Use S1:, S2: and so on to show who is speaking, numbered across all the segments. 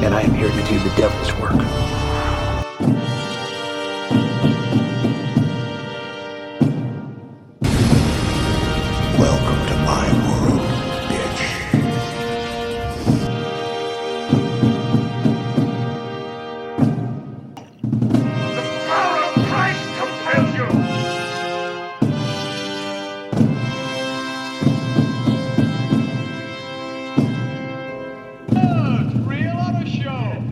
S1: to do the devil's work. Welcome to my world, bitch.
S2: The power of Christ compels you! Real auto show!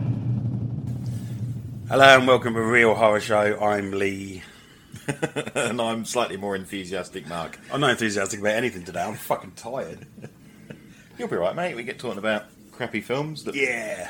S3: Hello and welcome to Real Horror Show. I'm Lee.
S4: and I'm slightly more enthusiastic, Mark.
S3: I'm not enthusiastic about anything today. I'm fucking tired.
S4: You'll be right, mate. We get talking about crappy films. That,
S3: Yeah,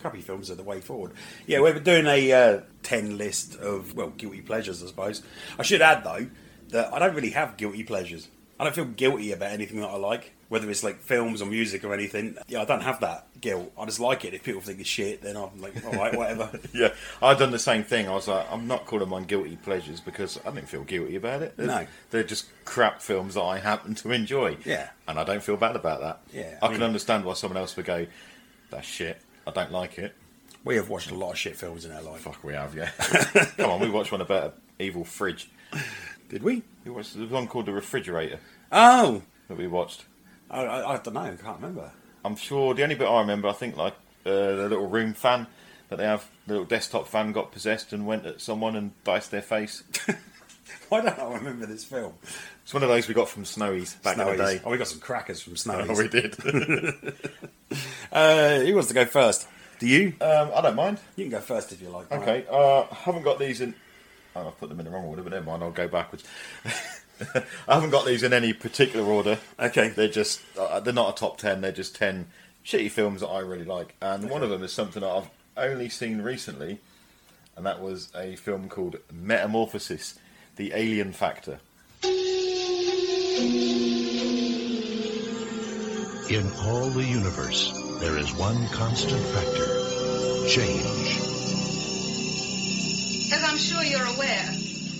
S3: crappy films are the way forward. Yeah, we're doing a uh, ten list of well guilty pleasures, I suppose. I should add though that I don't really have guilty pleasures. I don't feel guilty about anything that I like, whether it's like films or music or anything. Yeah, I don't have that guilt. I just like it. If people think it's shit, then I'm like, all right, whatever.
S4: yeah, I've done the same thing. I was like, I'm not calling mine guilty pleasures because I didn't feel guilty about it. They're,
S3: No.
S4: they're just crap films that I happen to enjoy.
S3: Yeah.
S4: and I don't feel bad about that.
S3: Yeah,
S4: I,
S3: I mean-
S4: can understand why someone else would go, "That's shit. I don't like it."
S3: we have watched a lot of shit films in our life.
S4: Fuck, we have, yeah. Come on, we watched one about an evil fridge.
S3: Did we?
S4: We watched the one called The Refrigerator
S3: Oh,
S4: that we watched.
S3: I, I, I don't know. I can't remember.
S4: I'm sure the only bit I remember, I think, like uh, the little room fan that they have, the little desktop fan got possessed and went at someone and diced their face.
S3: Why don't I remember this film?
S4: It's one of those we got from Snowy's back in the
S3: Snowy's.
S4: day.
S3: Oh, we got some crackers from Snowy's.
S4: Oh, we did.
S3: Uh, who wants to go first? Do you?
S4: um, I don't mind.
S3: Uh, You can go first if you like. mate.
S4: Okay, uh, I haven't got these in. Oh, I've put them in the wrong order, but never mind. I'll go backwards. I haven't got these in any particular order.
S3: Okay.
S4: they're just uh, they're not a top ten. They're just ten shitty films that I really like, and one of them is something that I've only seen recently, and that was a film called Metamorphosis: The Alien Factor.
S5: In all the universe, there is one constant factor change.
S6: As I'm sure you're aware,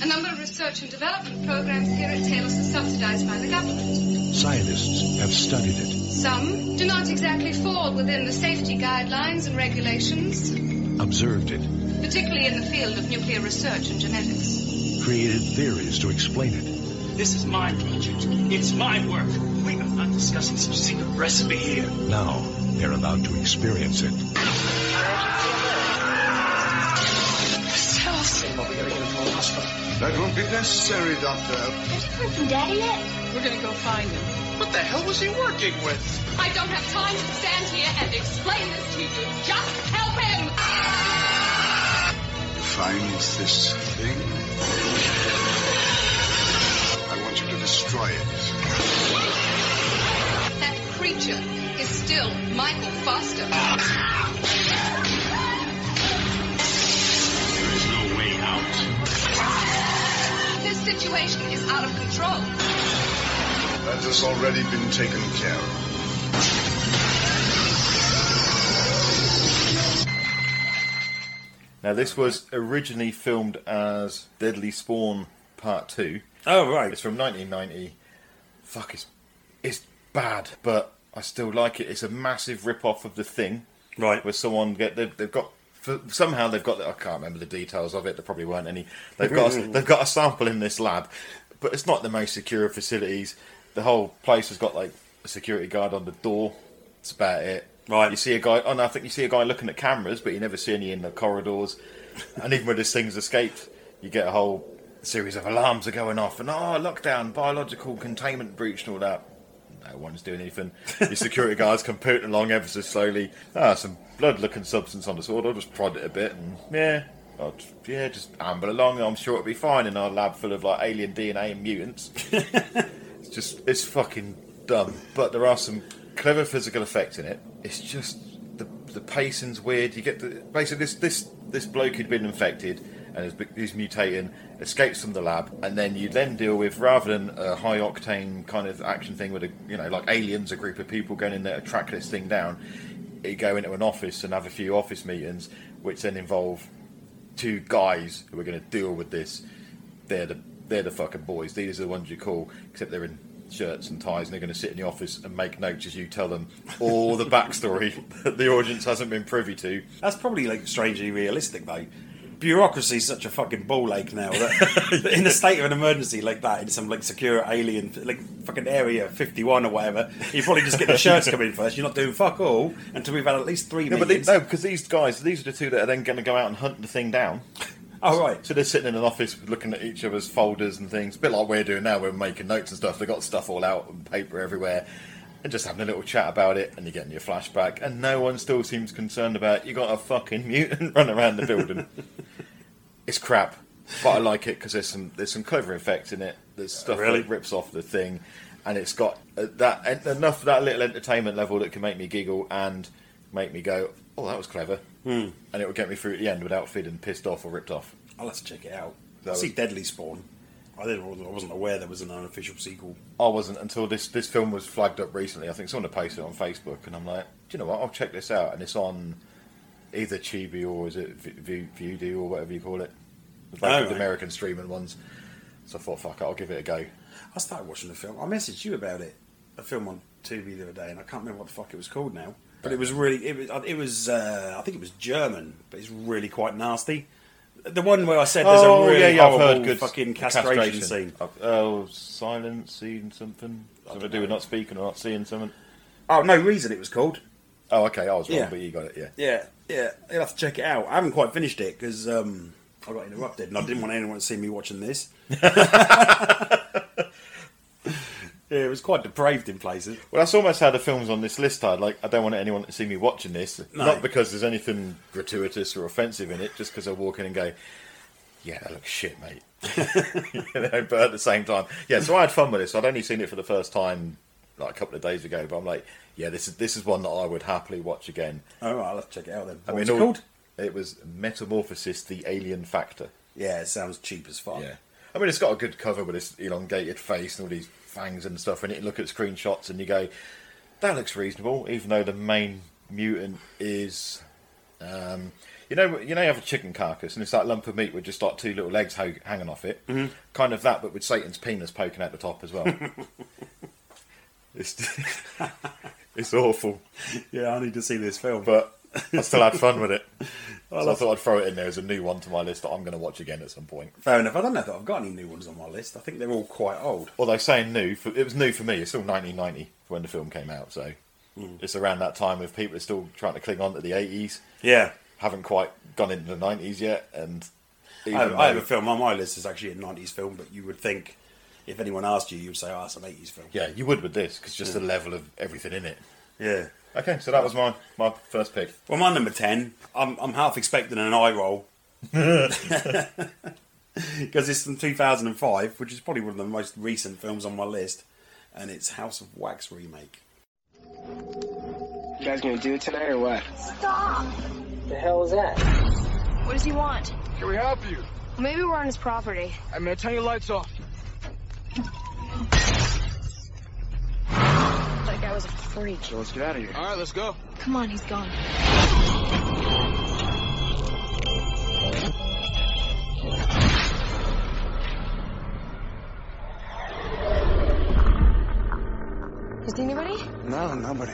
S6: a number of research and development programs here at Talos are subsidized by the government.
S5: Scientists have studied it,
S6: Some do not exactly fall within the safety guidelines and regulations,
S5: observed it,
S6: particularly in the field of nuclear research and genetics.
S5: created theories to explain it.
S7: This is my project. It's my work. We are not discussing some secret recipe here.
S5: Now they're about to experience it.
S8: That won't be necessary, Doctor.
S6: We're gonna go find them.
S7: What the hell was he working with?
S6: I don't have time to stand here and explain this to you. Just help him!
S8: Finds this thing. I want you to destroy it.
S6: That creature is still Michael Foster.
S7: There is no way out.
S6: This situation is out of control.
S8: That has already been taken care of.
S4: Now, this was originally filmed as Deadly Spawn Part Two.
S3: Oh right.
S4: It's from 1990. Fuck, it's it's bad, but I still like it. It's a massive rip off of the thing,
S3: Right.
S4: Where someone get they've, they've got for, somehow they've got I can't remember the details of it. There probably weren't any. They've got a, they've got a sample in this lab, but it's not the most secure of facilities. The whole place has got like a security guard on the door. That's about it.
S3: Right.
S4: You see a guy. Oh no, I think you see a guy looking at cameras, but you never see any in the corridors. and even when this thing's escaped, you get a whole series of alarms are going off, and oh, lockdown, biological containment breach, and all that. No one's doing anything. Your security guards come pooting along ever so slowly. Ah, some blood-looking substance on the sword. I'll just prod it a bit, and yeah, I'll, j- yeah, just amble along. I'm sure it'll be fine in our lab full of like alien DNA and mutants. It's just it's fucking dumb. But there are some clever physical effects in it. It's just the the pacing's weird. You get the basically this this this bloke who'd been infected and is, he's mutating, escapes from the lab, and then you then deal with rather than a high octane kind of action thing with a you know like aliens, a group of people going in there to track this thing down. You go into an office and have a few office meetings, which then involve two guys who are going to deal with this. They're the they're the fucking boys. These are the ones you call, except they're in shirts and ties, and they're going to sit in the office and make notes as you tell them all the backstory that the audience hasn't been privy to.
S3: That's probably like strangely realistic though. Bureaucracy's such a fucking ball ache now that that in the state of an emergency like that, in some like secure alien like fucking area fifty one or whatever, you probably just get the shirts come in first. You're not doing fuck all until we've had at least three
S4: No, but they,
S3: meetings.
S4: no, because these guys, these are the two that are then going to go out and hunt the thing down.
S3: Oh right.
S4: So they're sitting in an office looking at each other's folders and things, a bit like we're doing now. We're making notes and stuff. They got stuff all out and paper everywhere, and just having a little chat about it. And you're getting your flashback, and no one still seems concerned about you got a fucking mutant running around the building. it's crap, but I like it because there's some there's some clever effects in it. There's stuff
S3: Really?
S4: that rips off the thing, and it's got uh, that en- enough that little entertainment level that can make me giggle and make me go, "Oh, that was clever," and it will get me through at the end without feeling pissed off or ripped off.
S3: I'll have to check it out.
S4: That
S3: See
S4: was-
S3: Deadly Spawn. I didn't I wasn't aware there was an unofficial sequel.
S4: I wasn't until this this film was flagged up recently. I think someone had posted it on Facebook, and I'm like, do you know what? I'll check this out. And it's on either Chibi or is it V- V- Vudu or whatever you call it, like
S3: Oh,
S4: the
S3: right.
S4: American streaming ones. So I thought, fuck it, I'll give it a go.
S3: I started watching the film. I messaged you about it, a film on TV the other day, and I can't remember what the fuck it was called now. But it was really, it was, it was, uh, I think it was German, but it's really quite nasty. The one where I said there's
S4: Oh,
S3: a really horrible fucking castration, scene.
S4: Uh, Oh, silence, seeing something. Something to do with not speaking or not seeing something.
S3: Oh, no reason it was called.
S4: Oh, okay, I was wrong,
S3: Yeah.
S4: but you got it. Yeah,
S3: Yeah, yeah. You'll have to check it out. I haven't quite finished it because um, I got interrupted, and I didn't want anyone to see me watching this. yeah, it was quite depraved in places.
S4: Well, that's almost how the films on this list are. Like, I don't want anyone to see me watching this.
S3: No.
S4: Not because there's anything gratuitous or offensive in it, just because I walk in and go, yeah, that looks shit, mate. you know, but at the same time, yeah, so I had fun with this. I'd only seen it for the first time like a couple of days ago, but I'm like, yeah, this is this is one that I would happily watch again.
S3: All right, I'll have to check it out then. What
S4: I
S3: was
S4: all-
S3: it called?
S4: It was Metamorphosis, the Alien Factor.
S3: Yeah, it sounds cheap as fuck.
S4: Yeah. I mean, it's got a good cover with this elongated face and all these fangs and stuff, and you look at screenshots and you go, that looks reasonable, even though the main mutant is. Um, you know, you know, you have a chicken carcass, and it's that lump of meat with just like two little legs ho- hanging off it, kind of that, but with Satan's penis poking out the top as well. it's it's awful,
S3: Yeah, I need to see this film.
S4: but I still had fun with it. So I thought I'd throw it in there as a new one to my list that I'm going to watch again at some point.
S3: Fair enough. I don't know if I've got any new ones on my list. I think they're all quite old.
S4: although saying new, for, it was new for me. It's still 1990 when the film came out, so
S3: Hmm.
S4: it's around that time of people are still trying to cling on to the 80s,
S3: Yeah.
S4: haven't quite gone into the 90s yet, and
S3: I
S4: even
S3: have, I have
S4: though-
S3: a film on my list that's actually a 90s film, but you would think if anyone asked you, you'd say, oh, it's an 80s film.
S4: yeah, you would with this because just
S3: Hmm.
S4: the level of everything in it.
S3: Yeah.
S4: Okay, so that was my my first pick.
S3: Well, my number 10, I'm, I'm half expecting an eye roll. Because it's from 2005, which is probably one of the most recent films on my list, and it's House of Wax remake.
S9: You guys gonna do it tonight or what?
S10: Stop!
S9: The hell is that?
S10: What does he want?
S2: Can we help you?
S10: Maybe we're on his property.
S2: I'm gonna turn your lights off.
S10: That guy was a freak.
S9: Let's get out of here.
S2: All right, let's go.
S10: Come on, he's gone. Is there anybody?
S9: No, nobody.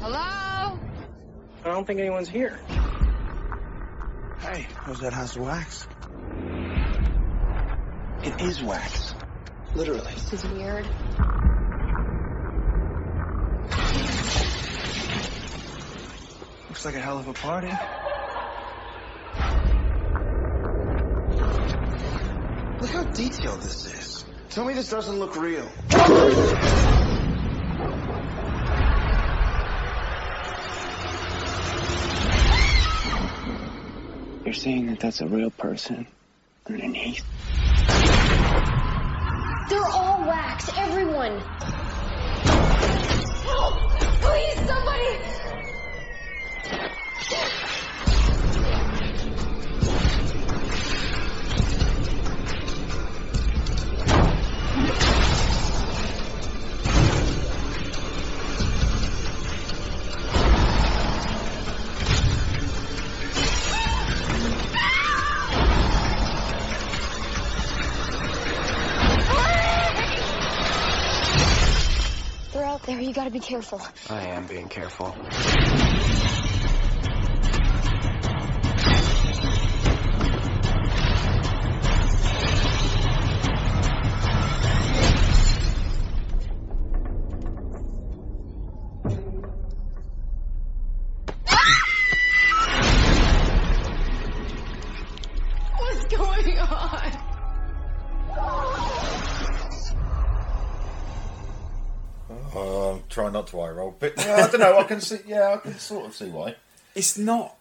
S10: Hello?
S9: I don't think anyone's here.
S8: Hey, was that house wax? It is wax. Literally.
S10: This is weird.
S8: Looks like a hell of a party. Look how detailed this is. Tell me this doesn't look real.
S9: You're saying that that's a real person underneath?
S10: They're all wax, everyone. Help! Please, somebody! Please! there, you gotta be careful.
S9: I am being careful.
S10: What's going on?
S4: Oh, I'm trying not to eye roll, but yeah, I don't know. I can see. Yeah, I can sort of see why.
S3: It's not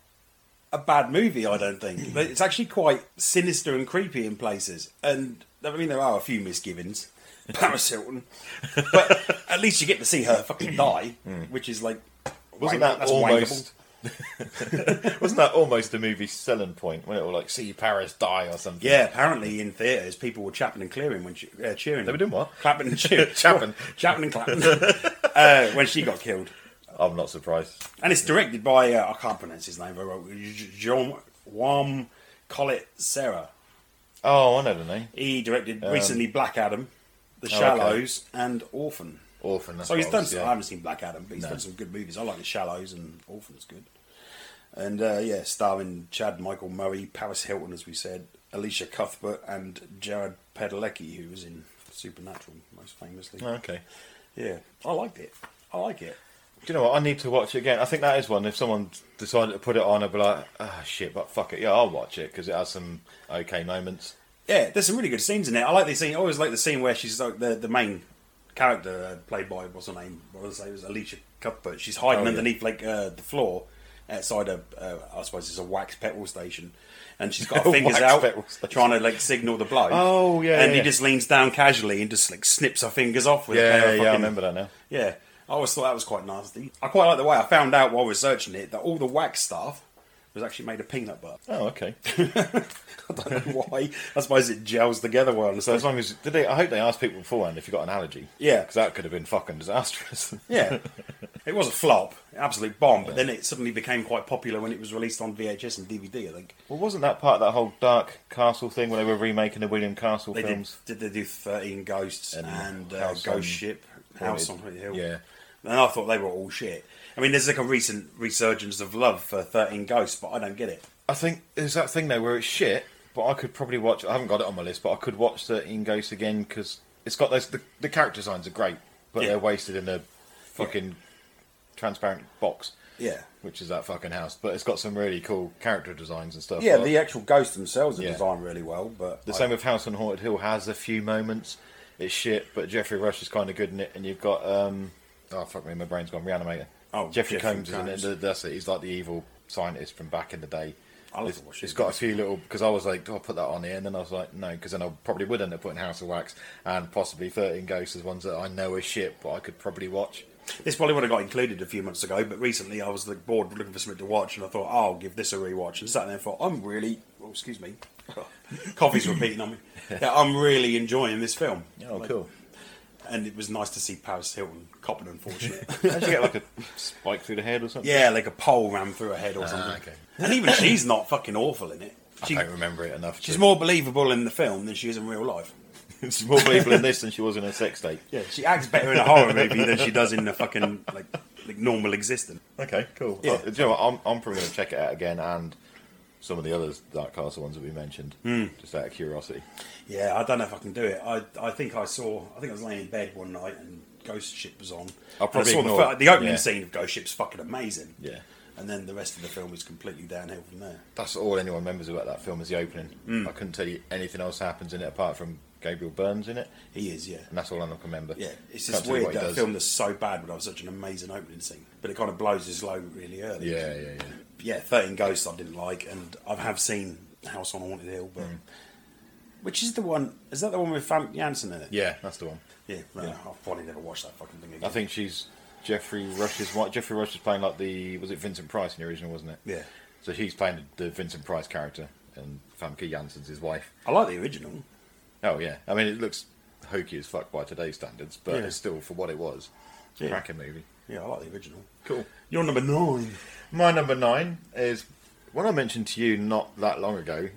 S3: a bad movie, I don't
S4: Mm-hmm.
S3: think. But it's actually quite sinister and creepy in places. And I mean, there are a few misgivings. Paris Hilton, but at least you get to see her fucking die,
S4: Mm.
S3: which is like wank-
S4: Wasn't that
S3: that's
S4: almost? wasn't that almost a movie's selling point when it was like see Paris die or something?
S3: Yeah, apparently in theatres, people were chapping and clearing when she, uh, cheering.
S4: They were doing what?
S3: Clapping and cheering.
S4: Chapping.
S3: chapping and clapping. uh, when she got killed,
S4: I'm not surprised.
S3: and it's directed by uh, I can't pronounce his name. very well. J- Jean Juan Collet Serra.
S4: Oh, I know the name.
S3: He directed recently Black Adam, The
S4: Um, Oh, okay.
S3: Shallows, and Orphan.
S4: Orphan. that's
S3: So he's
S4: what I
S3: done.
S4: was-
S3: Some,
S4: yeah.
S3: I haven't seen Black Adam, but he's
S4: No.
S3: done some good movies. I like The Shallows and Orphan's good. And uh, yeah, starring Chad Michael Murray, Paris Hilton, as we said, Alicia Cuthbert, and Jared Padalecki, who was in Supernatural most famously.
S4: Oh, okay.
S3: Yeah, I liked it. I like it.
S4: Do you know what? I need to watch it again. I think that is one. If someone decided to put it on, I'd be like, ah, shit, but fuck it. Yeah, I'll watch it because it has some okay moments.
S3: Yeah, there's some really good scenes in it. I like the scene. I always like the scene where she's like the the main character uh, played by what's her name? What was it? It was Alicia Cuthbert. She's hiding
S4: Oh, yeah.
S3: underneath like uh, the floor outside a uh, I suppose it's a wax petrol station, and she's got her
S4: A
S3: fingers
S4: wax
S3: out
S4: petrol station.
S3: trying to like signal the blow.
S4: Oh, yeah,
S3: and
S4: yeah,
S3: he
S4: yeah.
S3: just leans down casually and just like snips her fingers off with a
S4: Yeah,
S3: pair
S4: yeah,
S3: of
S4: I
S3: fucking-
S4: remember that now.
S3: Yeah, I always thought that was quite nasty. I quite like the way I found out while researching it that all the wax stuff was actually made of peanut butter.
S4: Oh, okay.
S3: I don't know why. I suppose it gels together well. and
S4: So
S3: stuff.
S4: as long as did they, I hope they asked people beforehand if you got an allergy.
S3: Yeah.
S4: because that could have been fucking disastrous.
S3: Yeah, it was a flop, absolute bomb. But then it suddenly became quite popular when it was released on VHS and DVD. I think
S4: well, wasn't that part of that whole Dark Castle thing when they were remaking the William Castle
S3: they did,
S4: films?
S3: did. They do Thirteen Ghosts and,
S4: And
S3: uh,
S4: House
S3: Ghost
S4: on-
S3: Ship, House on Hill.
S4: Yeah.
S3: and I thought they were all shit. I mean, there's like a recent resurgence of love for Thirteen Ghosts, but I don't get it.
S4: I think there's that thing though where it's shit, but I could probably watch. I haven't got it on my list, but I could watch Thirteen Ghosts again because it's got those. The, the character designs are great, but
S3: Yeah.
S4: they're wasted in a fucking transparent box,
S3: Yeah,
S4: which is that fucking house. But it's got some really cool character designs and stuff.
S3: yeah.
S4: But
S3: The actual ghosts themselves are
S4: Yeah.
S3: designed really well, but
S4: The
S3: I-
S4: same with House on Haunted Hill has a few moments. It's shit, but Jeffrey Rush is kind of good in it, and you've got um, oh fuck me, my brain's gone. Reanimator.
S3: Oh,
S4: Jeffrey,
S3: Jeffrey
S4: Combs,
S3: Combs.
S4: is in it. That's it. He's like the evil scientist from back in the day.
S3: I'll have
S4: it's,
S3: to watch
S4: it's
S3: it.
S4: got a few little because I was like, do I put that on here? And then I was like, no, because then I probably would end up putting House of Wax and possibly Thirteen Ghosts as ones that I know are shit, but I could probably watch.
S3: This probably would have got included a few months ago, but recently I was like bored looking for something to watch, and I thought "Oh, I'll give this a rewatch. And sat there and thought I'm really, well, excuse me, coffee's repeating on me. Yeah, I'm really enjoying this film.
S4: Oh,
S3: Like,
S4: cool.
S3: And it was nice to see Paris Hilton copping, unfortunate.
S4: How'd you get like a spike through the head or something?
S3: yeah, like a pole ran through her head or something.
S4: Ah, okay.
S3: And even she's not fucking awful in it. She,
S4: I don't remember it enough.
S3: she's
S4: to-
S3: more believable in the film than she is in real life.
S4: she's more believable in this than she was in her sex date.
S3: Yeah, she acts better in a horror movie than she does in the fucking like like normal existence.
S4: Okay, cool.
S3: Yeah.
S4: Uh, do you know what? I'm, I'm probably going to check it out again and some of the other Dark Castle ones that we mentioned,
S3: Hmm.
S4: just out of curiosity.
S3: Yeah, I don't know if I can do it. I I think I saw. I think I was laying in bed one night and Ghost Ship was on.
S4: I'll
S3: And I
S4: probably
S3: saw the,
S4: ignore
S3: fir-
S4: it,
S3: the opening
S4: yeah.
S3: scene of Ghost Ship's fucking amazing.
S4: Yeah.
S3: and then the rest of the film is completely downhill from there.
S4: That's all anyone remembers about that film is the opening.
S3: Hmm.
S4: I couldn't tell you anything else happens in it apart from Gabriel Burns in it,
S3: He is, yeah,
S4: and that's all I can remember.
S3: yeah. It's
S4: Can't
S3: just
S4: tell you
S3: weird
S4: what he
S3: that a
S4: does.
S3: film that's so bad would have such an amazing opening scene, but it kind of blows his load really early.
S4: Yeah, yeah, yeah.
S3: yeah, Thirteen Ghosts I didn't like, and I have seen House on Haunted Hill,
S4: Hmm.
S3: but which is the one? Is that the one with Famke Janssen in it?
S4: Yeah, that's the one.
S3: yeah. No,
S4: Yeah.
S3: I'll probably never watch that fucking thing again.
S4: I think she's Jeffrey Rush's wife. Jeffrey Rush is playing like the was it Vincent Price in the original, wasn't it?
S3: Yeah.
S4: So she's playing the Vincent Price character, and Famke Janssen's his wife.
S3: I like the original.
S4: Oh yeah, I mean it looks hokey as fuck by today's standards, but
S3: Yeah.
S4: it's still for what it was.
S3: Yeah.
S4: Cracking movie.
S3: Yeah, I like the original.
S4: Cool.
S3: You're number nine.
S4: My number nine is one I mentioned to you not that long ago.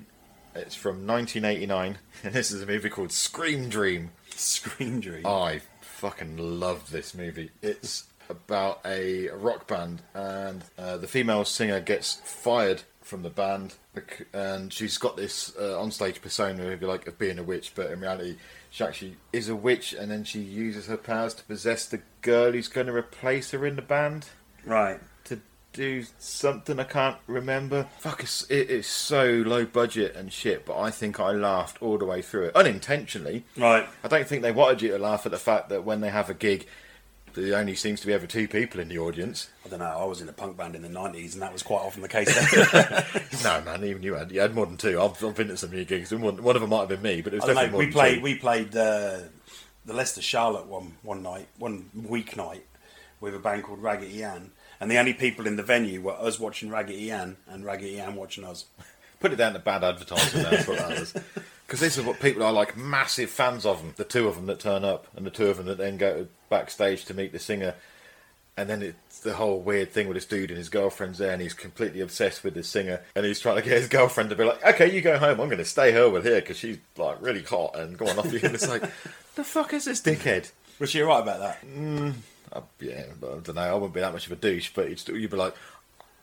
S4: It's from 1989, and this is a movie called Scream Dream. Oh.
S3: Scream Dream.
S4: I fucking love this movie. It's about a rock band, and uh, the female singer gets fired from the band, bec- and she's got this uh, onstage persona, if you like, of being a witch, but in reality, she actually is a witch, and then she uses her powers to possess the girl who's going to replace her in the band
S3: Right.
S4: to do something I can't remember. Fuck, it's, it is so low budget and shit, but I think I laughed all the way through it unintentionally.
S3: Right.
S4: I don't think they wanted you to laugh at the fact that when they have a gig, there only seems to be ever two people in the audience.
S3: I don't know. I was in a punk band in the 90s, and that was quite often the case.
S4: No, man, even you had you had more than two. I've, I've been at some of your gigs, and one, one of them might have been me, but it was
S3: I don't
S4: definitely
S3: know,
S4: more
S3: we
S4: than
S3: played
S4: two.
S3: we played uh, the Leicester Charlotte one one night one weeknight with a band called Raggedy Ann, and the only people in the venue were us watching Raggedy Ann and Raggedy Ann watching us.
S4: Put it down to bad advertising. That's what that is. Because this is what people are like massive fans of them. The two of them that turn up, and the two of them that then go backstage to meet the singer, and then it's the whole weird thing with this dude and his girlfriend's there, and he's completely obsessed with the singer, and he's trying to get his girlfriend to be like, "Okay, you go home. I'm going to stay her with here because she's like really hot." And go on off you. And it's like, the fuck is this dickhead?
S3: Was she right about that?
S4: I, yeah, but I don't know. I wouldn't be that much of a douche, but you'd, still, you'd be like,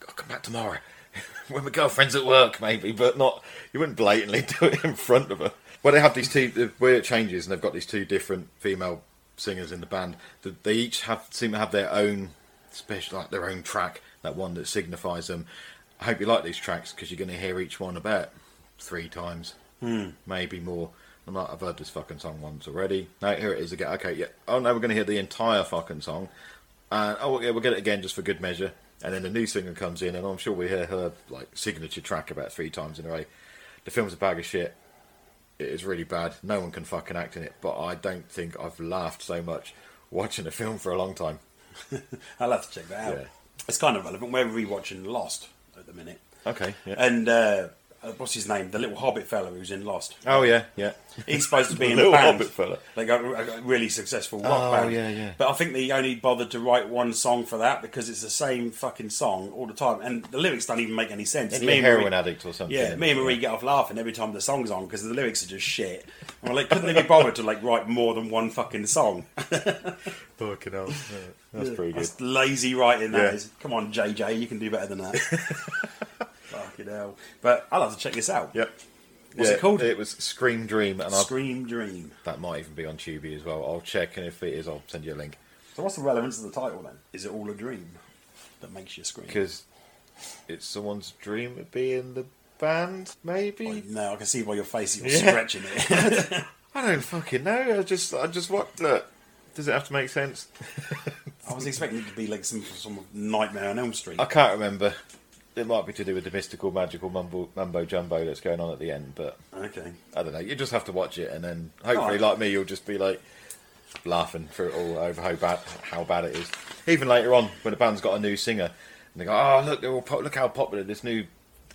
S4: I'll come back tomorrow when my girlfriend's at work, maybe, but not. You wouldn't blatantly do it in front of her. Well, they have these two the where it changes, and they've got these two different female singers in the band. that They each have seem to have their own special, like their own track. That one that signifies them. I hope you like these tracks because you're going to hear each one about three times,
S3: Hmm.
S4: maybe more. I'm like, I've heard this fucking song once already. No, here it is again. Okay, yeah. Oh no, we're going to hear the entire fucking song. And oh yeah, we'll get it again just for good measure. And then the new singer comes in, and I'm sure we hear her like signature track about three times in a row. The film's a bag of shit. It is really bad. No one can fucking act in it. But I don't think I've laughed so much watching a film for a long time.
S3: I'll have to check that out.
S4: Yeah.
S3: It's kind of relevant. We're rewatching Lost at the minute,
S4: Okay. Yeah.
S3: and uh, uh, what's his name? The little Hobbit fellow who's in Lost.
S4: oh yeah, yeah.
S3: He's supposed to be in
S4: Little
S3: a band,
S4: Hobbit fella.
S3: like a, a really successful rock
S4: Oh,
S3: band.
S4: yeah, yeah.
S3: But I think they only bothered to write one song for that because it's the same fucking song all the time, and the lyrics don't even make any sense.
S4: Isn't he a
S3: and
S4: heroin addict or something?
S3: Yeah, me and Marie get off laughing every time the song's on because the lyrics are just shit. And we're like, couldn't they be bothered to like write more than one fucking song?
S4: Fucking hell. Yeah, That's pretty good.
S3: That's lazy writing. That is.
S4: Yeah.
S3: Come on, JJ, you can do better than that. fucking hell! But I'll have to check this out.
S4: Yep.
S3: What's it called?
S4: It was Scream Dream, and I,
S3: Scream Dream.
S4: that might even be on Tubi as well. I'll check, and if it is, I'll send you a link.
S3: So what's the relevance of the title then? Is it all a dream that makes you scream?
S4: Because it's someone's dream of being the band, maybe?
S3: No, I can see by your face you're
S4: Yeah.
S3: stretching it.
S4: I don't fucking know. I just, I just what? Look, does it have to make sense?
S3: I was expecting it to be like some some nightmare on Elm Street.
S4: I can't remember. It might be to do with the mystical, magical mumbo, mumbo jumbo that's going on at the end, but
S3: Okay.
S4: I don't know. You just have to watch it, and then hopefully,
S3: Oh, I-
S4: like me, you'll just be like laughing through it all over how bad how bad it is. Even later on, when the band's got a new singer, and they go, "Oh, look, they're all pop- look how popular this new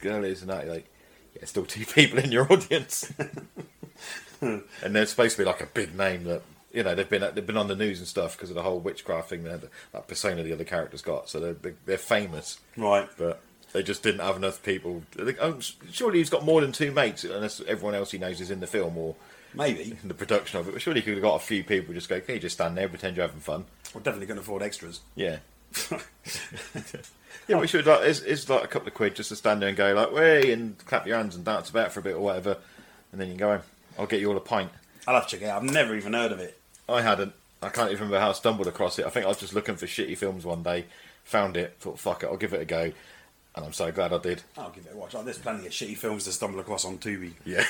S4: girl is," and that you're like, yeah, still two people in your audience, and they're supposed to be like a big name that. You know they've been they've been on the news and stuff because of the whole witchcraft thing. They had that persona the other characters got, so they're they're, they're famous
S3: Right.
S4: but they just didn't have enough people. I think, oh, surely he's got more than two mates, unless everyone else he knows is in the film or
S3: Maybe.
S4: in the production of it. But surely he could have got a few people just go, "Can you just stand there, pretend you're having fun?"
S3: We're definitely going to afford extras.
S4: Yeah, yeah. We should like it's, it's like a couple of quid just to stand there and go like, "Way!" and clap your hands and dance about for a bit or whatever, and then you can go home. I'll get you all a pint.
S3: I'll have to check it out. I've never even heard of it.
S4: I hadn't. I can't even remember how I stumbled across it. I think I was just looking for shitty films one day, found it, thought, "Fuck it, I'll give it a go," and I'm so glad I did.
S3: I'll give it a watch. Oh, there's plenty of shitty films to stumble across on Tubi.
S4: Yeah.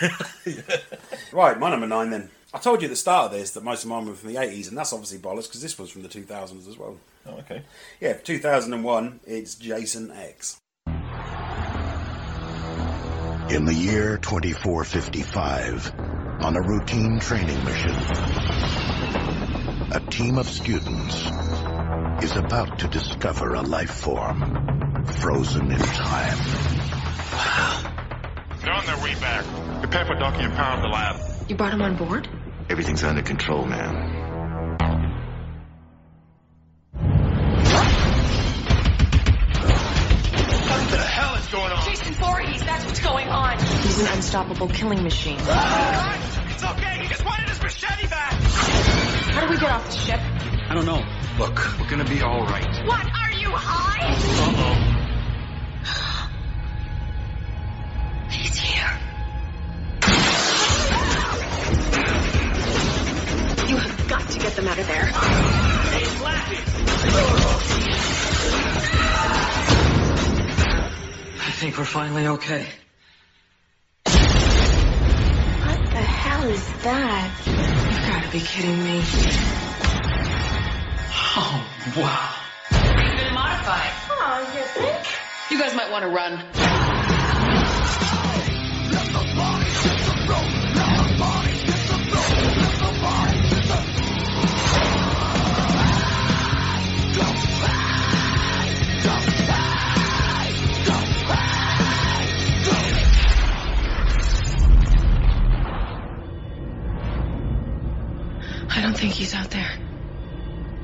S3: Right, my number nine then. I told you at the start of this that most of mine were from the 80s, and that's obviously bollocks because this one's from the 2000s as well.
S4: oh, okay.
S3: Yeah, 2001, it's Jason X.
S5: In the year 2455, on a routine training mission, a team of students is about to discover a life form frozen in time.
S8: They're on their way back. The Pepper Ducky and Power of the Lab.
S10: You brought him on board?
S5: Everything's under control, man.
S10: Jason Voorhees, that's what's going on. He's an unstoppable killing machine.
S7: It's okay. He just wanted his machete back.
S10: How do we get off the ship?
S11: I don't know. Look, we're gonna be all right.
S10: What? Are you high?
S11: Uh
S10: He's here. You have got to get them out of there. He's
S11: I think we're finally okay.
S10: What the hell is that? You gotta be kidding me.
S11: Oh wow.
S10: It's been modified. Oh, you think? You guys might want to run. I don't think he's out there.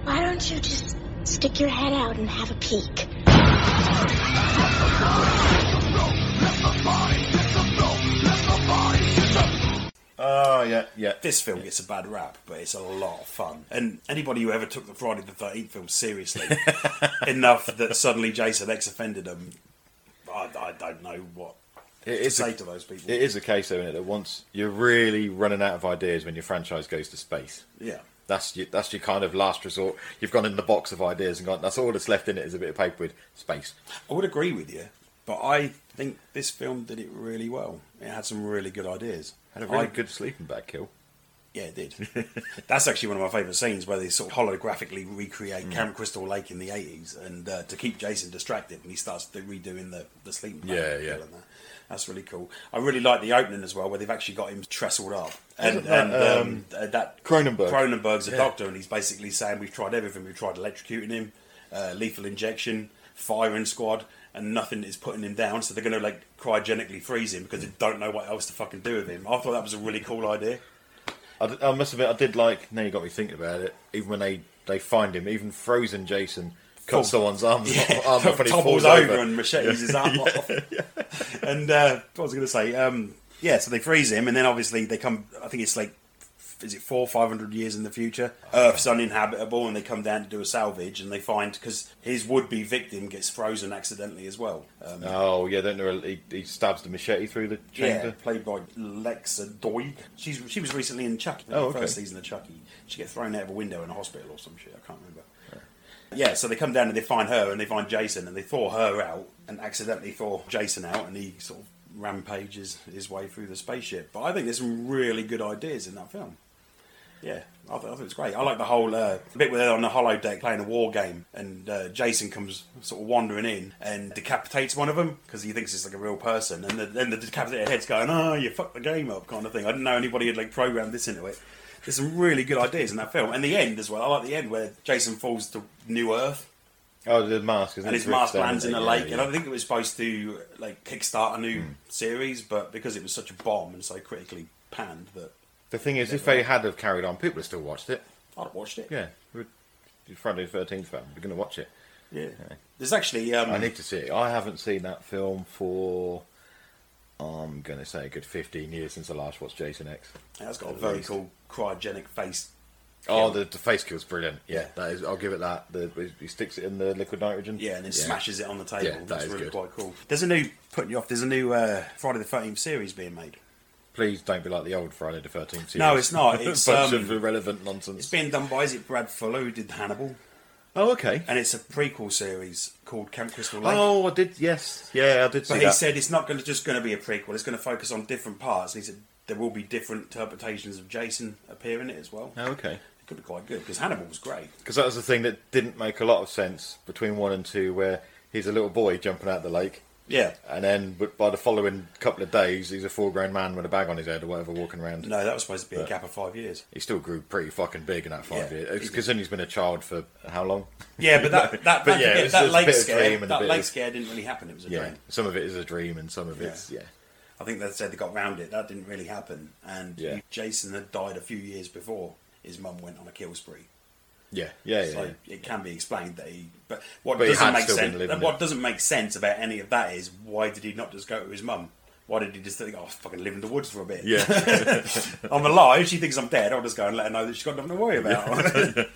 S12: Why don't you just stick your head out and have a peek?
S3: Oh yeah, yeah. This film gets a bad rap, but it's a lot of fun. And anybody who ever took the Friday the Thirteenth film seriously enough that suddenly Jason X offended them, I, I don't know what
S4: It
S3: to
S4: is
S3: say
S4: a-
S3: to those people.
S4: It is the case, though, isn't it? That once you're really running out of ideas when your franchise goes to space.
S3: Yeah.
S4: That's your, that's your kind of last resort. You've gone in the box of ideas and gone. That's all that's left in it is a bit of paper with space.
S3: I would agree with you, but I think this film did it really well. It had some really good ideas.
S4: Had a
S3: I-
S4: really good sleeping bag kill.
S3: Yeah, it did. That's actually one of my favourite scenes where they sort of holographically recreate
S4: Mm.
S3: Camp Crystal Lake in the 80s and uh, to keep Jason distracted and he starts do- redoing the, the sleep.
S4: Yeah, yeah.
S3: That's really cool. I really like the opening as well where they've actually got him trestled up. And,
S4: Isn't that,
S3: and um,
S4: um,
S3: uh, that
S4: Cronenberg?
S3: Cronenberg's a
S4: Yeah.
S3: doctor and he's basically saying we've tried everything. We've tried electrocuting him, uh, lethal injection, firing squad. And nothing is putting him down, so they're going to like cryogenically freeze him
S4: Mm.
S3: because they don't know what else to fucking do with him. I thought that was a really cool idea.
S4: I, d- I must admit, I did like. Now you got me thinking about it. Even when they they find him, even frozen Jason
S3: Cool.
S4: cuts someone's arms
S3: Yeah.
S4: arm off and he
S3: Topple was
S4: falls over,
S3: over and machetes his arm off.
S4: Yeah.
S3: and uh, what was I going to say? Um, yeah, so they freeze him, and then obviously they come. I think it's like, is it four, five hundred years in the future? Earth's uninhabitable, and they come down to do a salvage, and they find because his would-be victim gets frozen accidentally as well. Um,
S4: Oh yeah, don't know. He, he stabs the machete through the
S3: yeah,
S4: chamber.
S3: played by Lexa Doig. She's she was recently in Chucky,
S4: Oh,
S3: the
S4: okay.
S3: first season of Chucky. She gets thrown out of a window in a hospital or some shit. I can't remember. Yeah, so they come down and they find her and they find Jason and they thaw her out and accidentally thaw Jason out and he sort of rampages his way through the spaceship. But I think there's some really good ideas in that film. Yeah, I thought, I thought it was great. I like the whole uh, bit where they're on the hollow deck playing a war game, and uh, Jason comes sort of wandering in and decapitates one of them because he thinks it's like a real person, and then the, and the decapitated head's going, "Oh, you fucked the game up," kind of thing. I didn't know anybody had like programmed this into it. There's some really good ideas in that film, and the end as well. I like the end where Jason falls to New Earth
S4: Oh, the mask. isn't
S3: and
S4: it?
S3: his mask
S4: Rips down
S3: lands in a
S4: there,
S3: lake.
S4: yeah, Hmm.
S3: And
S4: yeah.
S3: I think it was supposed to like kickstart a new series, but because it was such a bomb and so critically panned, that
S4: The thing is, if they had have carried on, people would still watched it.
S3: I'd watched it.
S4: Yeah, we're you're Friday the Thirteenth fan. We're going to watch it.
S3: Yeah. There's actually. Um,
S4: I need to see it. I haven't seen that film for. I'm going to say a good 15 years since I last watched Jason X.
S3: That's got a
S4: At
S3: very
S4: least.
S3: cool cryogenic face.
S4: Oh,
S3: Yeah.
S4: the, the face kill's brilliant. Yeah, that is. I'll give it that. The, he sticks it in the liquid nitrogen.
S3: Yeah, and then smashes it on the table.
S4: Yeah, that
S3: That's
S4: is
S3: really
S4: good.
S3: quite cool. There's a new putting you off. There's a new uh, Friday the Thirteenth series being made.
S4: Please don't be like the old Friday the 13th series.
S3: No, it's not. It's,
S4: bunch
S3: um,
S4: of irrelevant nonsense.
S3: It's being done by is it Brad Fuller who did Hannibal,
S4: Oh, okay.
S3: and it's a prequel series called Camp Crystal Lake.
S4: Oh, I did. Yes. Yeah, I did see
S3: but he
S4: that.
S3: said it's not going to just going to be a prequel. It's going to focus on different parts. And he said there will be different interpretations of Jason appear in it as well.
S4: oh, okay.
S3: It could be quite good because Hannibal was great.
S4: Because that was the thing that didn't make a lot of sense between one and two, where he's a little boy jumping out of the lake.
S3: Yeah.
S4: And then but by the following couple of days, he's a full grown man with a bag on his head or whatever walking around.
S3: No, that was supposed to be a
S4: But
S3: gap of five years.
S4: He still grew pretty fucking big in that five
S3: Yeah, he
S4: years.
S3: did.
S4: Because then he's been a child for how long?
S3: Yeah, but that that,
S4: But
S3: that,
S4: yeah, it was- it
S3: that
S4: was a
S3: lake
S4: bit of
S3: scare
S4: dream and a
S3: that
S4: bit
S3: lake
S4: of-
S3: scare didn't really happen. It was a
S4: yeah.
S3: dream.
S4: Some of it is a dream and some of it's. Yeah.
S3: I think they said they got round it. That didn't really happen. And
S4: Yeah.
S3: Jason had died a few years before his mum went on a kill spree.
S4: Yeah. Yeah. Yeah.
S3: so
S4: yeah.
S3: it can be explained that he. But what
S4: But he
S3: doesn't
S4: had
S3: make
S4: still been
S3: sense.
S4: living
S3: What
S4: it.
S3: doesn't make sense about any of that is why did he not just go to his mum? Why did he just think, oh, I'll fucking live in the woods for a bit?
S4: Yeah.
S3: I'm alive. She thinks I'm dead. I'll just go and let her know that she's got nothing to worry about.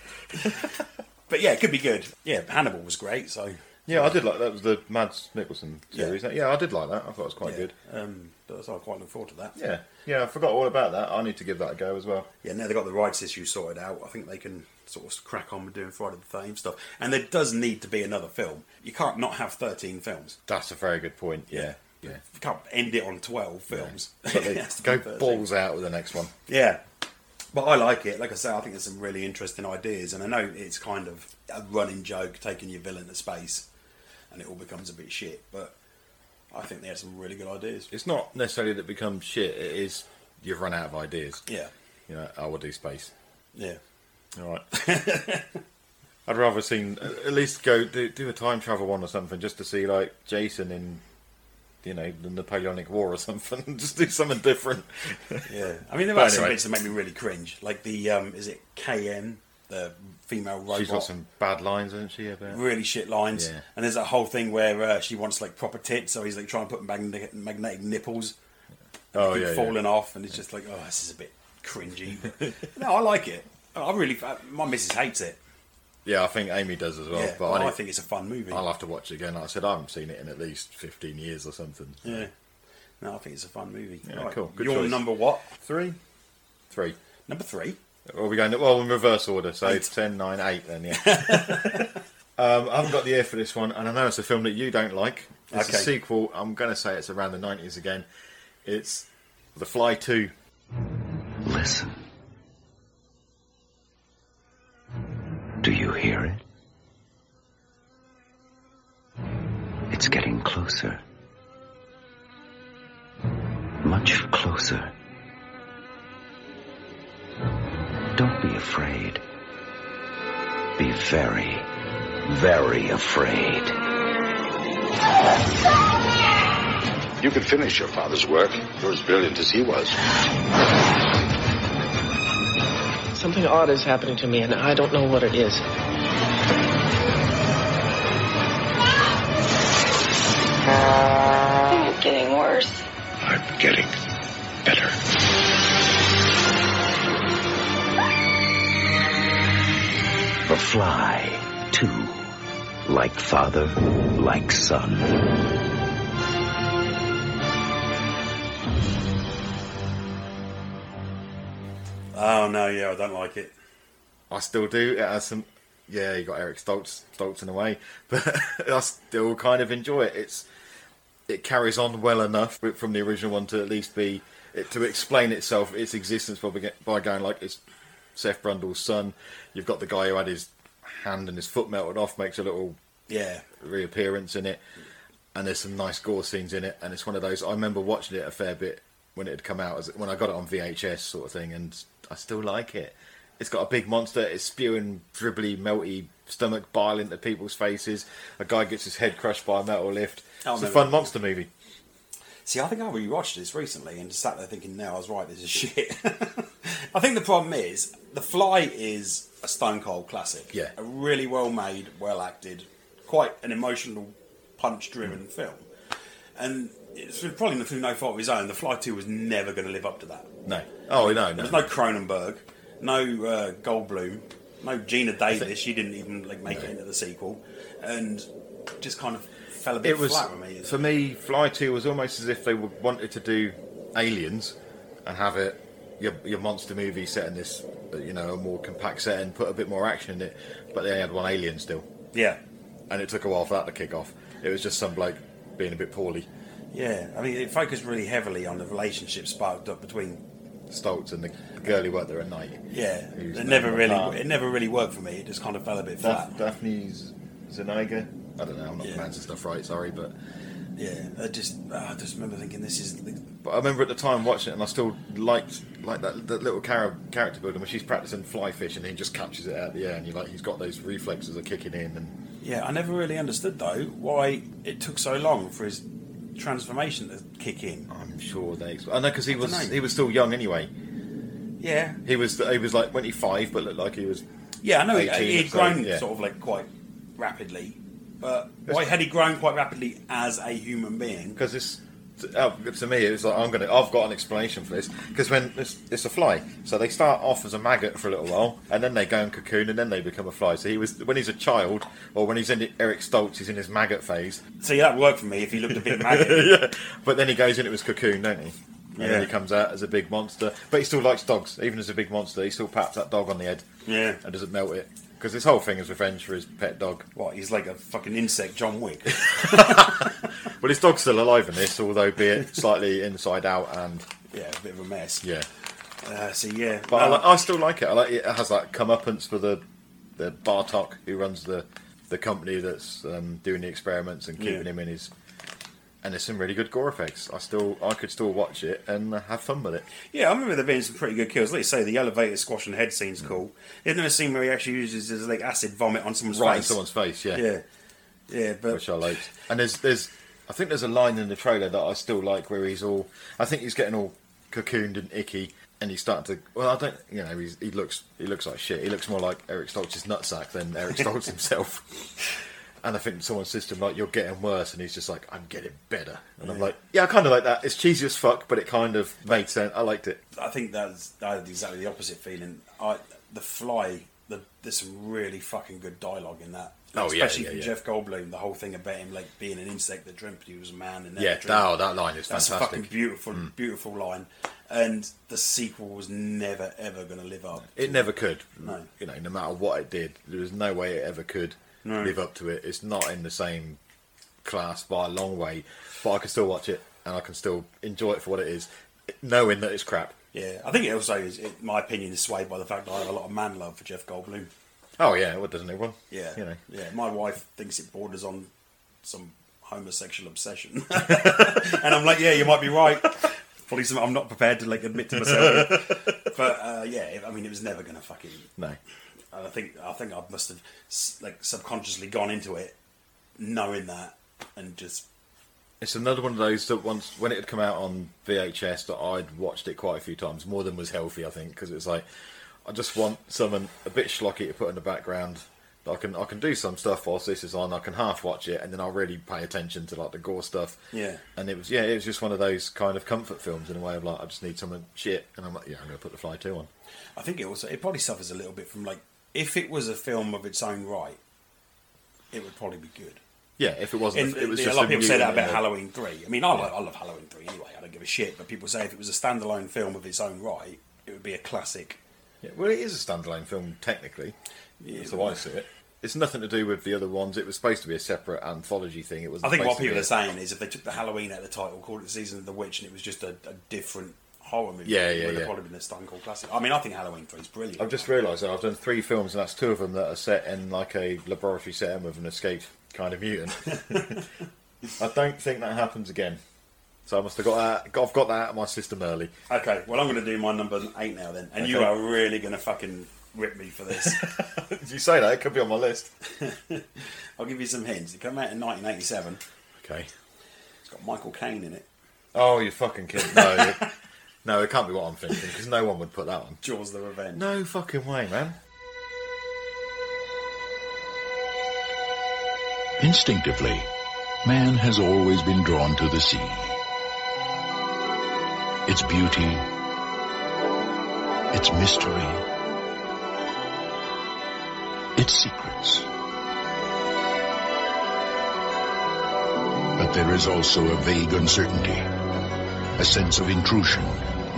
S3: but yeah, it could be good. Yeah, Hannibal was great. So
S4: Yeah, I did like that. Was the Mads Mikkelsen series? Yeah,
S3: Yeah.
S4: I did like that. I thought it was quite good.
S3: Um, but so I quite look forward to that.
S4: Yeah, yeah, I forgot all about that. I need to give that a go as well.
S3: Yeah, now they've got the rights issue sorted out. I think they can sort of crack on with doing Friday the 13th stuff. And there does need to be another film. You can't not have 13 films.
S4: That's a very good point. Yeah, yeah.
S3: You can't end it on 12 films.
S4: But
S3: It
S4: they
S3: has to be
S4: go
S3: 13.
S4: balls out with the next one.
S3: Yeah. But I like it. Like I say, I think there's some really interesting ideas. And I know it's kind of a running joke taking your villain to space and it all becomes a bit shit. But I think they had some really good ideas.
S4: It's not necessarily that it becomes shit. It is you've run out of ideas.
S3: Yeah.
S4: You know, I will do space.
S3: Yeah.
S4: All right. I'd rather seen at least go do, do a time travel one or something just to see like Jason in you know the Napoleonic War or something. just do something different.
S3: Yeah, I mean there
S4: But
S3: are some
S4: anyway.
S3: bits that make me really cringe, like the um, is it KN, the female robot?
S4: She's got some bad lines, hasn't she? About
S3: really shit lines,
S4: Yeah.
S3: and there's that whole thing where uh, she wants like proper tits, so he's like trying to put magne- magnetic nipples, and
S4: Oh,
S3: they keep
S4: yeah, yeah.
S3: falling off, and it's just like, oh, this is a bit cringy. no, I like it. I really, uh, my missus hates it,
S4: Yeah, I think Amy does as well.
S3: Yeah,
S4: but
S3: well,
S4: I,
S3: I think it's a fun movie.
S4: I'll have to watch it again. Like I said, I haven't seen it in at least fifteen years or something.
S3: Yeah, no, I think it's a fun movie.
S4: Yeah, cool. Good
S3: Your
S4: choice.
S3: number what?
S4: Three, three.
S3: Number three.
S4: Or are we going? To, well, in reverse order, so
S3: Eight.
S4: ten, nine, eight. Then yeah. um, I haven't got the ear for this one, and I know it's a film that you don't like. It's a
S3: Okay.
S4: sequel. I'm going to say it's around the nineties again. It's The Fly Two.
S5: Listen. Do you hear it?
S9: It's getting closer. Much closer.
S5: Don't be afraid. Be very, very afraid. You could finish your father's work. You're as brilliant as he was.
S13: Something odd is happening to me, and I don't know what it is.
S10: It's getting worse.
S5: I'm getting better. The Fly, too. Like father, like son.
S3: Oh no, yeah, I don't like it.
S4: I still do. It has some. Yeah, you got Eric Stoltz, Stoltz in a way, but I still kind of enjoy it. It's it carries on well enough but from the original one to at least be it, to explain itself, its existence by, beg- by going like it's Seth Brundle's son. You've got the guy who had his hand and his foot melted off, makes a little
S3: Yeah,
S4: reappearance in it, and there's some nice gore scenes in it. And it's one of those I remember watching it a fair bit when it had come out, as, when I got it on VHS sort of thing, and I still like it. It's got a big monster. It's spewing dribbly, melty stomach bile into people's faces. A guy gets his head crushed by a metal lift.
S3: I
S4: it's a
S3: remember
S4: fun
S3: that.
S4: monster movie.
S3: See, I think I rewatched this recently and just sat there thinking, no, I was right, this is shit. I think the problem is The Fly is a stone cold classic.
S4: Yeah.
S3: A really well made, well acted, quite an emotional, punch driven
S4: Mm.
S3: film. And it's probably through no fault of his own. The Fly 2 was never going to live up to that.
S4: No, oh no, no.
S3: There's no Cronenberg, no uh, Goldblum, no Gina Davis. She didn't even like make it into the sequel. And just kind of fell a bit
S4: it was
S3: flat with me.
S4: for me. Fly Two was almost as if they would- wanted to do Aliens and have it your your monster movie set in this, uh, you know, a more compact setting, put a bit more action in it. But they had one Alien still,
S3: Yeah.
S4: and it took a while for that to kick off. It was just some bloke being a bit poorly,
S3: Yeah, I mean, it focused really heavily on the relationship sparked up between.
S4: Stoltz and the, the girl who worked there at night.
S3: Yeah,
S4: Who's
S3: it never
S4: named
S3: really,
S4: Mark.
S3: it never really worked for me. It just kind of fell a bit flat.
S4: Daph- Daphne Zuniga. I don't know. I'm not
S3: Yeah.
S4: pronouncing stuff right. Sorry, but
S3: Yeah, I just, ah, I just remember thinking this is. The,
S4: But I remember at the time watching it, and I still liked like that, that little char- character building where she's practicing fly fish, and he just catches it out of the air, and you like he's got those reflexes are kicking in, and
S3: yeah, I never really understood though why it took so long for his transformation to kick in.
S4: I'm sure they. I know because he
S3: What's her
S4: was
S3: name?
S4: he was still young anyway.
S3: Yeah,
S4: He was he was like 25, but looked like he was.
S3: yeah, I know he,
S4: 18,
S3: he had
S4: so,
S3: grown
S4: yeah.
S3: sort of like quite rapidly, but why had he grown quite rapidly as a human being?
S4: Because it's to, uh, to me, it was like I'm gonna. I've got an explanation for this because when it's, it's a fly, so they start off as a maggot for a little while, and then they go and cocoon, and then they become a fly. So he was when he's a child, or when he's in Eric Stoltz, he's in his maggot phase.
S3: See, that worked for me if he looked a bit maggot.
S4: yeah. But then he goes into his cocoon, don't he? And
S3: Yeah.
S4: then he comes out as a big monster. But he still likes dogs, even as a big monster. He still pats that dog on the head.
S3: Yeah.
S4: And doesn't melt it. Because this whole thing is revenge for his pet dog.
S3: What? He's like a fucking insect, John Wick.
S4: Well, his dog's still alive in this, although be it slightly inside out and.
S3: Yeah, a bit of a mess.
S4: Yeah.
S3: Uh, so yeah,
S4: But I,
S3: Uh,
S4: like, I still like it. I like it. It has that comeuppance for the the Bartok who runs the the company that's um, doing the experiments and keeping
S3: Yeah.
S4: him in his. And there's some really good gore effects. I still, I could still watch it and have fun with it.
S3: Yeah, I remember there being some pretty good kills. Like you say, the elevator squash and head scene's
S4: Mm.
S3: cool. Isn't there a scene where he actually uses his like acid vomit on someone's
S4: right
S3: face?
S4: in someone's face. Yeah,
S3: Yeah. yeah, but
S4: which I liked. And there's there's I think there's a line in the trailer that I still like where he's all I think he's getting all cocooned and icky. And he's starting to. Well, I don't. You know, he's, he looks. He looks like shit. He looks more like Eric Stoltz's nutsack than Eric Stoltz himself. And I think someone says to him like, "You're getting worse," and he's just like, "I'm getting better." And I'm
S3: Yeah.
S4: like, "Yeah, I kind of like that. It's cheesy as fuck, but it kind of made sense. I liked it."
S3: I think that's that is exactly the opposite feeling. I the fly. The, there's some really fucking good dialogue in that.
S4: Oh, yeah,
S3: especially
S4: yeah,
S3: from
S4: yeah.
S3: Jeff Goldblum. The whole thing about him like being an insect that dreamt he was a man and never
S4: Yeah,
S3: dreamt.
S4: oh, that line is
S3: That's a
S4: fantastic. Mm.
S3: fucking beautiful, beautiful line. And the sequel was never ever going to live up.
S4: It never could.
S3: No.
S4: You know, no matter what it did, there was no way it ever could
S3: No.
S4: live up to it. It's not in the same class by a long way, but I can still watch it and I can still enjoy it for what it is, knowing that it's crap.
S3: Yeah, I think it also is. It, my opinion is swayed by the fact that I have a lot of man love for Jeff Goldblum.
S4: Oh yeah, what doesn't everyone?
S3: Yeah,
S4: You know.
S3: yeah. My wife thinks it borders on some homosexual obsession, and I'm like, yeah, you might be right. Probably something I'm not prepared to like admit to myself. but uh, yeah, it- I mean, it was never going to fucking.
S4: No.
S3: And I think I think I must have s- like subconsciously gone into it knowing that and just
S4: It's another one of those that once when it had come out on VHS that I'd watched it quite a few times, more than was healthy, I think, because it's like I just want someone a bit schlocky to put in the background. that I can I can do some stuff whilst this is on. I can half watch it, and then I'll really pay attention to like the gore stuff.
S3: Yeah.
S4: And it was yeah, it was just one of those kind of comfort films in a way of like I just need someone shit, and I'm like yeah, I'm gonna put the Fly Two on.
S3: I think it also it probably suffers a little bit from like if it was a film of its own right, it would probably be good.
S4: Yeah, if it wasn't,
S3: And
S4: it was
S3: a
S4: just
S3: lot of people say that
S4: mutant
S3: about
S4: in a-
S3: Halloween Three. I mean, I, love, I love Halloween Three anyway. I don't give a shit. But people say if it was a standalone film of its own right, it would be a classic.
S4: Yeah, well, it is a standalone film technically.
S3: Yeah.
S4: That's how I see it. It's nothing to do with the other ones. It was supposed to be a separate anthology thing. It was.
S3: I think what people are saying is if they took the Halloween out of the title, called it Season of the Witch, and it was just a, a different horror movie,
S4: Yeah,
S3: it
S4: yeah,
S3: would have
S4: yeah.
S3: probably been a stone cold classic. I mean, I think Halloween Three is brilliant.
S4: I've just realised that I've done three films, and that's two of them that are set in like a laboratory setting with an escaped kind of mutant. I don't think that happens again. So I must have got that. Got, I've got that out of my system early.
S3: Okay, well, I'm going to do my number eight now then, and you
S4: Okay.
S3: are really going to fucking rip me for this.
S4: If you say that, it could be on my list.
S3: I'll give you some hints. It came out in 1987.
S4: Okay.
S3: It's got Michael Caine in it.
S4: Oh, you're fucking kidding! No, you- no, it can't be what I'm thinking because no one would put that on.
S3: Jaws: The Revenge.
S4: No fucking way, man.
S5: Instinctively, man has always been drawn to the sea. Its beauty, its mystery, its secrets. But there is also a vague uncertainty, a sense of intrusion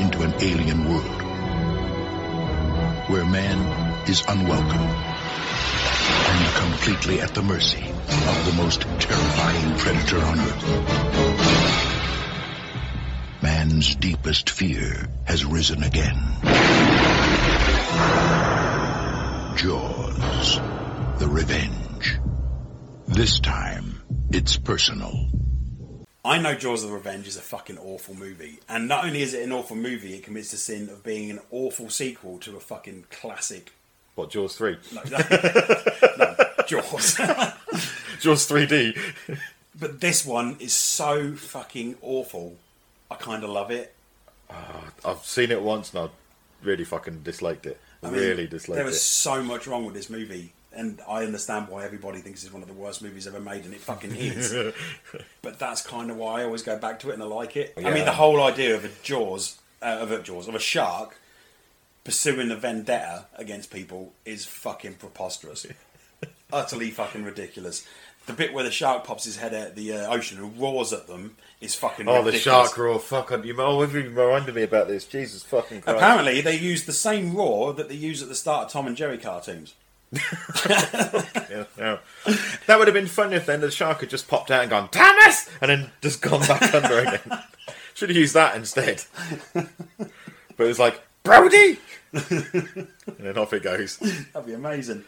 S5: into an alien world where man is unwelcome and completely at the mercy of the most terrifying predator on earth. Man's deepest fear has risen again. Jaws, the revenge. This time, it's personal.
S3: I know Jaws of Revenge is a fucking awful movie. And not only is it an awful movie, it commits the sin of being an awful sequel to a fucking classic.
S4: What Jaws three?
S3: No, no, Jaws.
S4: Jaws 3D.
S3: but this one is so fucking awful. I kind of love it.
S4: I've seen it once and I really fucking disliked it.
S3: I mean,
S4: really disliked
S3: There was
S4: it.
S3: so much wrong with this movie. and I understand why everybody thinks it's one of the worst movies ever made, and it fucking is. but that's kind of why I always go back to it and I like it. I
S4: Yeah.
S3: mean, the whole idea of a Jaws, uh, of a Jaws, of a shark pursuing a vendetta against people is fucking preposterous. Utterly fucking ridiculous. The bit where the shark pops his head out of the uh, ocean and roars at them is fucking
S4: Oh, the
S3: ridiculous.
S4: shark roar! Fuck on you! Oh, you reminded me about this. Jesus fucking Christ!
S3: Apparently, they use the same roar that they use at the start of Tom and Jerry cartoons.
S4: Yeah, yeah. that would have been fun if then the shark had just popped out and gone Thomas, and then just gone back under again. Should have used that instead. But it was like Brody, and then off it goes.
S3: That'd be amazing.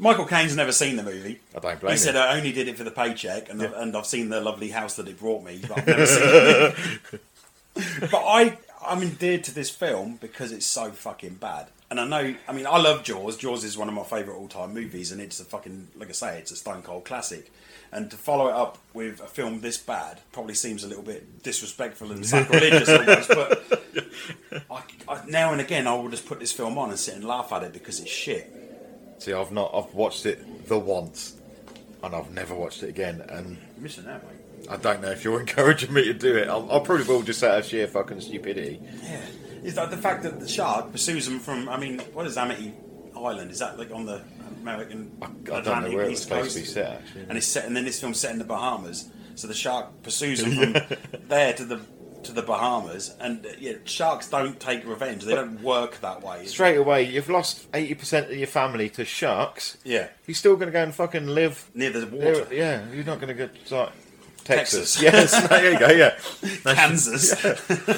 S3: Michael Caine's never seen the movie.
S4: I don't
S3: He
S4: blame
S3: said,
S4: him.
S3: I only did it for the paycheck, and, I've, and I've seen the lovely house that it brought me, but I've never seen it.
S4: It's
S3: But I, I'm endeared to this film because it's so fucking bad. And I know, I mean, I love Jaws. Jaws is one of my favourite all time movies, and it's a fucking, like I say, it's a stone cold classic. And to follow it up with a film this bad probably seems a little bit disrespectful and sacrilegious almost, but I, I, now and again I will just put this film on and sit and laugh at it because it's shit.
S4: See, I've not. I've watched it the once, and I've never watched it again. And
S3: You're missing out, mate.
S4: I don't know if you're encouraging me to do it. I'll, I'll probably will just out of sheer fucking stupidity.
S3: Yeah, is that the fact that the shark pursues them from? I mean, what is Amity Island? Is that like on the American
S4: I don't know
S3: Atlantic
S4: where it was
S3: East
S4: supposed
S3: Coast?
S4: to be set. Actually,
S3: And it's set, and then this film's set in the Bahamas, so the shark pursues them from there to the to the Bahamas. And uh, yeah, sharks don't take revenge; they don't work that way.
S4: straight away you've lost eighty percent of your family to sharks.
S3: Yeah,
S4: You're still going to go and fucking live
S3: near the water.
S4: yeah, you're not going to go to like,
S3: Texas.
S4: Texas. yes, there you go. Yeah,
S3: Kansas.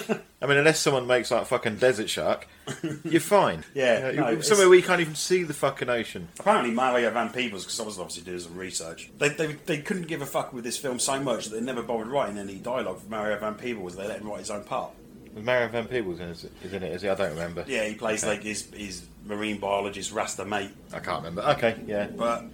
S4: Yeah. I mean, unless someone makes like a fucking desert shark, you're fine.
S3: Yeah,
S4: You
S3: no,
S4: know,
S3: it's-
S4: somewhere where you can't even see the fucking ocean.
S3: Apparently, Mario Van Peebles, because I was obviously doing some research, they, they, they couldn't give a fuck with this film so much that they never bothered writing any dialogue for Mario Van Peebles. They let him write his own part.
S4: Was Mario Van Peebles in it? Is in it? Is he? I don't remember.
S3: Yeah, he plays
S4: Okay.
S3: like his his marine biologist Rasta mate.
S4: I can't remember. Okay, yeah.
S3: but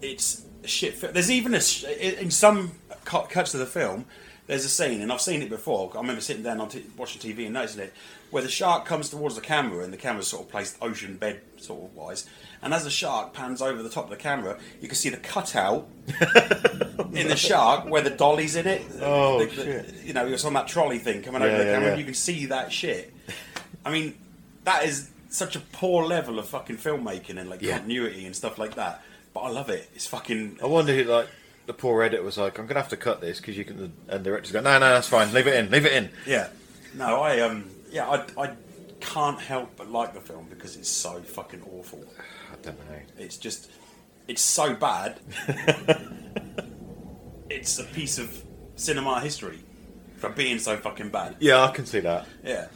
S3: it's a shit. fi- There's even a sh- in some cu- cuts of the film. There's a scene, and I've seen it before. I remember sitting down on t- watching TV and noticing it, where the shark comes towards the camera, and the camera's sort of placed ocean bed sort of wise. And as the shark pans over the top of the camera, you can see the cutout in the shark where the dolly's in it.
S4: Oh,
S3: The- the-
S4: shit.
S3: You know, it's on that trolley thing coming
S4: Yeah,
S3: over the
S4: yeah,
S3: camera.
S4: yeah.
S3: You can see that shit. I mean, that is such a poor level of fucking filmmaking and like
S4: Yeah.
S3: continuity and stuff like that. But I love it. It's fucking.
S4: I wonder who like the poor editor was like. I'm going to have to cut this because you can. And the director's going, no, no, that's fine. Leave it in. Leave it in.
S3: Yeah. No, I um. Yeah, I I can't help but like the film because it's so fucking awful.
S4: I don't know.
S3: It's just, it's so bad. it's a piece of cinema history for being so fucking bad.
S4: Yeah, I can see that.
S3: Yeah.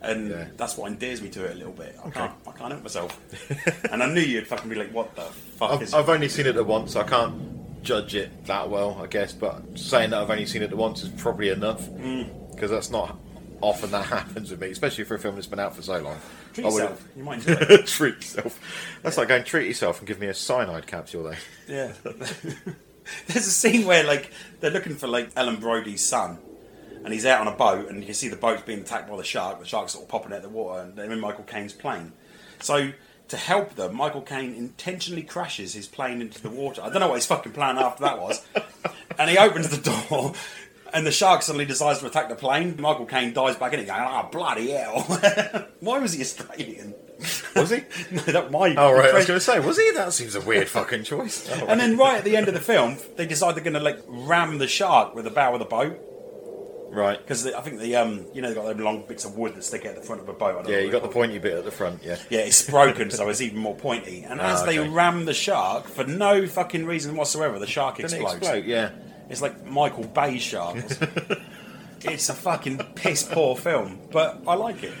S3: And
S4: Yeah.
S3: that's what endears me to it a little bit. I can't, I can't help myself. and I knew you'd fucking be like, "What the fuck is?"
S4: I've, I've only seen it the once. I can't judge it that well, I guess. But saying that I've only seen it the once is probably enough
S3: Hmm.
S4: because that's not often that happens with me, especially for a film that's been out for so long.
S3: Treat
S4: I would-
S3: yourself. You might enjoy it.
S4: treat yourself. That's like going treat yourself and give me a cyanide capsule. Then
S3: Yeah. There's a scene where like they're looking for like Ellen Brody's son, and he's out on a boat, and you can see the boat's being attacked by the shark. The shark's sort of popping out of the water, and they're in Michael Caine's plane. So to help them, Michael Caine intentionally crashes his plane into the water. I don't know what his fucking plan after that was. And he opens the door. And the shark suddenly decides to attack the plane. Michael Caine dives back in it, going, "Ah, bloody hell! Why was he Australian?
S4: was he?
S3: no, that my.
S4: Oh right, I was
S3: impression-
S4: going to say was he? That seems a weird fucking choice. Oh,
S3: and then right at the end of the film, they decide they're going to like ram the shark with the bow of the boat
S4: right.
S3: because I think the um you know they've got those long bits of wood that stick out the front of a boat. I don't
S4: Yeah,
S3: know
S4: you
S3: what
S4: got the pointy bit at the front. Yeah.
S3: yeah, it's broken, so it's even more pointy. And
S4: Ah,
S3: as they
S4: okay.
S3: ram the shark for no fucking reason whatsoever, the shark
S4: Didn't it
S3: explodes.
S4: explode? Yeah.
S3: It's like Michael Bay sharks. it's a fucking piss poor film, but I like it.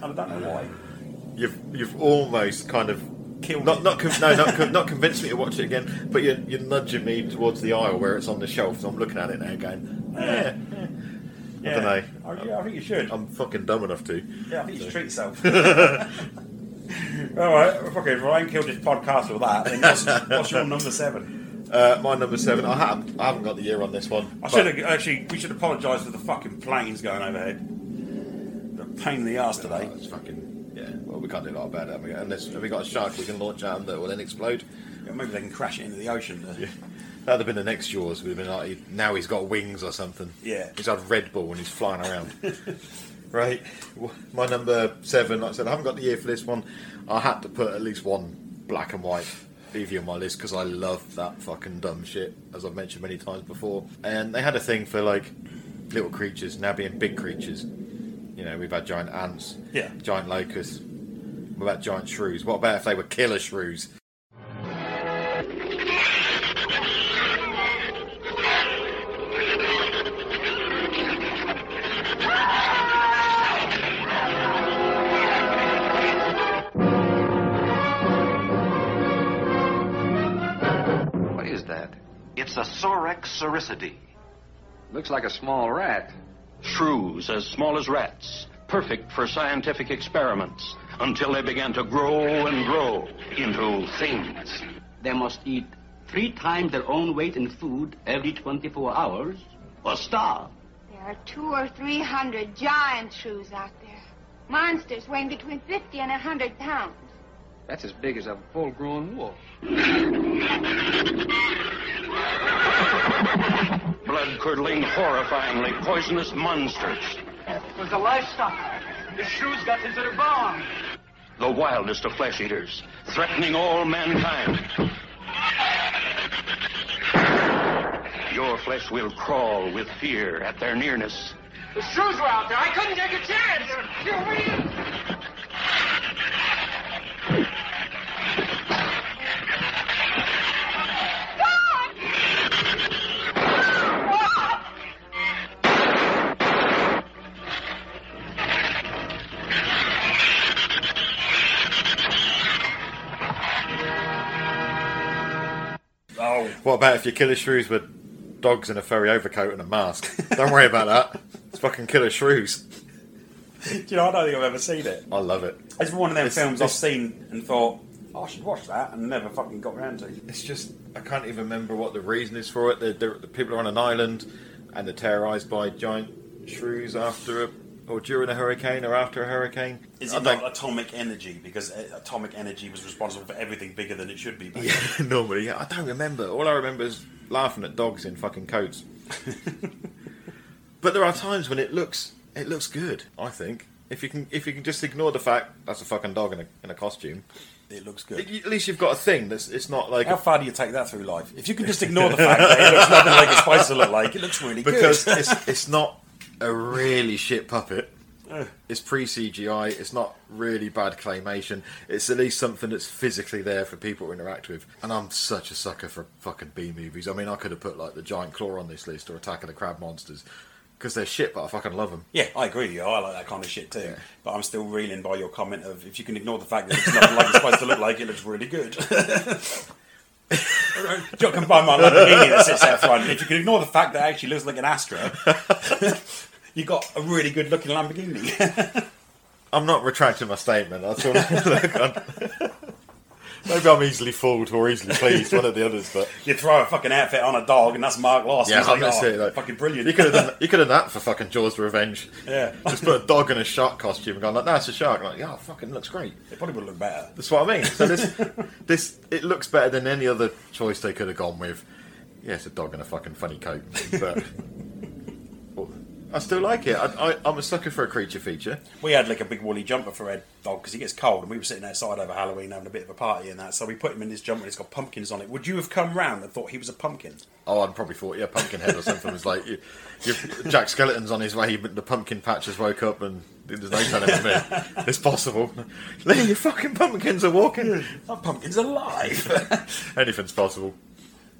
S3: And I don't know why.
S4: You've you've almost kind of
S3: Killed
S4: not
S3: it.
S4: not con- no not con- not convinced me to watch it again, but you're you're nudging me towards the aisle where it's on the shelf, and I'm looking at it now, going, eh, I don't know.
S3: I, yeah, I think you should.
S4: I'm fucking dumb enough to.
S3: Yeah, I think you should treat yourself.
S4: All
S3: right, okay, if Ryan killed his podcast with that, then what's, what's your number seven?
S4: Uh, my number seven. I have I haven't got the year on this one.
S3: I
S4: but-
S3: should have actually. We should apologise for the fucking planes going overhead. The pain in the ass today.
S4: Oh, It's fucking yeah. Well, we can't do a lot about that. Have we? Unless have we got a shark we can launch at them that will then explode.
S3: maybe they can crash it into the ocean.
S4: Yeah. That'd have been the next Jaws. Would have been like he- now he's got wings or something.
S3: Yeah.
S4: he's had Red Bull and he's flying around. right, W- my number seven. Like I said, I haven't got the year for this one. I had to put at least one black and white movie on my list because I love that fucking dumb shit, as I've mentioned many times before. And they had a thing for like little creatures now being big creatures. You know, we've had giant ants,
S3: Yeah.
S4: giant locusts. What about giant shrews? What about if they were killer shrews?
S14: What is that? It's a Sorex cericidae. Looks like a small rat.
S15: Shrews as small as rats, perfect for scientific experiments, until they began to grow and grow into things.
S16: They must eat three times their own weight in food every 24 hours or starve.
S17: There are two or three hundred giant shrews out there. Monsters weighing between 50 and a 100 pounds.
S14: That's as big as a full grown wolf.
S15: Blood curdling, horrifyingly poisonous monsters,
S7: It was the livestock. The shrews got into the barn.
S15: the wildest of flesh eaters, threatening all mankind. Your flesh will crawl with fear at their nearness.
S7: The shrews were out there. I couldn't take a chance. You're real.
S3: Oh,
S4: What about if your killer shrews were dogs in a furry overcoat and a mask? Don't worry about that. It's fucking killer shrews.
S3: do you know? I don't think I've ever seen it.
S4: I love it.
S3: It's one of them
S4: It's-
S3: films
S4: it's-
S3: I've seen and thought "Oh, I should watch that and never fucking got round to.
S4: It's just I can't even remember what the reason is for it. The, the, the people are on an island and they're terrorized by giant shrews after a or during a hurricane or after a hurricane.
S3: Is
S4: I
S3: it not atomic energy? Because uh, atomic energy was responsible for everything bigger than it should be. basically.
S4: don't, normally, yeah, I don't remember. All I remember is laughing at dogs in fucking coats. but there are times when it looks it looks good. I think if you can if you can just ignore the fact that's a fucking dog in a in a costume.
S3: It looks
S4: At at least you've got a thing. That's it's not like
S3: How far do you take that through life? If you can just ignore the fact that it looks nothing like it's supposed to look like, it looks really
S4: because
S3: good.
S4: it's it's not a really shit puppet. It's pre CGI. It's not really bad claymation. It's at least something that's physically there for people to interact with. And I'm such a sucker for fucking B movies. I mean, I could have put like the Giant Claw on this list or Attack of the Crab Monsters because they're shit, but I fucking love them.
S3: Yeah, I agree with you. I like that kind of shit too. But I'm still reeling by your comment of if you can ignore the fact that it's nothing like it's supposed to look like, it looks really good. Do you can buy my Lamborghini that sits out front. If you can ignore the fact that it actually looks like an Astra, you got a really good looking Lamborghini.
S4: I'm not retracting my statement. That's all. Look, I'm- Maybe I'm easily fooled or easily pleased, one of the others, but
S3: you throw a fucking outfit on a dog, and that's Mark Lawson.
S4: Yeah,
S3: He's like,
S4: that's
S3: "Oh,
S4: it, like-
S3: fucking brilliant.
S4: You could have done, you could have done that for fucking Jaws the Revenge.
S3: Yeah.
S4: just put a dog in a shark costume and gone like, "That's a shark." Like, yeah, fucking looks great.
S3: It probably would look better.
S4: That's what I mean. So this, this, it looks better than any other choice they could have gone with. Yeah, it's a dog in a fucking funny coat, but well, I still like it. I, I, I'm a sucker for a creature feature.
S3: We had like a big woolly jumper for Ed Dog because he gets cold, and we were sitting outside over Halloween having a bit of a party and that. So we put him in this jumper, and it's got pumpkins on it. Would you have come round and thought he was a pumpkin?
S4: Oh, I'd probably thought, yeah, Pumpkinhead or something was like, you, you, Jack Skeleton's on his way, but the pumpkin patch has woke up and there's no telling him it. It's possible. Lee, your fucking pumpkins are walking.
S3: That pumpkin's alive.
S4: Anything's possible.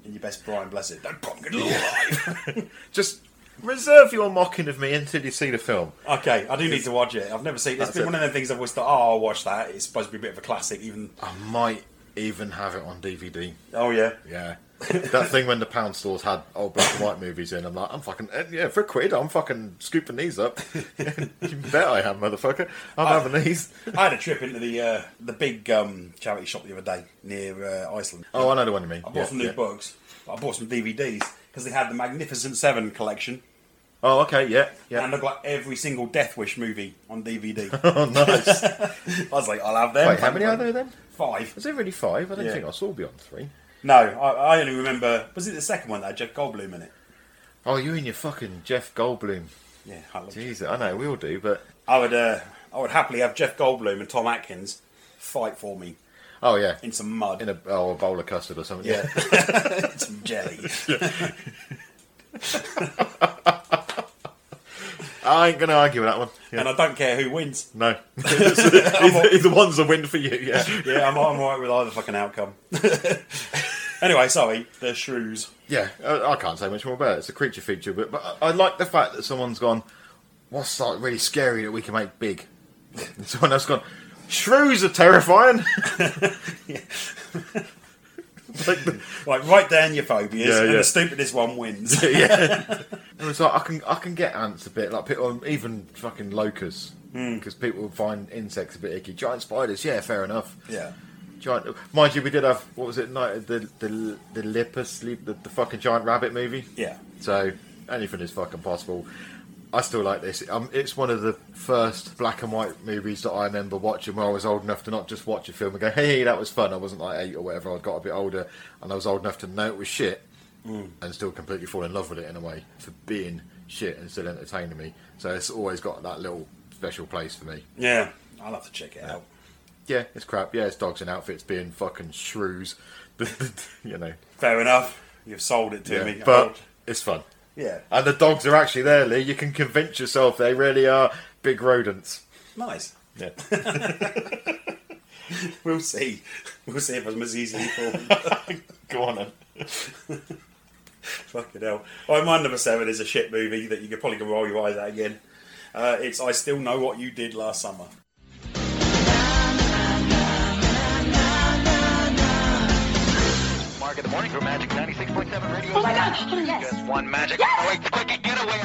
S3: In your best Brian Blessed, that pumpkin's alive.
S4: Just reserve your mocking of me until you see the film.
S3: okay, I do need to watch it. I've never seen. It's
S4: That's
S3: been
S4: it.
S3: one of them things I've always thought, oh, I'll watch that. It's supposed to be a bit of a classic, even.
S4: I might even have it on DVD.
S3: Oh yeah,
S4: Yeah. that thing when the pound stores had old black and white movies in, I'm like, I'm fucking, eh, yeah, for a quid, I'm fucking scooping these up. you bet I am, motherfucker. I'm
S3: I-
S4: having these.
S3: I had a trip into the uh, the big um, charity shop the other day near uh, Iceland.
S4: Oh, I know the one you mean.
S3: I bought
S4: Yeah,
S3: some new
S4: yeah.
S3: books. I bought some DVDs because they had the Magnificent Seven collection.
S4: Oh, okay, yeah, yeah.
S3: And I've got every single Death Wish movie on DVD.
S4: Oh, nice.
S3: I was like, I'll have them.
S4: Wait, how many are there then?
S3: Five.
S4: Is there really five? I don't
S3: Yeah.
S4: think I saw Beyond Three.
S3: No, I, I only remember. Was it the second one that had Jeff Goldblum in it?
S4: Oh, you and your fucking Jeff Goldblum.
S3: Yeah, I love
S4: Jeez, I know we all do, but
S3: I would, uh, I would happily have Jeff Goldblum and Tom Atkins fight for me
S4: oh yeah,
S3: in some mud.
S4: in a oh a bowl of custard or something.
S3: yeah, some jelly.
S4: I ain't gonna argue with that one. Yeah.
S3: And I don't care who wins.
S4: no, either, either one's a win for you. Yeah,
S3: Yeah, I'm, I'm alright with either fucking outcome. anyway, sorry, they're shrews.
S4: yeah. I, I can't say much more about it. It's a creature feature, but, but I, I like the fact that someone's gone. What's like really scary that we can make big? And someone else gone. Shrews are terrifying. like the,
S3: Like, write down your phobias,
S4: Yeah,
S3: and
S4: yeah.
S3: the stupidest one wins.
S4: yeah. And it's like I can I can get ants a bit, like people, even fucking locusts, because people find insects a bit icky. Giant spiders, yeah, fair enough.
S3: yeah.
S4: Giant, mind you, we did have what was it? Night of the the the Lippus, the, the fucking giant rabbit movie.
S3: Yeah.
S4: So anything is fucking possible. I still like this. Um, it's one of the first black and white movies that I remember watching where I was old enough to not just watch a film and go, "Hey, that was fun." I wasn't like eight or whatever. I got a bit older, and I was old enough to know it was shit, and still completely fall in love with it in a way for being shit and still entertaining me. So it's always got that little special place for me.
S3: Yeah, I'll have to check it out.
S4: Yeah, it's crap. Yeah, it's dogs and outfits being fucking shrews. you know,
S3: Fair enough. You've sold it to
S4: yeah,
S3: me.
S4: but it's fun.
S3: yeah,
S4: And the dogs are actually there, Lee. You can convince yourself they really are big rodents.
S3: nice.
S4: Yeah.
S3: We'll see. We'll see if I'm as easily fooled.
S4: Go on then.
S3: Fucking hell. Alright, my number seven is a shit movie that you could probably roll your eyes at again. Uh, it's I Still Know What You Did Last Summer.
S7: Mark in the morning for Magic 96.7 Radio.
S1: Oh my God! Oh, yes.
S7: Just one magic. Oh, wait, quick, get away.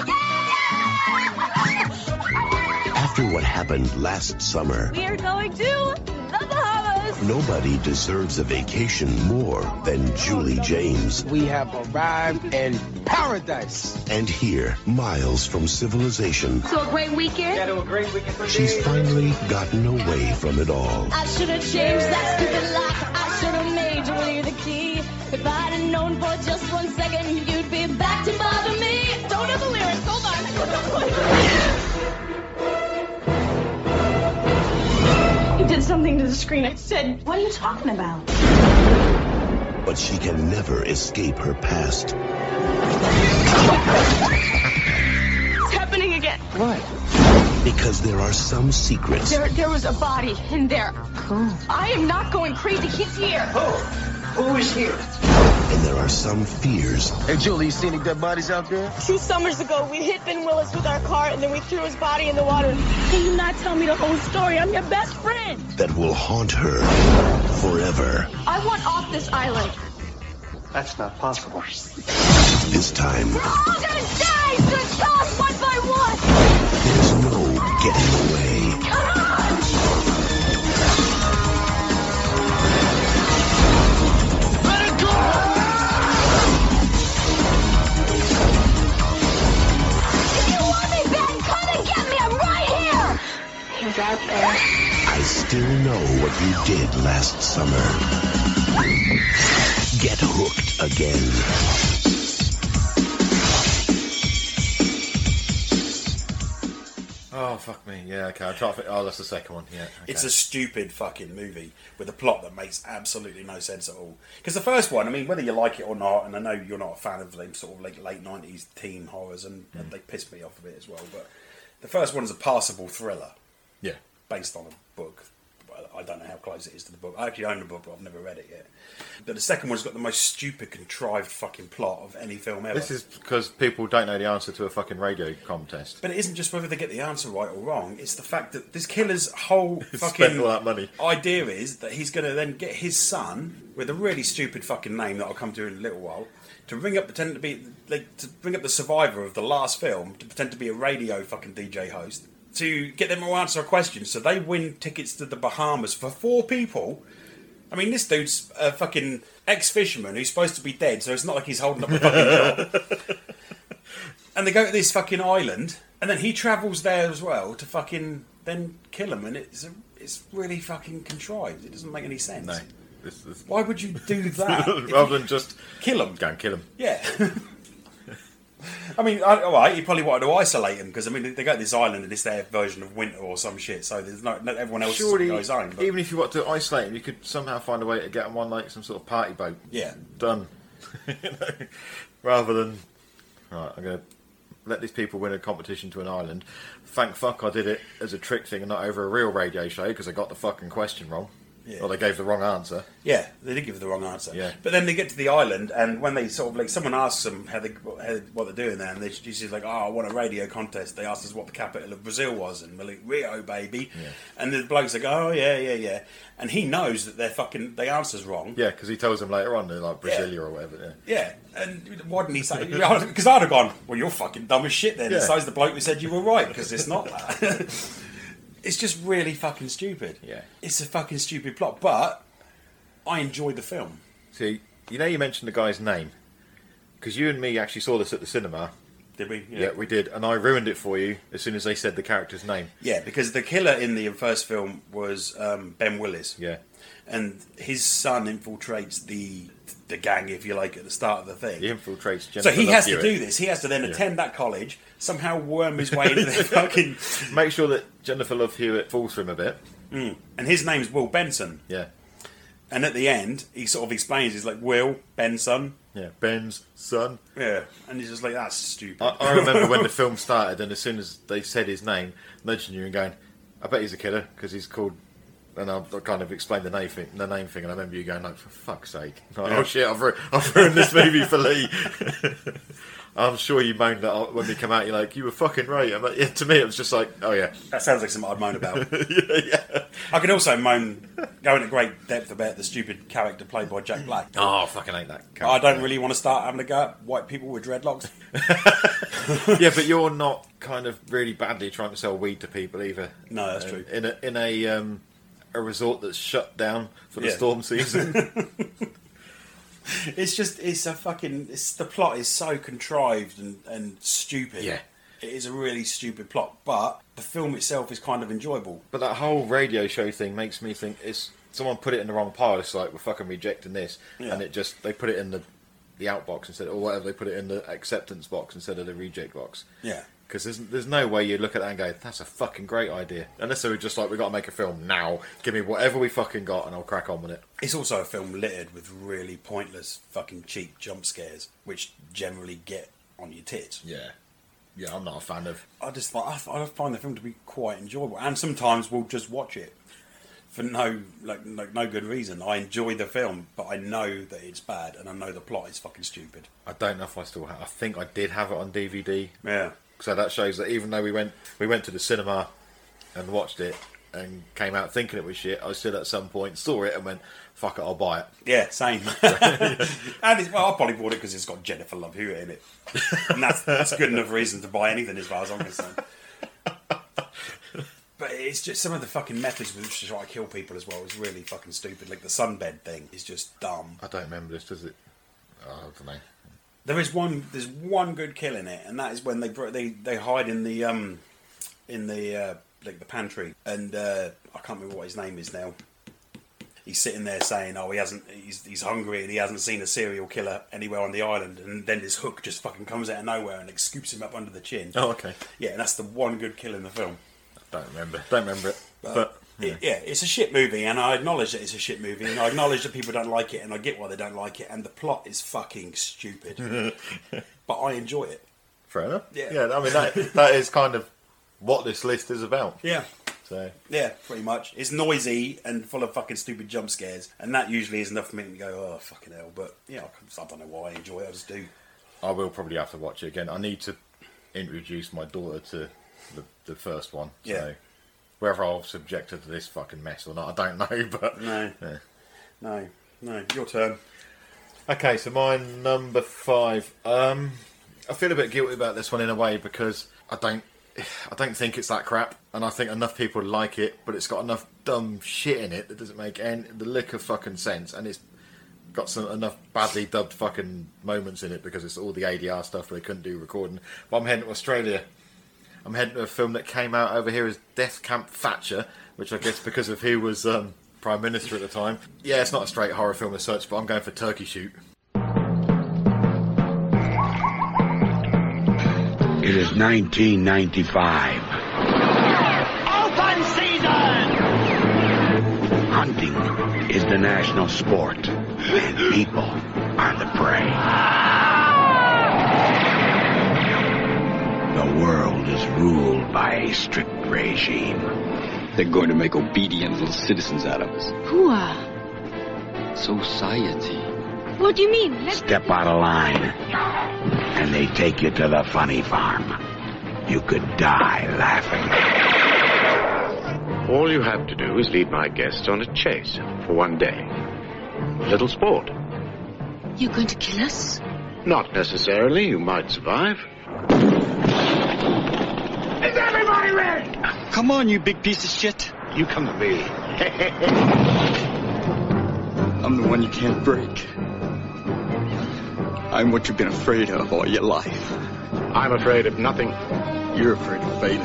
S18: After what happened last summer,
S19: We are going to the Bahamas.
S18: nobody deserves a vacation more than Julie James.
S20: We have arrived in paradise.
S18: And here, miles from civilization,
S19: So a great weekend. Yeah, to a great weekend.
S18: she's finally gotten away from it all.
S19: I should have changed that stupid lock. I should have made Julie the key. If I'd have known for just one second, you'd be back to bother me. Don't know the lyrics. Hold on. You did something to the screen. I said, "What are you talking about?"
S18: But she can never escape her past.
S19: It's happening again.
S18: What? Because there are some secrets
S19: There, there was a body in there. I am not going crazy. He's here.
S20: Who is here?
S18: and there are some fears
S20: Hey, Julie, you seen any dead bodies out there?
S19: Two summers ago, we hit Ben Willis with our car, and then we threw his body in the water. Can you not tell me the whole story? I'm your best friend.
S18: that will haunt her forever.
S19: I want off this island.
S18: That's not possible. This time,
S19: We're all gonna die. It's gonna kill us one by one.
S18: there's no getting away.
S19: Come on. If you want me bad, come and get me. I'm right here. He's out there.
S18: I still know what you did last summer. Get hooked again.
S4: Oh fuck me. Yeah. Okay. I'm trying to think. Oh, that's the second one. Yeah. okay.
S3: It's a stupid fucking movie with a plot that makes absolutely no sense at all. Because the first one, I mean, whether you like it or not, and I know you're not a fan of them sort of like late nineties teen horrors, and,
S4: Hmm.
S3: and they piss me off a bit as well. But the first one is a passable thriller
S4: yeah.
S3: based on a book. Well, I don't know how close it is to the book. I actually own the book, but I've never read it yet. But the second one's got the most stupid, contrived fucking plot of any film ever.
S4: This is because people don't know the answer to a fucking radio contest.
S3: But it isn't just whether they get the answer right or wrong. It's the fact that this killer's whole
S4: Spend
S3: fucking
S4: all that money.
S3: idea is that he's going to then get his son with a really stupid fucking name that I'll come to in a little while to ring up pretend to be like to bring up the survivor of the last film to pretend to be a radio fucking DJ host to get them to answer a question so they win tickets to the Bahamas for four people. I mean, this dude's a fucking ex fisherman who's supposed to be dead, so it's not like he's holding up a fucking job. And they go to this fucking island, and then he travels there as well to fucking then kill him, and it's a, it's really fucking contrived. It doesn't make any sense.
S4: No. This, this,
S3: Why would you do that? If you-
S4: Rather than just
S3: kill him,
S4: go and kill him.
S3: Yeah. I mean, I, all right, he probably wanted to isolate him because I mean they go to this island and it's their version of winter or some shit. So there's no, no everyone else
S4: Surely,
S3: is on his own. But
S4: even if you want to isolate him, you could somehow find a way to get him on like some sort of party boat.
S3: Yeah.
S4: done. You know? Rather than right, I'm gonna let these people win a competition to an island. Thank fuck I did it as a trick thing and not over a real radio show because I got the fucking question wrong.
S3: Yeah.
S4: Or they gave the wrong answer.
S3: yeah, they did give the wrong answer.
S4: Yeah.
S3: But then they get to the island and when they sort of like someone asks them how they how, what they're doing there, and they she's just like, "Oh, I won a radio contest." They asked us what the capital of Brazil was, and we're like, "Rio, baby."
S4: Yeah.
S3: And the blokes like, "Oh yeah, yeah, yeah," and he knows that they're fucking the answer's wrong.
S4: Yeah, because he tells them later on they're like Brasilia or whatever. Yeah.
S3: Yeah, and why didn't he say? Because I'd have gone, well, you're fucking dumb as shit then.
S4: Yeah.
S3: And so's the bloke who said you were right, because it's not that. it's just really fucking stupid.
S4: Yeah.
S3: It's a fucking stupid plot, but I enjoyed the film.
S4: See, you know, you mentioned the guy's name because you and me actually saw this at the cinema.
S3: Did we?
S4: Yeah. we did, and I ruined it for you as soon as they said the character's name.
S3: Yeah, because the killer in the first film was um, Ben Willis.
S4: Yeah.
S3: And his son infiltrates the the gang, if you like, at the start of the thing.
S4: He infiltrates.
S3: so
S4: Jennifer
S3: he
S4: Love
S3: has
S4: Hewitt.
S3: to do this. He has to then
S4: Yeah.
S3: attend that college, somehow worm his way into the fucking.
S4: Make sure that Jennifer Love Hewitt falls for him a bit.
S3: Mm. And his name's Will Benson.
S4: Yeah,
S3: And at the end, he sort of explains, he's like, Will, Benson.
S4: yeah. Ben's son.
S3: Yeah. And he's just like, that's stupid.
S4: I, I remember when the film started, and as soon as they said his name, nudging you and going, "I bet he's a killer because he's called." And I I kind of explained the name thing, the name thing, and I remember you going like, "For fuck's sake! Like,
S3: Yeah.
S4: Oh shit! I've, ru- I've ruined this movie for Lee." I'm sure you moaned that when we come out. You're like, "You were fucking right." I'm like, yeah, to me, it was just like, "Oh yeah,
S3: that sounds like something I'd moan about.
S4: yeah, yeah."
S3: I could also moan, go into great depth about the stupid character played by Jack Black.
S4: Oh, I fucking hate that. Character.
S3: I don't really want to start having a go at white people with dreadlocks.
S4: yeah, but you're not kind of really badly trying to sell weed to people either.
S3: No, that's
S4: Uh,
S3: true.
S4: In a in a um, a resort that's shut down for the
S3: Yeah.
S4: storm season.
S3: It's just, it's a fucking, it's, the plot is so contrived and, and stupid.
S4: Yeah.
S3: It is a really stupid plot, but the film itself is kind of enjoyable.
S4: but that whole radio show thing makes me think it's someone put it in the wrong pile. It's like we're fucking rejecting this,
S3: Yeah.
S4: and it just they put it in the the outbox instead, or whatever they put it in the acceptance box instead of the reject box.
S3: Yeah.
S4: Because there's, there's no way you look at that and go, that's a fucking great idea. Unless they were just like, we got to make a film now. Give me whatever we fucking got and I'll crack on with it.
S3: It's also a film littered with really pointless, fucking cheap jump scares, which generally get on your tits.
S4: Yeah. Yeah, I'm not a fan of.
S3: I just like I, f- I find the film to be quite enjoyable, and sometimes we'll just watch it for no like no, no good reason. I enjoy the film, but I know that it's bad, and I know the plot is fucking stupid.
S4: I don't know if I still have. I think I did have it on DVD.
S3: Yeah,
S4: So that shows that even though we went we went to the cinema and watched it and came out thinking it was shit, I still at some point saw it and went, "Fuck it, I'll buy it."
S3: yeah, same. and it's, well, I probably bought it because it's got Jennifer Love Hewitt in it, and that's that's good enough reason to buy anything as far as I'm concerned. But it's just some of the fucking methods with which they try to kill people as well is really fucking stupid. Like the sunbed thing is just dumb.
S4: I don't remember this, does it? Oh, I don't know.
S3: There is one. There's one good kill in it, and that is when they br- they they hide in the um in the uh, like the pantry, and uh, I can't remember what his name is now. He's sitting there saying, "Oh, he hasn't. He's, he's hungry, and he hasn't seen a serial killer anywhere on the island." And then this hook just fucking comes out of nowhere and like scoops him up under the chin.
S4: Oh, okay.
S3: Yeah, and that's the one good kill in the film.
S4: I don't remember. Don't remember it. But,
S3: It- Uh, yeah, it's a shit movie, and I acknowledge that it's a shit movie, and I acknowledge that people don't like it, and I get why they don't like it, and the plot is fucking stupid, but I enjoy it.
S4: fair enough.
S3: Yeah.
S4: yeah. I mean that that is kind of what this list is about.
S3: Yeah.
S4: So
S3: Yeah, pretty much. It's noisy and full of fucking stupid jump scares, and that usually is enough for me to go, oh, fucking hell. But, yeah, I can- I don't know why I enjoy it, I just do.
S4: I will probably have to watch it again. I need to introduce my daughter to the, the first one.
S3: Yeah.
S4: So whether I'll subject her to this fucking mess or not, I don't know. But
S3: No.
S4: Yeah.
S3: No, no, your turn.
S4: okay, so my number five. Um, I feel a bit guilty about this one in a way because I don't, I don't think it's that crap, and I think enough people like it, but it's got enough dumb shit in it that doesn't make any the lick of fucking sense, and it's got some enough badly dubbed fucking moments in it because it's all the ADR stuff where they couldn't do recording. But I'm heading to Australia. I'm heading to a film that came out over here as Death Camp Thatcher, which I guess because of who was um, prime minister at the time. Yeah, it's not a straight horror film as such, but I'm going for Turkey Shoot.
S5: It is 1995.
S19: Open season!
S5: Hunting is the national sport, and people are the prey. The world is ruled by a strict regime. They're going to make obedient little citizens out of us.
S12: Who are?
S5: Society.
S12: What do you mean? Let's
S5: Step out of line, and they take you to the funny farm. You could die laughing.
S21: All you have to do is lead my guests on a chase for one day. A little sport.
S12: You're going to kill us?
S21: Not necessarily. You might survive.
S19: Is everybody ready?
S21: Come on, you big piece of shit. You come to me.
S22: I'm the one you can't break. I'm what you've been afraid of all your life.
S21: I'm afraid of nothing.
S22: You're afraid of failing.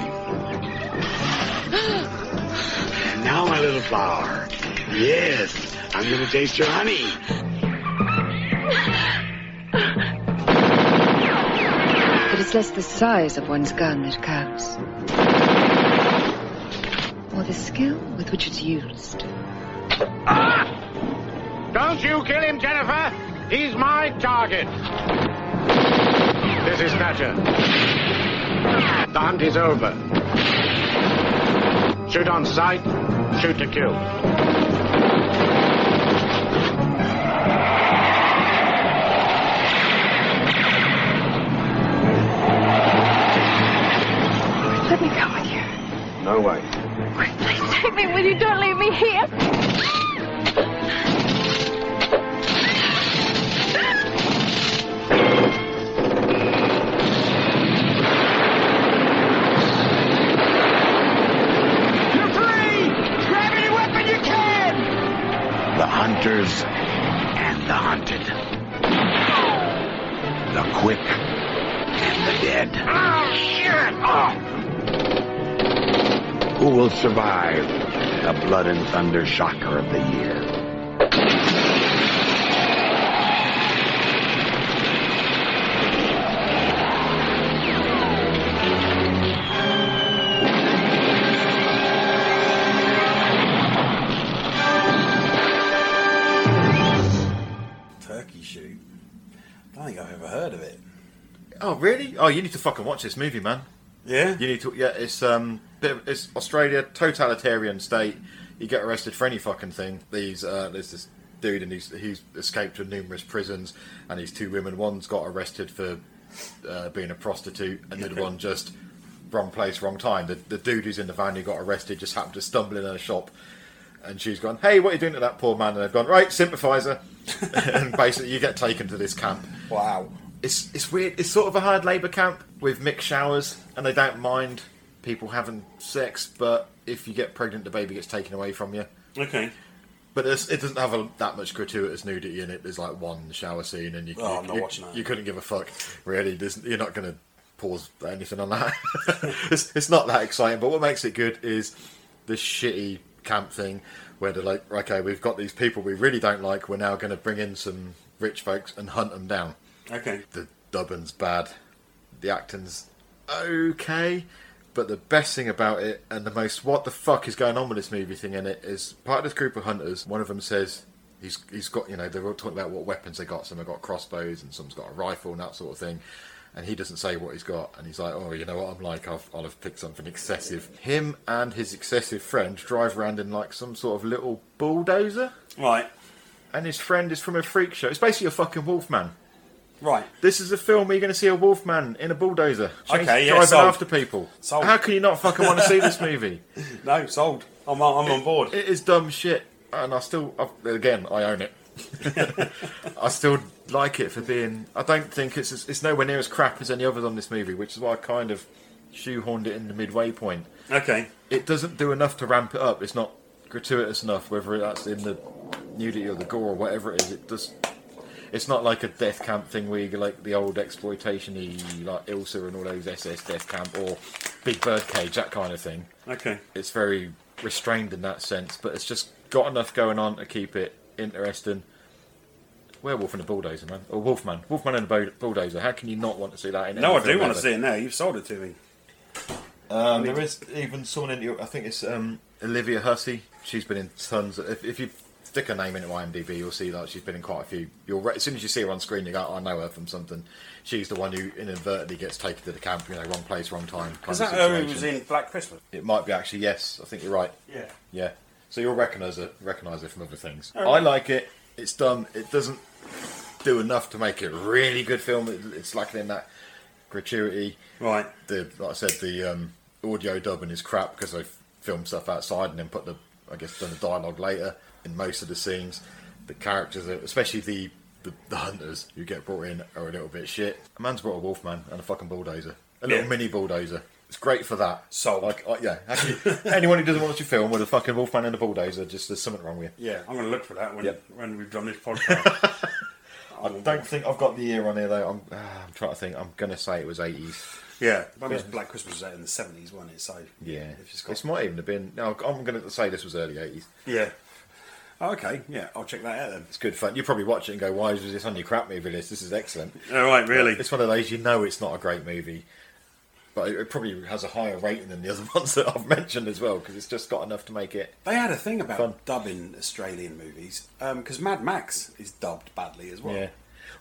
S21: And now, my little flower. Yes, I'm going to taste your honey.
S23: But it's less the size of one's gun that counts, or the skill with which it's used.
S21: Don't you kill him, Jennifer. He's my target. This is Thatcher. The hunt is over. Shoot on sight, shoot to kill.
S19: Let me go with you.
S21: No way.
S19: Please take me with you. Don't leave me here.
S1: Grab any weapon you can!
S5: The hunters and the hunted. The quick and the dead.
S1: Oh, shit! Oh!
S5: Who will survive the blood and thunder shocker of the year?
S3: Turkey Shoot. I don't think I've ever heard of it.
S4: Oh really? Oh, you need to fucking watch this movie, man.
S3: Yeah.
S4: You need to. Yeah, it's um, bit of- it's Australia, totalitarian state. You get arrested for any fucking thing. These uh, there's this dude and he's he's escaped from numerous prisons, and these two women. One's got arrested for uh, being a prostitute, and the other one just wrong place, wrong time. The, the dude who's in the van who got arrested just happened to stumble in her shop. And she's gone, hey, what are you doing to that poor man? And they've gone, right, sympathiser. and basically, you get taken to this camp.
S3: Wow.
S4: It's, it's weird. It's sort of a hard labour camp with mixed showers, and they don't mind people having sex, but if you get pregnant, the baby gets taken away from you.
S3: Okay.
S4: But it's, it doesn't have a, that much gratuitous nudity in it. There's like one shower scene, and you,
S3: Oh,
S4: you-
S3: I'm not
S4: you-
S3: watching that.
S4: you couldn't give a fuck, really. There's, you're not going to pause anything on that. it's, it's not that exciting. But what makes it good is the shitty camp thing, where they're like, okay, we've got these people we really don't like. We're now going to bring in some rich folks and hunt them down.
S3: Okay.
S4: The dubbing's bad. The acting's okay. But the best thing about it, and the most what the fuck is going on with this movie thing in it, is part of this group of hunters. One of them says he's he's got you know they're all talking about what weapons they got. Some have got crossbows, and some's got a rifle and that sort of thing. And he doesn't say what he's got, and he's like, "Oh, you know what? I'm like, I've, I'll have picked something excessive." Him and his excessive friend drive around in like some sort of little bulldozer,
S3: right?
S4: And his friend is from a freak show. It's basically a fucking Wolfman.
S3: Right.
S4: This is a film where you're going to see a wolfman in a bulldozer chase-
S3: Okay, yeah,
S4: driving
S3: sold.
S4: after people.
S3: Sold.
S4: How can you not fucking want to see this movie?
S3: No, sold. I'm, on- I'm on board.
S4: It is dumb shit, and I still, i again, I own it. I still like it for being. I don't think it's it's nowhere near as crap as any others on this movie, which is why I kind of shoehorned it in the midway point.
S3: Okay.
S4: It doesn't do enough to ramp it up. It's not gratuitous enough, whether that's in the nudity or the gore or whatever it is, it does. It's not like a death camp thing where you get like the old exploitation y like Ilsa and all those SS death camp or Big Bird Cage, that kind of thing.
S3: Okay.
S4: It's very restrained in that sense, but it's just got enough going on to keep it interesting. Werewolf and a bulldozer, man, or Wolfman, Wolfman and a Bull- bulldozer. How can you not want to see that? in
S3: No, I
S4: anything
S3: do want
S4: ever?
S3: to see it now. You've sold it to me.
S4: Um, there is even someone in your, I think it's um, Olivia Hussey. She's been in tons. Of, if, if you stick her name into IMDb, you'll see that she's been in quite a few. You'll re- as soon as you see her on screen, you go, "Oh, "I know her from something." She's the one who inadvertently gets taken to the camp. You know, wrong place, wrong time. kind
S3: Is
S4: of
S3: that her who was
S4: situation.
S3: in Black Christmas?
S4: It might be actually yes. I think you're right.
S3: Yeah.
S4: Yeah. So you'll recognise it. Recognise it from other things.
S3: Oh, right.
S4: I like it. It's done. It doesn't do enough to make it a really good film. It- It's lacking in that gratuity.
S3: Right.
S4: The like I said, the um, audio dubbing is crap because they filmed stuff outside and then put the I guess done the dialogue later in most of the scenes. The characters, are- especially the the, the hunters who get brought in, are a little bit shit. A man's brought a wolfman and a fucking bulldozer, a little
S3: Yeah.
S4: mini bulldozer. It's great for that.
S3: So,
S4: like, uh, yeah, actually, anyone who doesn't watch your film with a fucking wolfman and a bulldozer, just there's something wrong with you.
S3: Yeah, I'm going to look for that when
S4: Yep.
S3: when we've done this podcast. Oh,
S4: I don't think I've got the year on here though. I'm, ah, I'm trying to think. I'm gonna say it was 80s.
S3: yeah, when was
S4: Yeah.
S3: Black Christmas was out in the 70s, wasn't it? So
S4: Yeah,
S3: if it's got-
S4: this might even have been. No, I'm gonna say this was early 80s.
S3: yeah. Oh, okay, yeah, I'll check that out then.
S4: It's good fun. You probably watch it and go, "Why is this on your crap movie list? This is excellent."
S3: All right, really.
S4: It's one of those you know it's not a great movie, but it it probably has a higher rating than the other ones that I've mentioned as well because it's just got enough to make it.
S3: They had a thing about
S4: Fun.
S3: dubbing Australian movies because Mad Max is dubbed badly as well.
S4: Yeah.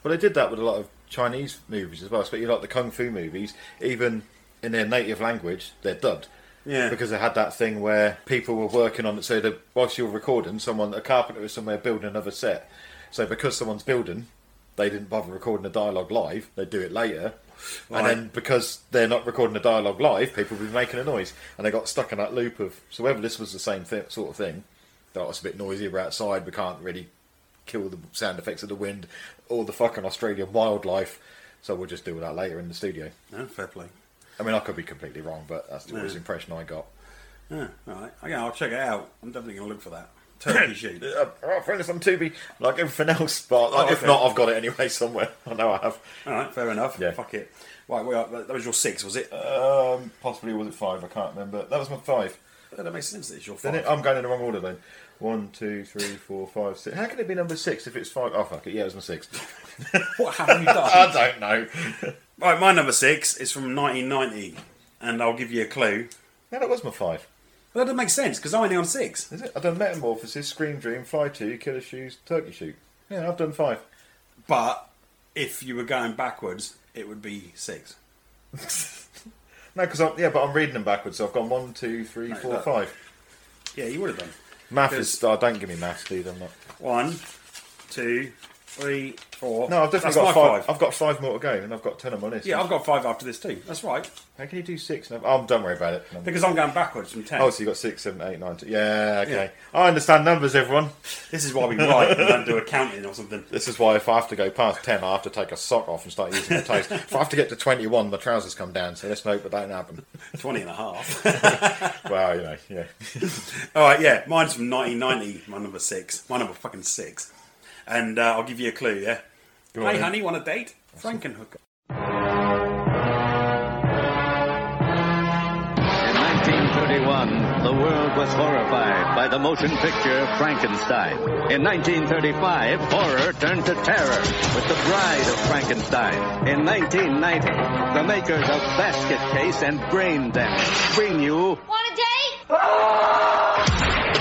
S4: Well, they did that with a lot of Chinese movies as well, especially like the kung fu movies. Even in their native language, they're dubbed.
S3: Yeah.
S4: Because they had that thing where people were working on it. So that whilst you're recording, someone, a carpenter was somewhere building another set. So because someone's building, they didn't bother recording the dialogue live. They do it later.
S3: Right.
S4: And then because they're not recording the dialogue live, people would be making a noise. And they got stuck in that loop of. So whether this was the same thi- sort of thing, that it's a bit noisy, we're outside, we can't really kill the sound effects of the wind or the fucking Australian wildlife. So we'll just deal with that later in the studio.
S3: Yeah, fair play.
S4: I mean, I could be completely wrong, but that's the
S3: Yeah.
S4: worst impression I got.
S3: Yeah, all right. Okay, I'll check it out. I'm definitely going to look for that. Turkish Shoot.
S4: Uh, right, friend, it's on Tubi, like everything else. But like,
S3: Oh,
S4: if
S3: okay.
S4: not, I've got it anyway somewhere. I know I have.
S3: All right, fair enough.
S4: Yeah.
S3: Fuck it. Right, well, that that was your six, was it?
S4: Um, possibly was it five? I can't remember. That was my five.
S3: No, that makes sense. That it's your
S4: Then
S3: five.
S4: it, I'm going in the wrong order then. One, two, three, four, five, six. How can it be number six if it's five? Oh fuck it, yeah, it was my six.
S3: what have you done?
S4: I don't know.
S3: Right, my number six is from 1990, and I'll give you a clue.
S4: Yeah, that was my five.
S3: Well, that doesn't make sense because I'm only on six.
S4: Is it? I've done Metamorphosis, Scream Dream, Fly Two, Killer Shoes, Turkey Shoot. Yeah, I've done five.
S3: But if you were going backwards, it would be six.
S4: No, because I'm yeah, but I'm reading them backwards, so I've gone one, two, three,
S3: No,
S4: four,
S3: look.
S4: five.
S3: Yeah, you would have done.
S4: Math
S3: Because-
S4: is. Oh, don't give me maths, dude. I'm not.
S3: One, two, three, four.
S4: No, I've definitely
S3: That's
S4: got
S3: my
S4: five. I've got five more to go, and I've got ten on my list.
S3: Yeah, I've got five after this too. That's right.
S4: How can you do six? No, oh, don't worry about it. No.
S3: Because I'm going backwards from ten.
S4: Oh, so you got six, seven, eight, nine. Ten. Yeah, okay.
S3: Yeah.
S4: I understand numbers, everyone.
S3: This is why we write and don't do accounting or something.
S4: This is why if I have to go past ten, I have to take a sock off and start using my toes. if I have to get to twenty-one, my trousers come down. So let's hope that don't happen.
S3: 20 and a half.
S4: well, you know, yeah.
S3: All right, yeah. Mine's from 1990, my number six. My number fucking six. And uh, I'll give you a clue, yeah?
S4: Go on
S3: hey,
S4: then.
S3: honey, want a date? Frankenhooker.
S2: In 1931, the world was horrified by the motion picture Frankenstein. In 1935, horror turned to terror with The Bride of Frankenstein. In 1990, the makers of Basket Case and Brain Damage bring you
S19: Want a date?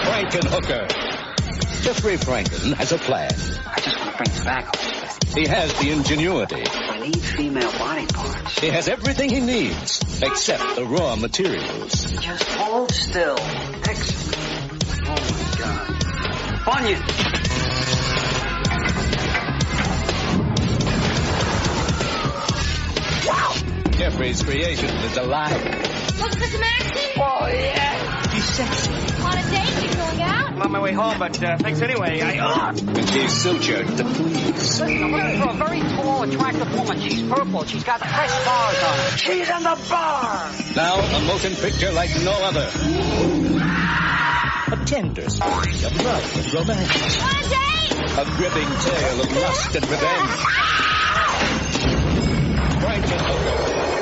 S2: Frankenhooker. Jeffrey Franken has a plan. I just want to bring tobacco. He has the ingenuity. I need female body parts. He has everything he needs except the raw materials.
S6: Just hold still. Excellent. Oh my god. Bunyan!
S2: Jeffrey's creation is alive.
S19: Look for some action? Oh, yeah. He's sexy. Want a date? You going out?
S6: I'm on my way home, but uh, thanks anyway. I. Uh,
S2: And she's sutured to please.
S6: listen, I'm looking for a very tall, attractive woman. She's purple. She's got pressed bars on her. She's in the bar!
S2: Now a motion picture like no other.
S8: a tender story of love and romance. A gripping tale of lust and revenge. Frank and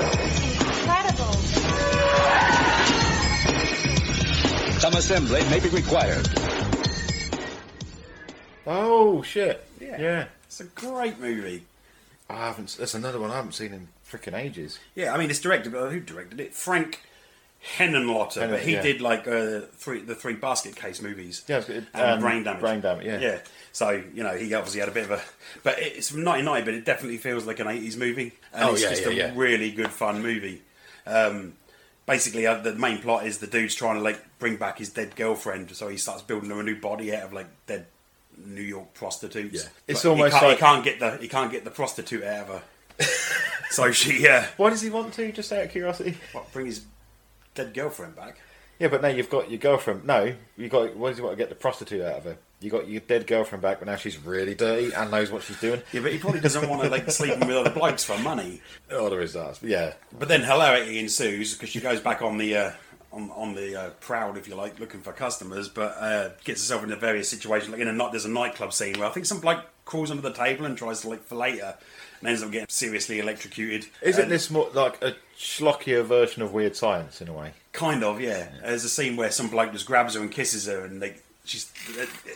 S12: Incredible.
S8: Some assembly may be required.
S4: Oh shit! Yeah.
S3: it's a great movie.
S4: I haven't. That's another one I haven't seen in freaking ages.
S3: Yeah, I mean, it's directed, but who directed it? Frank Henenlotter,
S4: Hennen-
S3: but he
S4: yeah.
S3: did like uh, three, the three basket case movies.
S4: Yeah, it's good.
S3: and
S4: Um,
S3: brain damage.
S4: Brain Damage, yeah.
S3: yeah. So you know, he obviously had a bit of a, but it- it's from 1990, but it definitely feels like an 80s movie, and
S4: Oh,
S3: it's
S4: yeah,
S3: just
S4: yeah,
S3: a
S4: yeah.
S3: really good fun movie. Um, basically, uh, the main plot is the dude's trying to like bring back his dead girlfriend, so he starts building her a new body out of like dead New York prostitutes.
S4: Yeah. It's
S3: But he
S4: almost
S3: can't-
S4: like-
S3: he can't get the he can't get the prostitute out of her. so she yeah.
S4: Why does he want to? Just out of curiosity.
S3: What, bring his dead girlfriend back?
S4: Yeah, but now you've got your girlfriend. No, you got. Why does he want to get the prostitute out of her? You got your dead girlfriend back, but now she's really dirty and knows what she's doing.
S3: Yeah, but he probably doesn't want to like sleeping with other blokes for money.
S4: Oh, there is that. Yeah,
S3: But then hilarity ensues because she goes back on the uh, on on the uh, prowl, if you like, looking for customers, but uh, gets herself into various situations. Like in a night, there's a nightclub scene where I think some bloke crawls under the table and tries to like fillet her, and ends up getting seriously electrocuted.
S4: Isn't
S3: And-
S4: this more like a schlockier version of Weird Science in a way?
S3: Kind of, yeah. There's a scene where some bloke just grabs her and kisses her, and like she's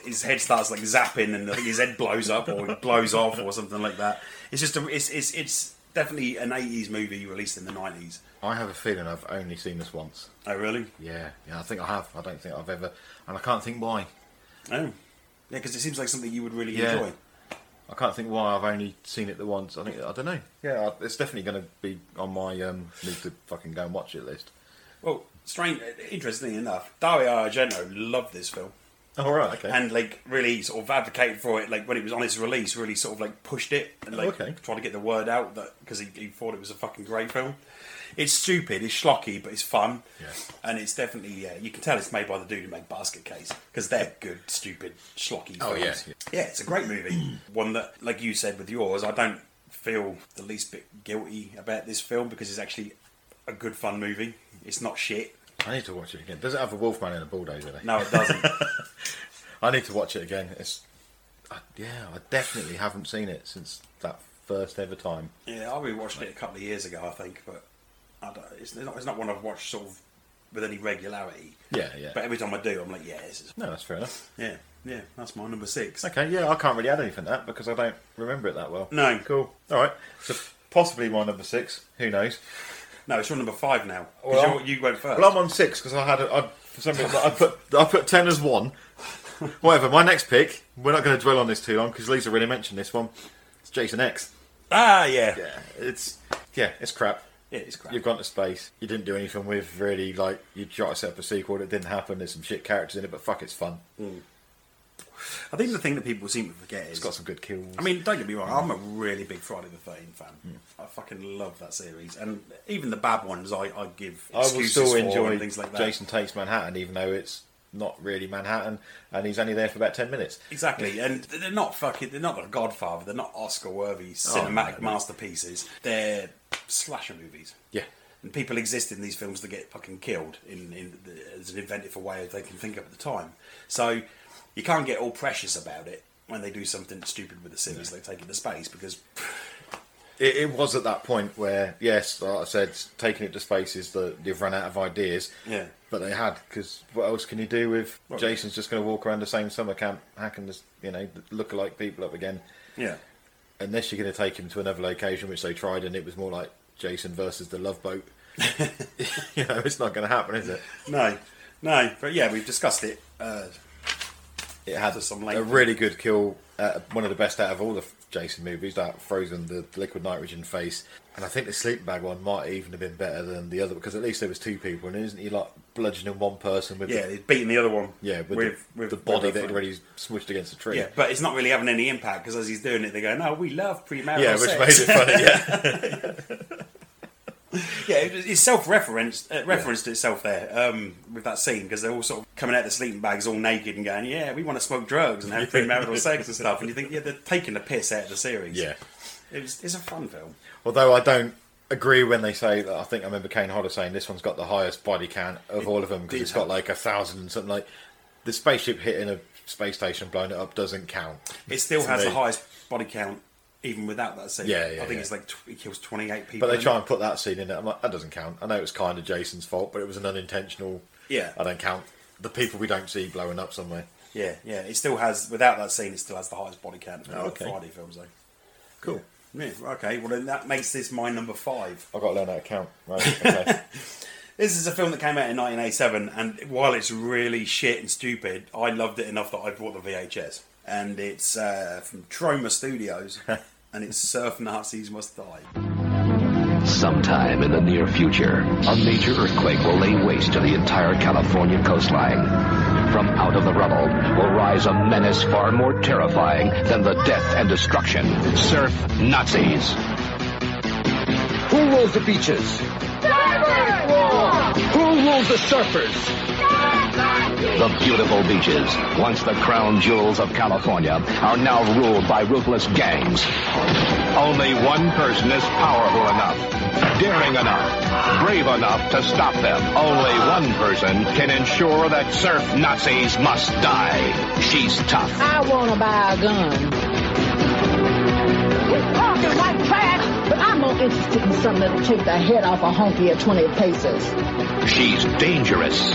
S3: his head starts like zapping, and I think his head blows up or he blows off or something like that. It's just a, it's it's it's definitely an '80s movie released in the '90s.
S4: I have a feeling I've only seen this once.
S3: Oh, really?
S4: Yeah, yeah. I think I have. I don't think I've ever, and I can't think why.
S3: Oh, yeah, because it seems like something you would really
S4: Yeah.
S3: enjoy.
S4: I can't think why I've only seen it the once. I think I don't know. Yeah, I- it's definitely going to be on my um, need to fucking go and watch it list.
S3: Well, strange, interestingly enough, Dario Argento loved this film.
S4: All right, okay.
S3: And like really sort of advocated for it, like when it was on its release, really sort of like pushed it and like
S4: Oh, Okay.
S3: tried to get the word out that because he, he thought it was a fucking great film. It's stupid, it's schlocky, but it's fun, and it's definitely yeah. You can tell it's made by the dude who made Basket Case because they're good, stupid, schlocky.
S4: Oh, yeah,
S3: films. yeah, It's a great movie, one that, like you said with yours, I don't feel the least bit guilty about this film because it's actually a good fun movie. It's not shit.
S4: I need to watch it again. Does it have a wolfman and a bulldozer? Though?
S3: No, it doesn't.
S4: I need to watch it again. It's I, yeah, I definitely haven't seen it since that first ever time.
S3: Yeah, I rewatched it a couple of years ago, I think, but I don't, it's not it's not one I've watched sort of with any regularity.
S4: Yeah, yeah.
S3: But every time I do, I'm like, yeah, this is
S4: No, that's fair enough.
S3: yeah, yeah. That's my number six.
S4: Okay, yeah, I can't really add anything to that because I don't remember it that well.
S3: No.
S4: Cool. All right. So possibly my number six. Who knows?
S3: No, it's your number five now. 'Cause
S4: Well,
S3: you're- you went first.
S4: Well, I'm on six because I had a, I, for some reason I put I put ten as one. Whatever. My next pick. We're not going to dwell on this too long because Lisa already mentioned this one. It's Jason X.
S3: Ah, yeah.
S4: Yeah. It's yeah. It's crap.
S3: It is crap.
S4: You've gone to space. You didn't do anything with really like you tried to set up a sequel that didn't happen. There's some shit characters in it, but fuck, it's fun.
S3: I think the thing that people seem to forget is
S4: It's got some Mm. good kills.
S3: I mean, don't get me wrong. I'm a really big Friday the Thirteenth fan.
S4: Mm.
S3: I fucking love that series, and even the bad ones, I, I give
S4: I will
S3: excuses
S4: still
S3: for and
S4: enjoy
S3: things like that.
S4: Jason Takes Manhattan, even though it's not really Manhattan, and he's only there for about ten minutes.
S3: Exactly, and they're not fucking. They're not the Godfather. They're not
S4: Oh,
S3: Oscar-worthy cinematic masterpieces. They're slasher movies.
S4: Yeah.
S3: and people exist in these films that get fucking killed in, in the, as an inventive a way they can think of at the time. So you can't get all precious about it when they do something stupid with the series they take it to space because
S4: It, it was at that point where, yes, like I said, taking it to space is that you've run out of ideas.
S3: Yeah.
S4: But they had, because what else can you do with
S3: Well-
S4: Jason's just going to walk around the same summer camp, hacking this, you know, look-alike people up again,
S3: yeah,
S4: unless you're going to take him to another location, which they tried, and it was more like Jason versus the Love Boat. you know, it's not going to happen, is it?
S3: no, no, but yeah, we've discussed it. Uh,
S4: It had
S3: To some
S4: a
S3: length.
S4: really good kill, uh, one of the best out of all the Jason movies. That frozen the liquid nitrogen face, and I think the sleep bag one might even have been better than the other because at least there was two people, and isn't he like bludgeoning one person with
S3: yeah,
S4: the,
S3: it's beating the other one.
S4: yeah with, the, the body that had already smushed against the tree.
S3: Yeah, but it's not really having any impact because as he's doing it, they go, "No, we love premarital
S4: Yeah, which
S3: sex."
S4: made it funny. Yeah,
S3: Yeah, it- it's self-referenced, uh, referenced itself there um, with that scene because they're all sort of coming out of the sleeping bags all naked and going, "Yeah, we want to smoke drugs and have premarital sex and stuff." And you think, "Yeah, they're taking the piss out of the series."
S4: yeah.
S3: it was, it's a fun film.
S4: Although I don't agree when they say that. I think I remember Kane Hodder saying this one's got the highest body count of all of them because
S3: did
S4: it's got
S3: have-
S4: like a thousand and something like. the spaceship hitting a space station, blowing it up, doesn't count.
S3: It still
S4: To
S3: has the
S4: me.
S3: highest body count, even without that scene.
S4: Yeah,
S3: I
S4: yeah,
S3: think
S4: yeah.
S3: it's like tw- it kills twenty eight people.
S4: But they
S3: in
S4: try
S3: it.
S4: and put that scene in it. I'm like, that doesn't count. I know it was kind of Jason's fault, but it was an unintentional.
S3: Yeah.
S4: I don't count the people we don't see blowing up somewhere.
S3: Yeah, yeah. It still has without that scene. It still has the highest body count of
S4: Oh,
S3: all
S4: okay.
S3: the Friday films, though.
S4: Cool.
S3: Yeah, okay. Well, then that makes this my number five.
S4: I've got to learn how to count. Right. Okay.
S3: This is a film that came out in 1987, and while it's really shit and stupid, I loved it enough that I bought the VHS. And it's uh, from Troma Studios, and it's Surf Nazis Must Die.
S9: Sometime in the near future, a major earthquake will lay waste to the entire California coastline. From out of the rubble will rise a menace far more terrifying than the death and destruction. Surf Nazis. Who rules the beaches? Who rules the surfers? The beautiful beaches, once the crown jewels of California, are now ruled by ruthless gangs. Only one person is powerful enough, daring enough, brave enough to stop them. Only one person can ensure that surf Nazis must die. She's tough.
S11: I want to buy a gun. He's talking like trash, but I'm more interested in something that'll take the head off a honky at 20 paces.
S9: She's dangerous.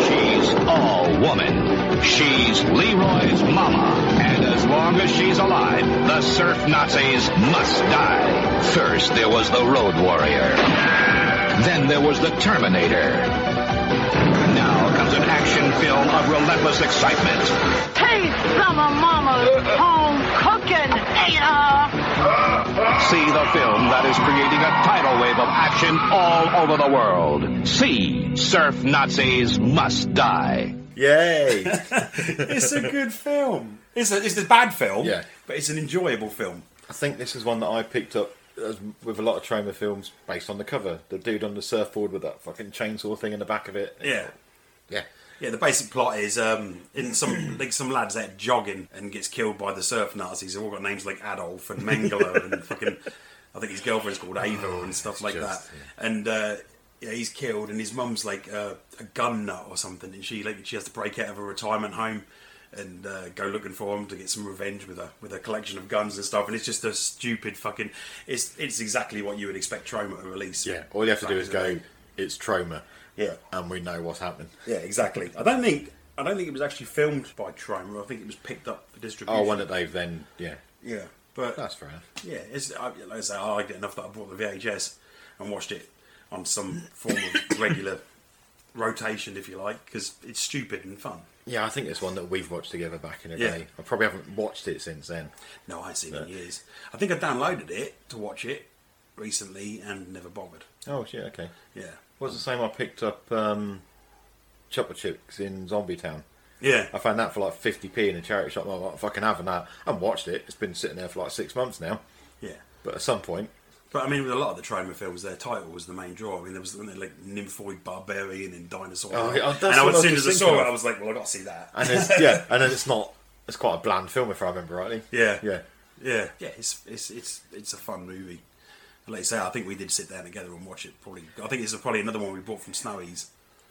S9: She's all woman. She's Leroy's mama. And as long as she's alive, the surf Nazis must die. First, there was the Road Warrior. Then there was the Terminator. Now comes an action film of relentless excitement.
S1: Taste some of Mama's home cooking, Ada.
S9: See the film that is creating a tidal wave of action all over the world. See Surf Nazis Must Die.
S4: Yay!
S3: it's a good film. It's a, it's a bad film.
S4: Yeah.
S3: But it's an enjoyable film.
S4: I think this is one that I picked up as, with a lot of trauma films based on the cover. The dude on the surfboard with that fucking chainsaw thing in the back of it.
S3: Yeah.
S4: Yeah.
S3: Yeah, the basic plot is um, in some like some lads out jogging and gets killed by the surf Nazis. They've all got names like Adolf and Mengele and fucking. I think his girlfriend's called Ava and stuff like
S4: Oh, just-
S3: that. And uh, yeah, he's killed, and his mum's like uh, a gun nut or something, and she like she has to break out of her retirement home and uh, go looking for him to get some revenge with her with her collection of guns and stuff. And it's just a stupid fucking. It's it's exactly what you would expect Trauma to release.
S4: Yeah. All you have to do
S3: Back
S4: is
S3: in the
S4: go,
S3: day.
S4: it's trauma.
S3: Yeah.
S4: And we know what's happening.
S3: Yeah, exactly. I don't think I don't think it was actually filmed by Troma. I think it was picked up for distribution.
S4: Oh, one that they've then, yeah.
S3: Yeah, but
S4: That's fair enough.
S3: yeah, it's, I, like I say, I liked it enough that I bought the VHS and watched it on some form of regular rotation, if you like, because it's stupid and fun.
S4: Yeah, I think it's one that we've watched together back in the
S3: Yeah.
S4: day. I probably haven't watched it since then.
S3: No, I haven't seen it in years. I think I downloaded it to watch it recently and never bothered.
S4: Oh, shit, okay.
S3: Yeah,
S4: was the same I picked up um, Chopper Chicks in Zombie Town.
S3: Yeah.
S4: I found that for like 50p in a charity shop. and I'm like, fucking having that. I haven't watched it. It's been sitting there for like six months now.
S3: yeah.
S4: But at some point,
S3: But I mean, with a lot of the Troma films, their title was the main draw. I mean, there was like Nymphoid Barbarian and Dinosaur.
S4: Oh, yeah, that's
S3: and I,
S4: what
S3: was-
S4: I
S3: as soon
S4: was
S3: as I
S4: just
S3: saw
S4: thinking
S3: it, I
S4: of.
S3: was like, well, i got to see that.
S4: and it's, yeah, and then it's not. It's quite a bland film if I remember rightly.
S3: Yeah.
S4: yeah.
S3: Yeah, yeah, it's it's it's it's a fun movie. And Like I say, I think we did sit down together and watch it. Probably, I think it's probably another one we bought from Snowy's.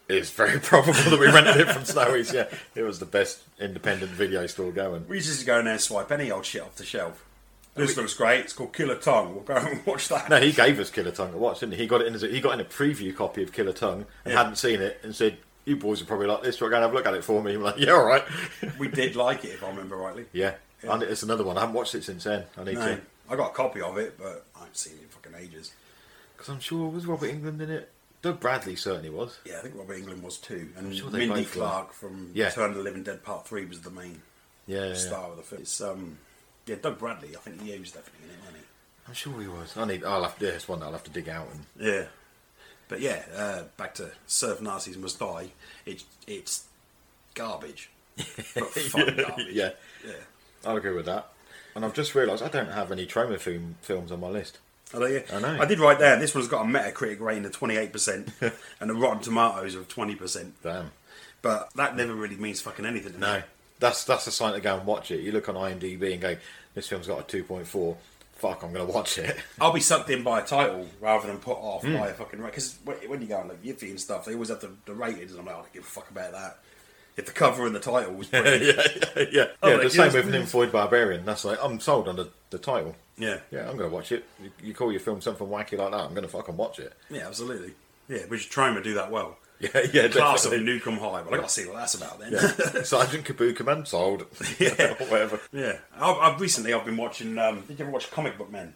S4: It's very probable that we rented it from Snowy's. Yeah, it was the best independent video store going.
S3: We used to go in there and swipe any old shit off the shelf.
S4: And
S3: This
S4: we-
S3: looks great. It's called Killer Tongue. We'll go and watch that.
S4: No, he gave us Killer Tongue to watch, didn't he? He got it in. Has a, he got in a preview copy of Killer Tongue and
S3: Yeah.
S4: hadn't seen it, and said, "You boys would probably like this. Do you want to go and have a look at it for me?" I'm like, "Yeah, all right."
S3: we did like it, if I remember rightly.
S4: Yeah,
S3: Yeah.
S4: and it's another one. I haven't watched it since then. I need
S3: No,
S4: to
S3: I got a copy of it, but I haven't seen it in fucking ages.
S4: because I'm sure was Robert England in it. Doug Bradley certainly was.
S3: Yeah, I think Robert England was too, and
S4: sure they
S3: Mindy
S4: both were.
S3: Clark from
S4: Yeah.
S3: Return of the Living Dead Part Three was the main
S4: Yeah, yeah, yeah.
S3: star of the film. It's um, yeah, Doug Bradley. I think he was definitely in it, wasn't he?
S4: I'm sure he was. I need. I'll have. Yeah, it's one that I'll have to dig out and
S3: Yeah, but yeah, uh, back to Surf Nazis Must Die. It's it's garbage, but fun garbage.
S4: yeah,
S3: yeah.
S4: I'll agree with that. And I've just realised I don't have any trauma film, films on my list.
S3: I, know, yeah.
S4: I know.
S3: I did write there. This one's got a Metacritic rating of twenty eight percent and a Rotten Tomatoes of twenty percent.
S4: Damn.
S3: But that never really means fucking anything. to me.
S4: No, that's that's the sign to go and watch it. You look on IMDb and go, this film's got a two point four. Fuck, I'm going to watch it.
S3: I'll be sucked in by a title rather than put off
S4: Mm.
S3: by a fucking rate. Because when you go on like Yiffy and stuff, they always have the, the ratings, and I'm like, I don't give a fuck about that. if the cover and the title was
S4: yeah,
S3: pretty.
S4: yeah, yeah.
S3: Oh,
S4: yeah
S3: like,
S4: the same
S3: yes,
S4: with
S3: yes.
S4: Lymphoid Barbarian. That's like, I'm sold on the, the title.
S3: Yeah.
S4: Yeah, I'm going to watch it. You, you call your film something wacky like that, I'm going to fucking watch it.
S3: Yeah, absolutely. Yeah, which Troma do that well.
S4: Yeah, yeah,
S3: Class of the
S4: definitely.
S3: Newcomb High. Well, I got to see what that's about then.
S4: Yeah. Sergeant Kabuka Man, sold.
S3: Yeah.
S4: Or whatever.
S3: Yeah, I've, I've recently I've been watching. Um, did you ever watch Comic Book Men?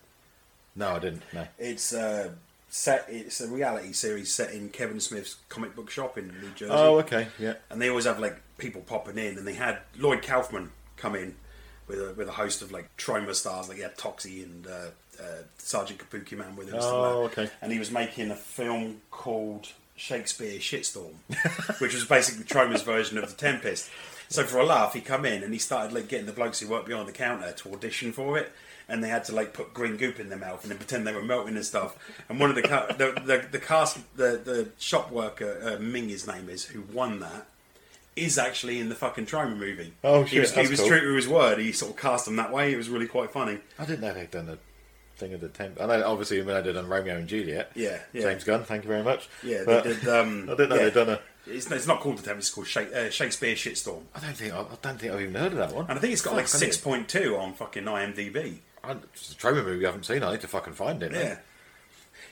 S4: No, I didn't. No.
S3: It's uh, set. It's a reality series set in Kevin Smith's comic book shop in New Jersey.
S4: Oh, okay. Yeah.
S3: And they always have like people popping in, and they had Lloyd Kaufman come in with a, with a host of like Troma stars, like he had Toxie and uh, uh, Sergeant Kabuki Man with him. and stuff like
S4: Oh,
S3: that.
S4: okay.
S3: And he was making a film called Shakespeare Shitstorm, which was basically Troma's version of The Tempest. So for a laugh, he come in and he started like getting the blokes who worked behind the counter to audition for it. And they had to like put green goop in their mouth and then pretend they were melting and stuff. And one of the ca- the, the the cast the the shop worker uh, Ming his name is who won that is actually in the fucking Troma movie.
S4: Oh,
S3: He
S4: shit,
S3: was, he
S4: that's
S3: was
S4: cool.
S3: true to his word. He sort of cast them that way. It was really quite funny.
S4: I didn't know they'd done a thing of the temp. I know, obviously, when I did on Romeo and Juliet.
S3: Yeah, yeah.
S4: James Gunn, thank you very much.
S3: Yeah,
S4: But
S3: they did. Um,
S4: I didn't know
S3: yeah.
S4: they'd done a.
S3: It's, it's not called the Tempest. It's called Sha- uh, Shakespeare Shitstorm.
S4: I don't think I, I don't think I've even heard of that one.
S3: And I think it's got like
S4: Fuck, I need-
S3: six point two on fucking IMDb.
S4: I, it's a Troma movie I haven't seen. I need to fucking find it. man.
S3: Yeah,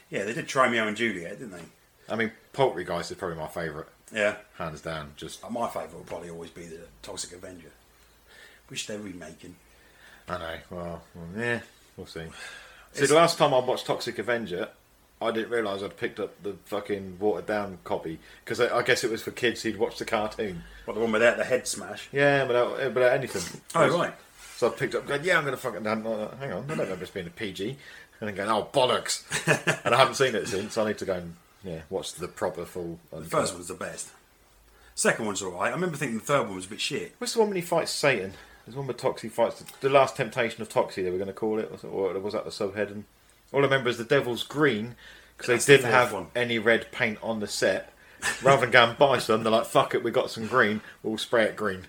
S3: yeah. They did Tromeo and Juliet, didn't they?
S4: I mean, Poltergeist is probably my favourite,
S3: Yeah.
S4: hands down. Just
S3: My favourite will probably always be the Toxic Avenger, which they're remaking.
S4: I know. Well, mm, yeah, we'll see. See, the last time I watched Toxic Avenger, I didn't realise I'd picked up the fucking watered down copy because I, I guess it was for kids who'd watched the cartoon.
S3: What the one without the head smash?
S4: Yeah, without eh, without anything.
S3: Oh, right.
S4: So I picked up, going, yeah, I'm going to fucking hang on. I don't remember it's being a PG, and then going, oh bollocks, and I haven't seen it since. I need to go and yeah, watch the proper full. um,
S3: The first one's the best. Second one's all right. I remember thinking the third one was a bit shit.
S4: What's the one when he fights Satan? There's one where Toxie fights the, the last temptation of Toxie. They were going to call it, was it- or was that the subheading? All I remember is the Devil's Green because
S3: That's
S4: they
S3: the
S4: didn't
S3: fourth
S4: have
S3: one.
S4: any red paint on the set. Rather than going buy some, they're like, "Fuck it, we got some green. We'll spray it green."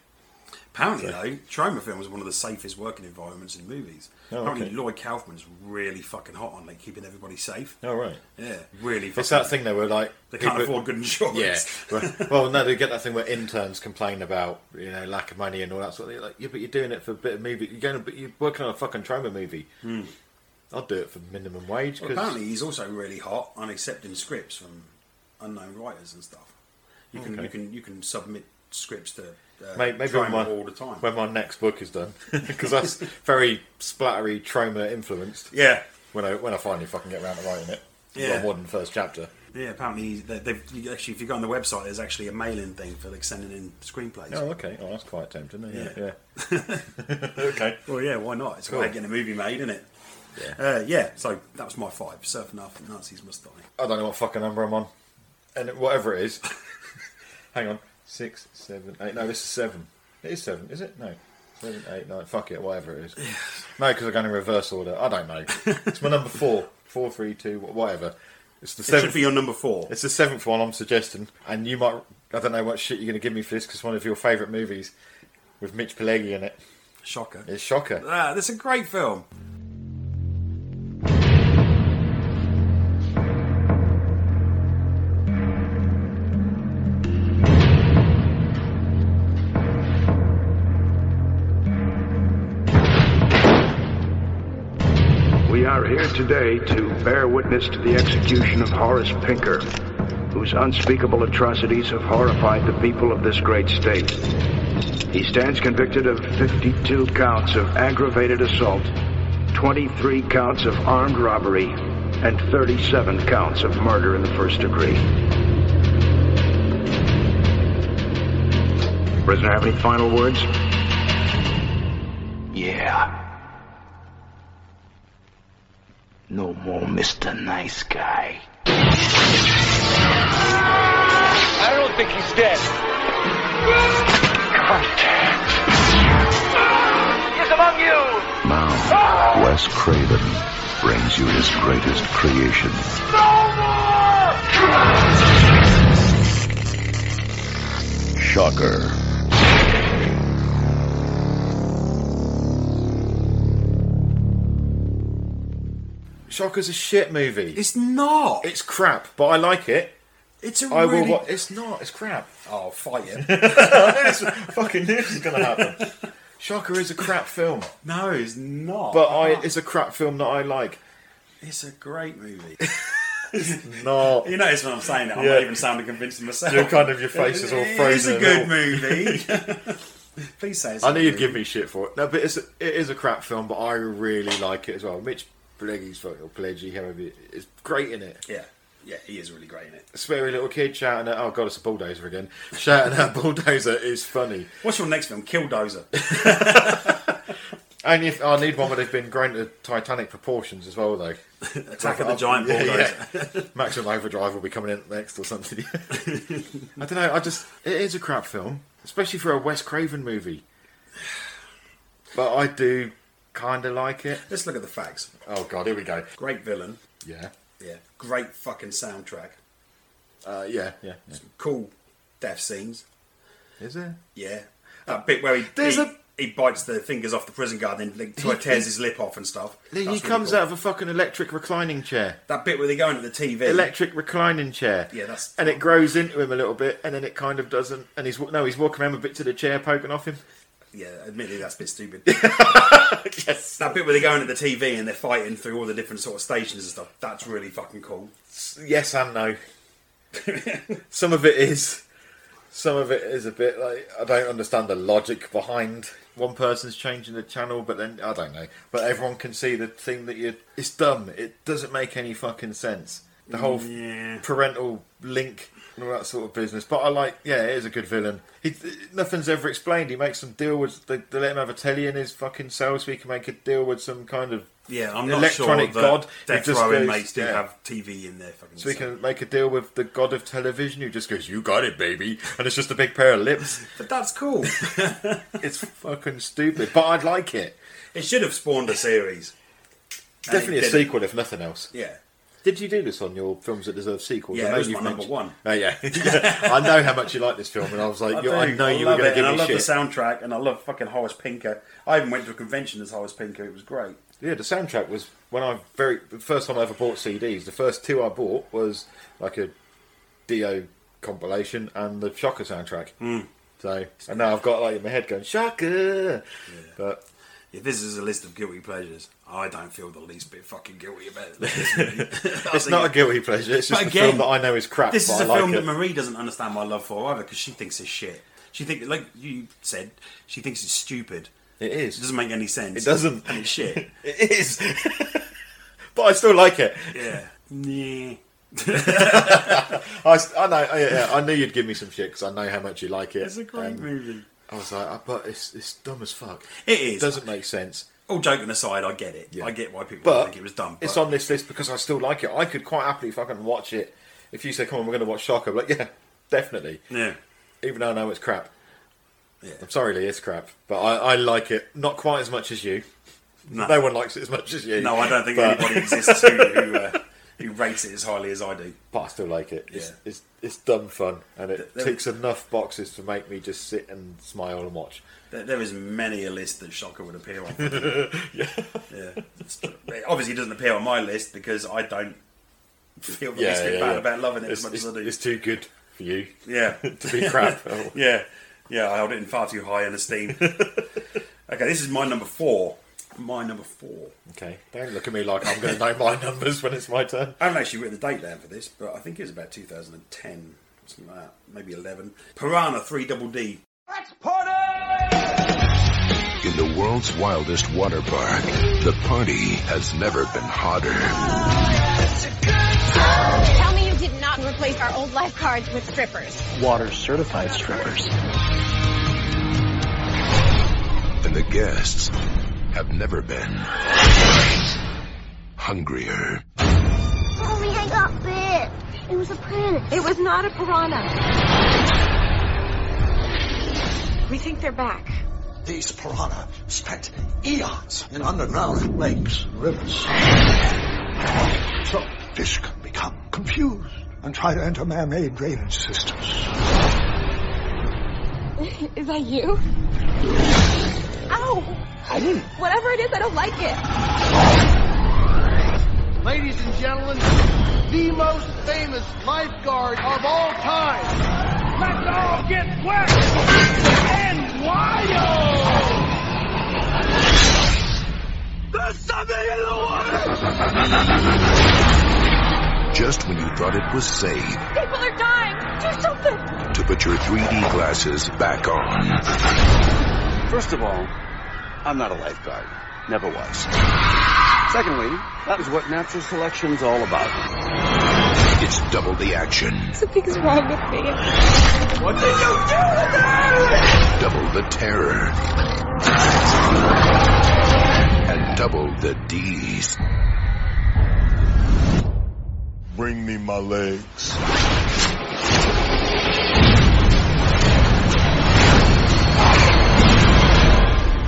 S3: Apparently, though, Troma Film is one of the safest working environments in movies.
S4: Oh,
S3: Apparently,
S4: okay.
S3: Lloyd Kaufman's really fucking hot on like keeping everybody safe.
S4: All right.
S3: Yeah, really.
S4: Oh. It's
S3: fucking-
S4: that thing they were like
S3: They can't afford good insurance.
S4: Yeah. well, no, they get that thing where interns complain about you know lack of money and all that sort of thing. Like, yeah, but you're doing it for a bit of movie. You're going, to, but you're working on a fucking trauma movie. I'll do it for minimum wage.
S3: Hmm. Well,
S4: 'cause-
S3: apparently, he's also really hot on accepting scripts from unknown writers and stuff. You can
S4: Okay.
S3: you can you can submit scripts to uh,
S4: May- maybe
S3: Troma
S4: when my,
S3: all the time.
S4: when my next book is done, because that's very splattery, trauma influenced.
S3: Yeah.
S4: When I when I finally fucking get around to writing it,
S3: Yeah.
S4: Well, more than the first chapter.
S3: yeah, apparently he's- they, they've you- actually if you go on the website, there's actually a mailing thing for like sending in screenplays.
S4: Oh, okay. Oh, that's quite tempting. isn't it? Yeah.
S3: okay. Well, yeah, why not? It's a
S4: Cool.
S3: way of getting a movie made, isn't it? Yeah. Uh, yeah. So that was my five. Surfing off, Nazis must die.
S4: I don't know what fucking number I'm on, and it- whatever it is. Hang on, six, seven, eight. No, this is seven. It is seven, is it? No, seven, eight, nine. Fuck it, whatever it is. No, because I'm going in reverse order. I don't know. It's my number four, four, three, two, wh- whatever. It's the
S3: It should
S4: seventh.
S3: be your number four.
S4: It's the seventh one I'm suggesting, and you might. I don't know what shit you're going to give me for this because one of your favourite movies with Mitch Pileggi in it.
S3: Shocker.
S4: It's Shocker.
S3: Ah, that's a great film.
S10: We are here today to bear witness to the execution of Horace Pinker, whose unspeakable atrocities have horrified the people of this great state. He stands convicted of 52 counts of aggravated assault, 23 counts of armed robbery, and 37 counts of murder in the first degree. Prisoner, have any final words?
S6: Yeah.
S10: No more, Mr. Nice Guy.
S6: I don't think he's dead. He's among you.
S10: Now, Wes Craven brings you his greatest creation. Shocker.
S4: Shocker's a shit movie.
S3: It's not.
S4: It's crap, but I like it.
S3: It's a
S4: I will
S3: really.
S4: wa- It's not. It's crap.
S3: Oh, fight him.
S4: That's fucking knew this was going to happen. Shocker is a crap film.
S3: No, it's not.
S4: But I, it's a crap film that I like.
S3: It's a great movie.
S4: Not.
S3: You notice what I'm saying? now, I'm
S4: Yeah.
S3: not even sounding convinced myself.
S4: You're kind of- your face is all
S3: It's
S4: frozen
S3: a
S4: and
S3: good
S4: all-
S3: movie. Please say it's.
S4: I
S3: a
S4: knew
S3: good
S4: you'd give
S3: movie.
S4: me shit for it. No, but it's a, it is a crap film, but I really like it as well. Mitch Pledgy's fucking or Pledgy, however, you- is great in it.
S3: Yeah, yeah, he is really great in it.
S4: Sweary little kid shouting at, oh god, it's a bulldozer again. Shouting at a bulldozer is funny.
S3: What's your next film? Killdozer.
S4: Only if I need one that have been grown to Titanic proportions as well, though.
S3: Attack of the Giant Bulldozer.
S4: yeah. Maximum Overdrive will be coming in next or something. I don't know. I just it is a crap film, especially for a Wes Craven movie. But I do kind of like it.
S3: Let's look at the facts.
S4: Oh god, here we go.
S3: Great villain.
S4: Yeah,
S3: Yeah. Great fucking soundtrack.
S4: uh, yeah, yeah. yeah.
S3: Cool death scenes.
S4: Is there?
S3: Yeah. That bit where he
S4: There's
S3: he,
S4: a-
S3: he bites the fingers off the prison guard and then like, tears his lip off and stuff.
S4: He
S3: That's really
S4: comes
S3: cool.
S4: out of a fucking electric reclining chair.
S3: That bit where they go into the TV.
S4: Electric reclining chair.
S3: Yeah, that's-
S4: and it grows into him a little bit, and then it kind of doesn't. And he's wa- no, he's walking around a bit to the chair, poking off him.
S3: Yeah, admittedly that's a bit stupid. That bit where they go into the TV and they're fighting through all the different sort of stations and stuff. That's really fucking cool.
S4: Yes and no. some of it is, some of it is a bit like I don't understand the logic behind one person's changing the channel, but then I don't know. But everyone can see the thing that you. It's dumb. It doesn't make any fucking sense. The whole f-
S3: Yeah.
S4: parental link and all that sort of business. But I like. Yeah, it is a good villain. He, nothing's ever explained. He makes some deal with. They, they let him have a telly in his fucking cell, so he can make a deal with some kind of
S3: Yeah, I'm not
S4: electronic
S3: sure that
S4: god. He
S3: Death
S4: just
S3: Row
S4: goes-
S3: inmates do
S4: yeah.
S3: have TV in their fucking.
S4: So we can make a deal with the god of television who just goes, You got it, baby. And it's just a big pair of lips.
S3: But that's cool.
S4: it's fucking stupid. But I'd like it.
S3: it should have spawned a series. And it
S4: Definitely a
S3: didn't.
S4: sequel, if nothing else.
S3: Yeah.
S4: Did you do this on your films that deserve sequels?
S3: Yeah,
S4: I
S3: it
S4: know
S3: was
S4: you've
S3: my number
S4: mentioned-
S3: one.
S4: Oh, yeah. Yeah. I know how much you like this film, and I was like,
S3: I,
S4: you- I,
S3: do.
S4: know you were
S3: love
S4: going
S3: it,
S4: to give
S3: and I
S4: me
S3: love
S4: shit.
S3: the soundtrack, and I love fucking Horace Pinker. I even went to a convention as Horace Pinker. It was great.
S4: Yeah, the soundtrack was when I very the first time I ever bought CDs. The first two I bought was like a Dio compilation and the Shocker soundtrack.
S3: Hmm.
S4: Mm. So and now I've got like in my head going Shocker, but
S3: If this is a list of guilty pleasures, I don't feel the least bit fucking guilty about this. movie. I
S4: it's
S3: think
S4: not a
S3: it-
S4: guilty pleasure. It's
S3: But
S4: just a
S3: again,
S4: film that I know is crap.
S3: This
S4: but
S3: is
S4: I
S3: a
S4: like
S3: film
S4: it.
S3: that Marie doesn't understand my love for either because she thinks it's shit. She thinks, like you said, she thinks it's stupid.
S4: It is.
S3: It doesn't make any sense.
S4: It doesn't.
S3: And it's shit.
S4: it is. but I still like it.
S3: yeah. Nah.
S4: I, s- I know. Yeah, yeah, I knew you'd give me some shit because I know how much you like it.
S3: It's a great
S4: and
S3: movie.
S4: I was like, "Oh, but it's it's dumb as fuck.
S3: It is.
S4: doesn't make sense.
S3: All joking aside, I get it. I get why people
S4: But
S3: think it was dumb.
S4: It's
S3: but-
S4: on this list because I still like it. I could quite happily fucking watch it. If you say, "Come on, we're going to watch Shocker," I'm like, yeah, definitely.
S3: Yeah.
S4: Even though I know it's crap.
S3: Yeah.
S4: I'm sorry, Lee, it's crap, but I, I like it not quite as much as you.
S3: No.
S4: No. one likes it as much as you.
S3: No, I don't think
S4: but,
S3: anybody exists who who, uh, who rates it as highly as I do.
S4: But I still like it. It's,
S3: Yeah.
S4: it's, it's dumb fun, and it
S3: There- there-
S4: ticks enough boxes to make me just sit and smile and watch.
S3: There, there is many a list that Shocker would appear on. yeah. It's- it Obviously, doesn't appear on my list because I don't feel the least bit bad about loving it
S4: it's,
S3: as much
S4: it's,
S3: as I do.
S4: It's too good for you.
S3: Yeah.
S4: to be crap. Oh.
S3: Yeah. Yeah, I hold it in far too high an esteem. okay, this is my number four. My number four.
S4: Okay, don't look at me like I'm going to know my numbers when it's my turn.
S3: I haven't actually written the date down for this, but I think it was about 2010, something like that, maybe 11. Piranha 3 Double D.
S5: In the world's wildest water park, the party has never been hotter.
S19: Tell me you did not replace our old lifeguards with strippers.
S13: Water certified strippers.
S5: And the guests have never been hungrier.
S12: Mommy, I got bit. It was a prince. It was not a piranha.
S13: We think they're back. These piranha spent eons in underground lakes and rivers. So, fish can become confused and try to enter man-made drainage systems.
S19: is that you? Ow!
S13: I didn't.
S19: Whatever it is, I don't like it.
S16: Ladies and gentlemen,
S14: the most famous lifeguard of all time. Let's all get wet and wild! There's something in the water!
S5: Just when you thought it was safe
S19: People are dying. Do something.
S5: to put your 3D glasses back on,
S16: First of all, I'm not a lifeguard. Never was. Secondly, that is what natural selection's all about.
S5: it's double the action,
S19: Something's wrong with me.
S14: What did you do to them?
S5: double the terror, and double the D's. Bring me my legs.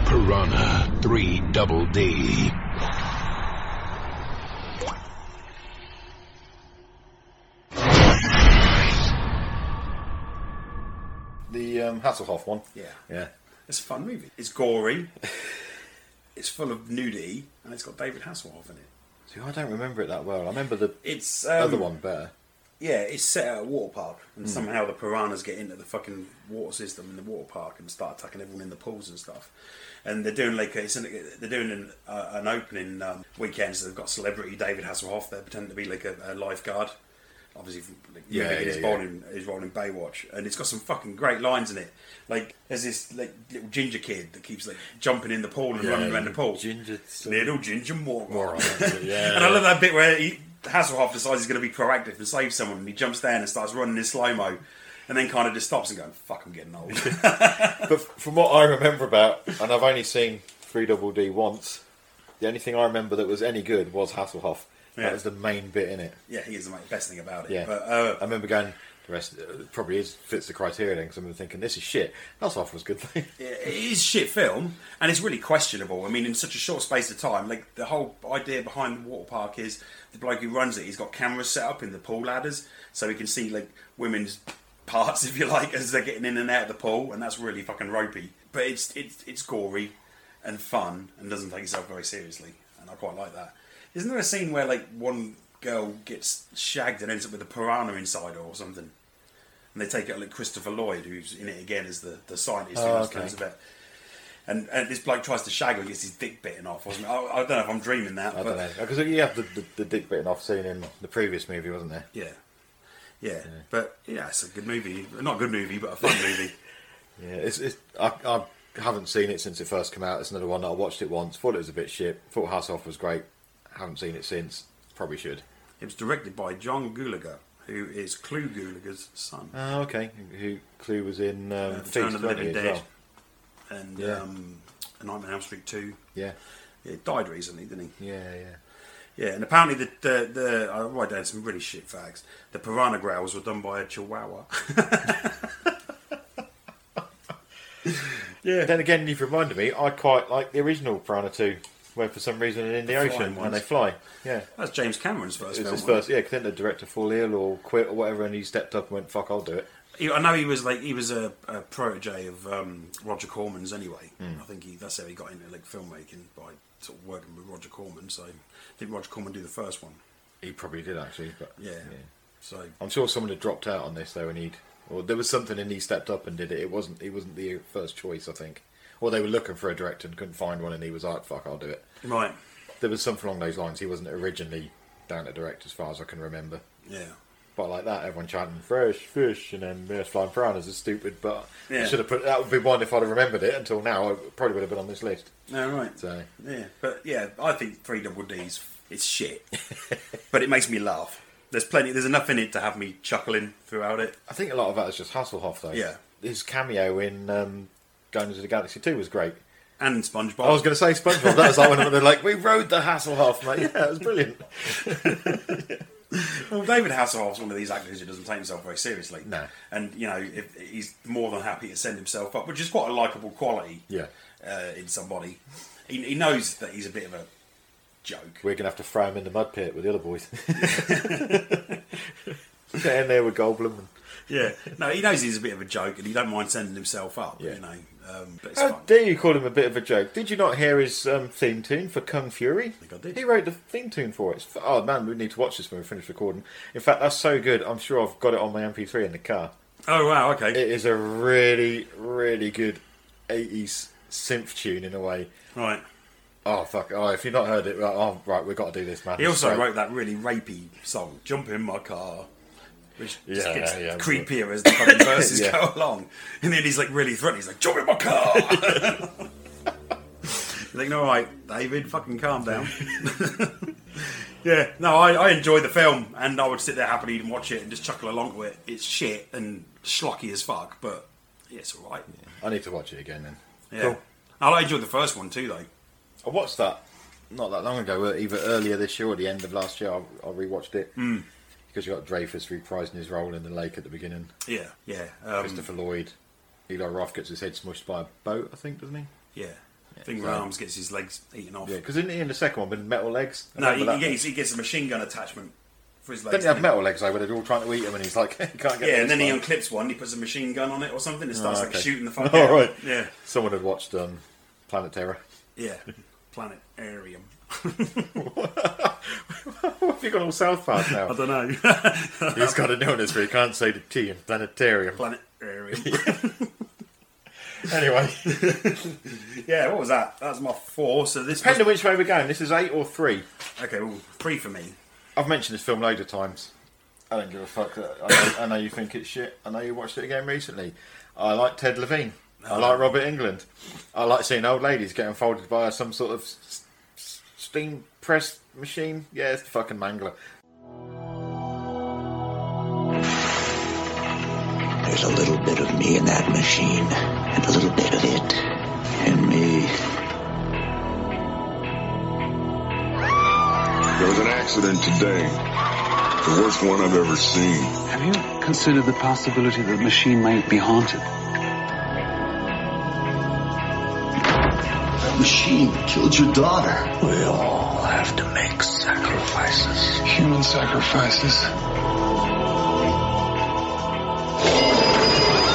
S5: Piranha 3 Double D.
S4: The um, Hasselhoff one.
S3: Yeah.
S4: Yeah.
S3: It's a fun movie. It's gory. it's full of nudity, and it's got David Hasselhoff in it.
S4: See, I don't remember it that well. I remember the
S3: It's um,
S4: other one better.
S3: Yeah, it's set at a water park, and
S4: Hmm.
S3: somehow the piranhas get into the fucking water system in the water park and start attacking everyone in the pools and stuff. And they're doing like it's an, they're doing an, uh, an opening um, weekend. So they've got celebrity David Hasselhoff. They pretend to be like a, a lifeguard, obviously. From, like,
S4: Yeah,
S3: yeah,
S4: yeah,
S3: his
S4: yeah.
S3: role in his role in Baywatch, and it's got some fucking great lines in it. Like there's this like little ginger kid that keeps like jumping in the pool and
S4: Yeah,
S3: running around the pool.
S4: Ginger,
S3: little ginger moron.
S4: yeah,
S3: and I
S4: yeah.
S3: love that bit where he, Hasselhoff decides he's going to be proactive and save someone, and he jumps down and starts running in slow mo, and then kind of just stops and going, "Fuck, I'm getting old."
S4: but from what I remember about, and I've only seen Three Double D once, the only thing I remember that was any good was Hasselhoff.
S3: Yeah.
S4: That was the main bit in it.
S3: yeah, he is the ma- best thing about it.
S4: Yeah,
S3: But, uh,
S4: I remember going. The rest uh, probably is fits the criteria then because I remember thinking this is shit. Hasselhoff was good though.
S3: it is shit film and it's really questionable. I mean, in such a short space of time, like the whole idea behind the water park is the bloke who runs it, he's got cameras set up in the pool ladders so he can see like women's parts, if you like, as they're getting in and out of the pool, and that's really fucking ropey. But it's it's it's gory and fun and doesn't take itself very seriously, and I quite like that. Isn't there a scene where like one girl gets shagged and ends up with a piranha inside her or something? And they take it like Christopher Lloyd, who's in it again as the, the scientist who
S4: Oh,
S3: knows
S4: okay.
S3: things about and, and this bloke tries to shag her and gets his dick bitten off. Or something. I, I don't know if I'm dreaming that.
S4: I
S3: but
S4: don't know because you have the, the, the dick bitten off scene in the previous movie, wasn't there?
S3: Yeah. yeah, but yeah, it's a good movie. Not a good movie, but a fun movie.
S4: Yeah, it's, it's I, I haven't seen it since it first came out. It's another one that I watched it once. Thought it was a bit shit. Thought Hasselhoff was great. Haven't seen it since. Probably should.
S3: It was directed by John Gulager, who is Clue Gulager's son.
S4: Oh, okay. Who Clue was in? Um,
S3: Uh,
S4: Feast,
S3: Return of the
S4: wasn't he,
S3: Living
S4: as
S3: Dead,
S4: well?
S3: and
S4: Yeah.
S3: um, A Nightmare on Elm Street Two.
S4: Yeah.
S3: he died recently, didn't he?
S4: Yeah, yeah.
S3: Yeah, and apparently the the, the I write down some really shit facts. The piranha growls were done by a chihuahua.
S4: Yeah. Then again, you've reminded me. I quite like the original Piranha Two, where for some reason they're in the,
S3: The flying
S4: ocean and
S3: ones.
S4: they fly. Yeah.
S3: That's James Cameron's first
S4: It was
S3: film.
S4: his
S3: wasn't it?
S4: first, yeah. 'cause Then the director fall ill or quit or whatever, and he stepped up and went, "Fuck, I'll do it."
S3: He, I know he was like he was a, a protege of um, Roger Corman's anyway.
S4: Hmm.
S3: I think he, that's how he got into like filmmaking by sort of working with Roger Corman. So I think Roger Corman do the first one.
S4: He probably did actually, but
S3: Yeah. So
S4: I'm sure someone had dropped out on this though, and he'd or there was something, and he stepped up and did it. It wasn't he wasn't the first choice, I think, or they were looking for a director and couldn't find one, and he was like, "Fuck, I'll do it."
S3: Right.
S4: There was something along those lines. He wasn't originally down to direct, as far as I can remember.
S3: yeah.
S4: But like that, everyone chanting "fresh fish" and then "Yes, flying piranhas" is stupid. But I
S3: Yeah.
S4: should have put that would be one if I'd have remembered it. Until now, I probably would have been on this list.
S3: No right.
S4: So
S3: Yeah, but yeah, I think three double D's it's shit, but it makes me laugh. There's plenty. There's enough in it to have me chuckling throughout it.
S4: I think a lot of that is just Hasselhoff though.
S3: Yeah.
S4: his cameo in um, Guardians of the Galaxy Two was great.
S3: And SpongeBob.
S4: I was going to say SpongeBob. That was like one of the like we rode the Hasselhoff, mate. Yeah, it was brilliant.
S3: Well, David Hasselhoff's one of these actors who doesn't take himself very seriously.
S4: No.
S3: And, you know, if, he's more than happy to send himself up, which is quite a likeable quality
S4: Yeah.
S3: uh, in somebody. He, he knows that he's a bit of a joke.
S4: We're going to have to throw him in the mud pit with the other boys. Get in there with Goldblum. And...
S3: yeah. No, he knows he's a bit of a joke, and he don't mind sending himself up. You know, um, but it's
S4: How
S3: fun.
S4: dare you call him a bit of a joke? Did you not hear his um, theme tune for Kung Fury? He wrote the theme tune for it. It's f- Oh man, we need to watch this when we finish recording. In fact, that's so good. I'm sure I've got it on my MP3 in the car.
S3: Oh wow, okay.
S4: It is a really, really good 80s synth tune in a way.
S3: Right.
S4: Oh fuck! Oh, if you've not heard it, right, oh, right we've got to do this, man.
S3: He also
S4: Right.
S3: wrote that really rapey song, "Jump in My Car," which just
S4: Yeah,
S3: gets
S4: yeah.
S3: creepier as the fucking verses
S4: Yeah.
S3: go along. And then he's like really threatening. He's like, "Jump in my car." You're thinking, all right, David, fucking calm down. yeah, no, I, I enjoyed the film, and I would sit there happily and watch it and just chuckle along with it. It's shit and schlocky as fuck, but yeah, it's all right.
S4: I need to watch it again then.
S3: Yeah,
S4: Cool.
S3: I enjoyed the first one too, though.
S4: I watched that not that long ago, uh, either earlier this year or the end of last year. I, I rewatched it
S3: Mm.
S4: because you got Dreyfus reprising his role in the lake at the beginning.
S3: Yeah, yeah. Um,
S4: Christopher Lloyd, Eli Roth gets his head smushed by a boat, I think, doesn't he?
S3: Yeah. Thing with
S4: so-
S3: arms gets his legs eaten off.
S4: Yeah, because in, in the second one, with metal legs. I
S3: No, he,
S4: remember
S3: he
S4: that
S3: gets, he gets a machine gun attachment for his
S4: bit.
S3: legs.
S4: Didn't he have metal legs though, where they're all trying to eat him, and he's like, "You can't get."
S3: yeah,
S4: me
S3: and
S4: this
S3: then he
S4: one."
S3: unclips one, he puts a machine gun on it or something, and
S4: Oh,
S3: starts like
S4: okay.
S3: shooting the fuck
S4: All
S3: out.
S4: right.
S3: Yeah,
S4: Someone had watched um, Planet Terror.
S3: yeah. Planetarium.
S4: What have you got all South Park now?
S3: I don't know.
S4: He's got an illness where he can't say the T in planetarium.
S3: Planetarium.
S4: anyway.
S3: yeah, what was that? That was my four. So this
S4: Depending which way we're going, this is eight or three.
S3: Okay, well, three for me.
S4: I've mentioned this film loads of times. I don't give a fuck. I know, I know you think it's shit. I know you watched it again recently. I like Ted Levine. I like Robert England. I like seeing old ladies getting folded by some sort of s- s- steam press machine. Yeah, it's the fucking mangler.
S13: There's a little bit of me in that machine, and a little bit of it in me.
S7: There was an accident today. The worst one I've ever seen.
S16: Have you considered the possibility that the machine might be haunted?
S13: The machine killed your daughter. We all have to make sacrifices. Human sacrifices.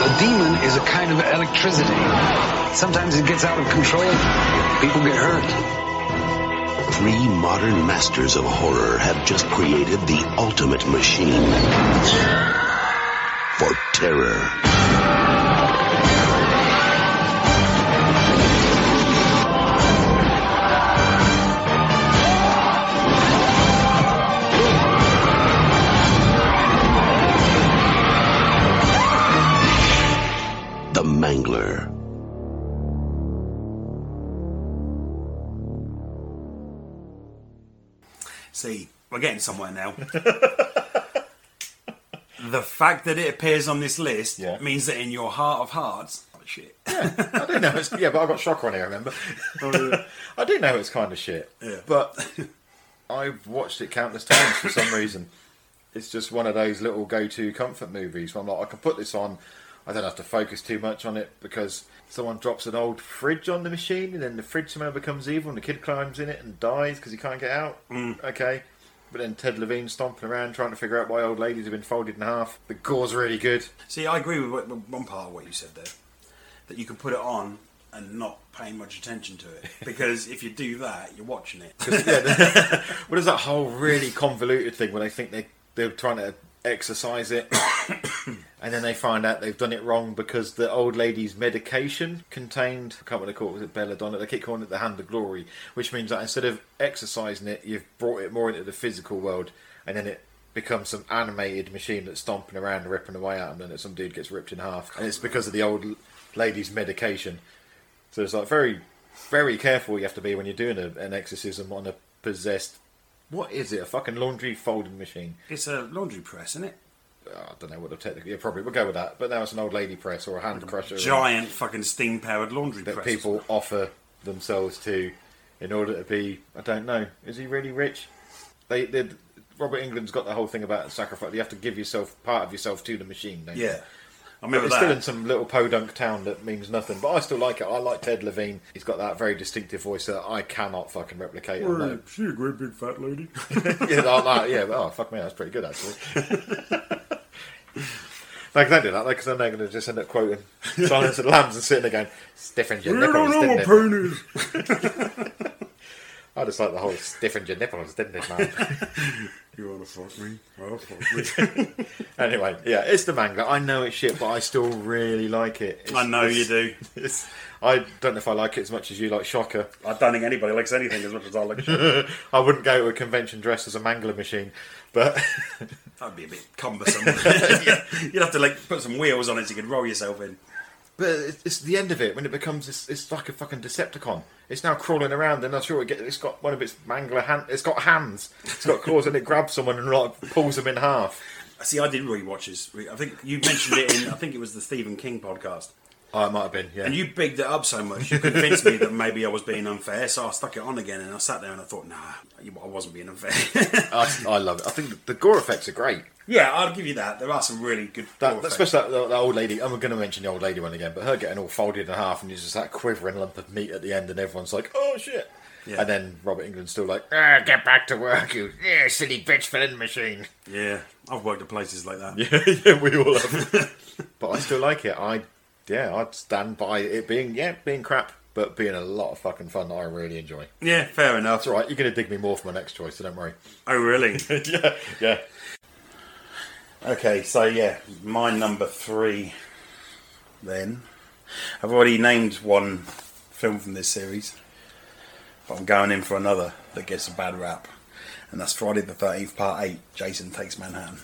S8: A demon is a kind of electricity. Sometimes it gets out of control. People get hurt.
S18: Three modern masters of horror have just created the ultimate machine for terror. The Mangler.
S3: See, we're getting somewhere now. the fact that it appears on this list means that in your heart of hearts, oh, shit.
S4: I do know. It's, yeah, but I got shocker on here. Remember? I do know it's kind of shit.
S3: Yeah.
S4: But I've watched it countless times for some reason. It's just one of those little go-to comfort movies. Where I'm like, I can put this on. I don't have to focus too much on it because someone drops an old fridge on the machine, and then the fridge somehow becomes evil, and the kid climbs in it and dies because he can't get out. Okay. But then Ted Levine stomping around trying to figure out why old ladies have been folded in half. The gore's really good.
S3: See, I agree with, what, with one part of what you said there, that you can put it on and not pay much attention to it because if you do that, you're watching it.
S4: What is that whole really convoluted thing where they think they they're trying to exercise it, and then they find out they've done it wrong because the old lady's medication contained I can't remember what they call it was it belladonna they keep calling it the hand of glory, which means that instead of exercising it, you've brought it more into the physical world, and then it becomes some animated machine that's stomping around and ripping away at them, and then some dude gets ripped in half, and it's because of the old l- lady's medication. So it's like very, very careful you have to be when you're doing a, an exorcism on a possessed. What is it? A fucking laundry folding machine? Uh,
S3: It's a laundry press, isn't it?
S4: I don't know what the technical. Yeah, probably we'll go with that. But now it's an old lady press or a hand crusher.
S3: Giant fucking steam powered laundry
S4: that
S3: press.
S4: people offer themselves to in order to be. I don't know. Is he really rich? They did. Robert England's got the whole thing about sacrifice. You have to give yourself part of yourself to the machine. Don't you?
S3: Yeah. I remember
S4: But it's still
S3: that.
S4: in some little podunk town that means nothing. But I still like it. I like Ted Levine. He's got that very distinctive voice that I cannot fucking replicate. and no-
S3: she a great big fat lady.
S4: yeah, like that. Yeah, well, oh, fuck me, that's pretty good actually. No, because I do that, because then they're going to just end up quoting Silence of the Lambs and sitting there going, stiffen your nipples, didn't it?
S3: penis.
S4: I just like the whole stiffen your nipples, didn't it, man?
S3: You want to fuck me? Well, fuck me.
S4: anyway, yeah, it's the manga. I know it's shit, but I still really like it. It's-
S3: I know
S4: it's-
S3: you do.
S4: It's, I don't know if I like it as much as you like Shocker.
S3: I don't think anybody likes anything as much as I like. Shocker.
S4: I wouldn't go to a convention dressed as a mangler machine, but
S3: That'd be a bit cumbersome. You'd have to like put some wheels on it so you could roll yourself in.
S4: but it's, it's the end of it when it becomes it's, it's like a fucking Decepticon. It's now crawling around, and I'm sure it get, it's got one of its mangler hand. It's got hands. It's got claws, and it grabs someone and like pulls them in half.
S3: See, I did rewatch this. I think you mentioned it in. I think it was the Stephen King podcast.
S4: Oh, it might have been. Yeah.
S3: And you bigged it up so much, you convinced me that maybe I was being unfair. So I stuck it on again, and I sat there and I thought, nah, you- I wasn't being unfair.
S4: I, I love it. I think the gore effects are great.
S3: yeah, I'll give you that. There are some really good.
S4: That, especially that, that old lady. I'm going to mention the old lady one again, but her getting all folded in half and there's just that quivering lump of meat at the end, and everyone's like, "Oh shit!"
S3: Yeah.
S4: And then Robert England's still like, "Ah, "Get back to work, you yeah, silly bitch filling machine."
S3: yeah, I've worked at places like that.
S4: Yeah, yeah, we all have. but I still like it. I, yeah, I'd stand by it being yeah being crap, but being a lot of fucking fun that I really enjoy.
S3: Yeah, fair enough.
S4: That's all right. You're going to dig me more for my next choice, so don't worry.
S3: Oh, really?
S4: yeah, yeah.
S3: Okay, so yeah, my number three. Then, I've already named one film from this series, but I'm going in for another that gets a bad rap, and that's Friday the Thirteenth Part Eight: Jason Takes Manhattan.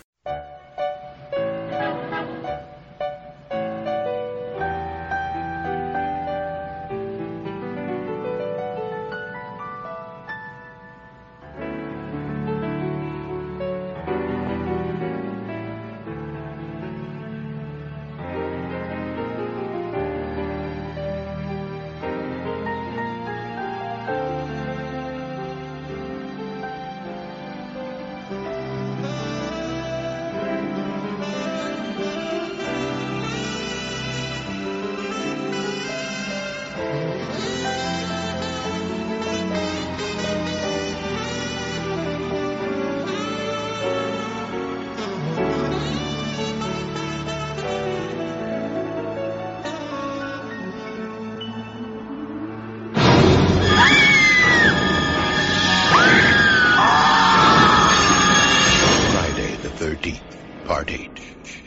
S5: Friday the 13th, Part 8.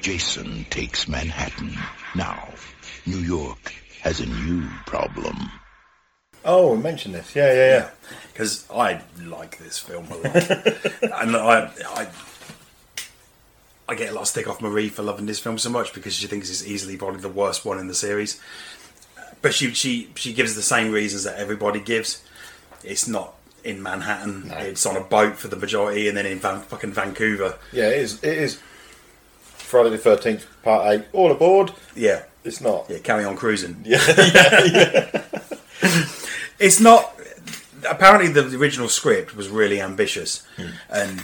S5: Jason takes Manhattan. Now, New York has a new problem.
S4: Oh, we mentioned this. Yeah, yeah, yeah.
S3: because I like this film a lot, and I, I I get a lot of stick off Marie for loving this film so much because she thinks it's easily probably the worst one in the series. But she she she gives the same reasons that everybody gives. It's not in Manhattan. It's on a boat for the majority, and then in Van, fucking Vancouver.
S4: Yeah, it is. It is Friday the Thirteenth Part Eight. All aboard.
S3: Yeah,
S4: It's not.
S3: yeah. Carry on cruising.
S4: Yeah,
S3: it's not. Apparently, the original script was really ambitious
S4: Hmm.
S3: and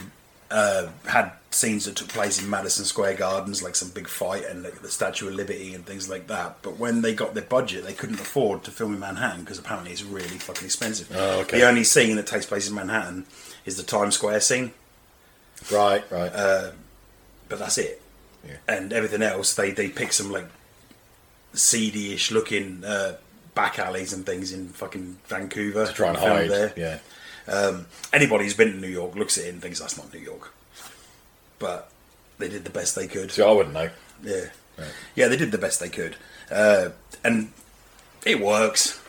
S3: uh, had scenes that took place in Madison Square Gardens, like some big fight and like the Statue of Liberty and things like that. But when they got their budget, they couldn't afford to film in Manhattan because apparently it's really fucking expensive.
S4: Oh, okay.
S3: The only scene that takes place in Manhattan is the Times Square scene,
S4: Right, right.
S3: but that's it.
S4: Yeah.
S3: And everything else, they they pick some like seedy-ish looking uh, back alleys and things in fucking Vancouver
S4: to try and
S3: film
S4: hide. Yeah.
S3: Um, anybody who's been to New York looks at it and thinks that's not New York. But they did the best they could.
S4: See, I wouldn't know.
S3: Yeah. Yeah, they did the best they could. Uh, and it works,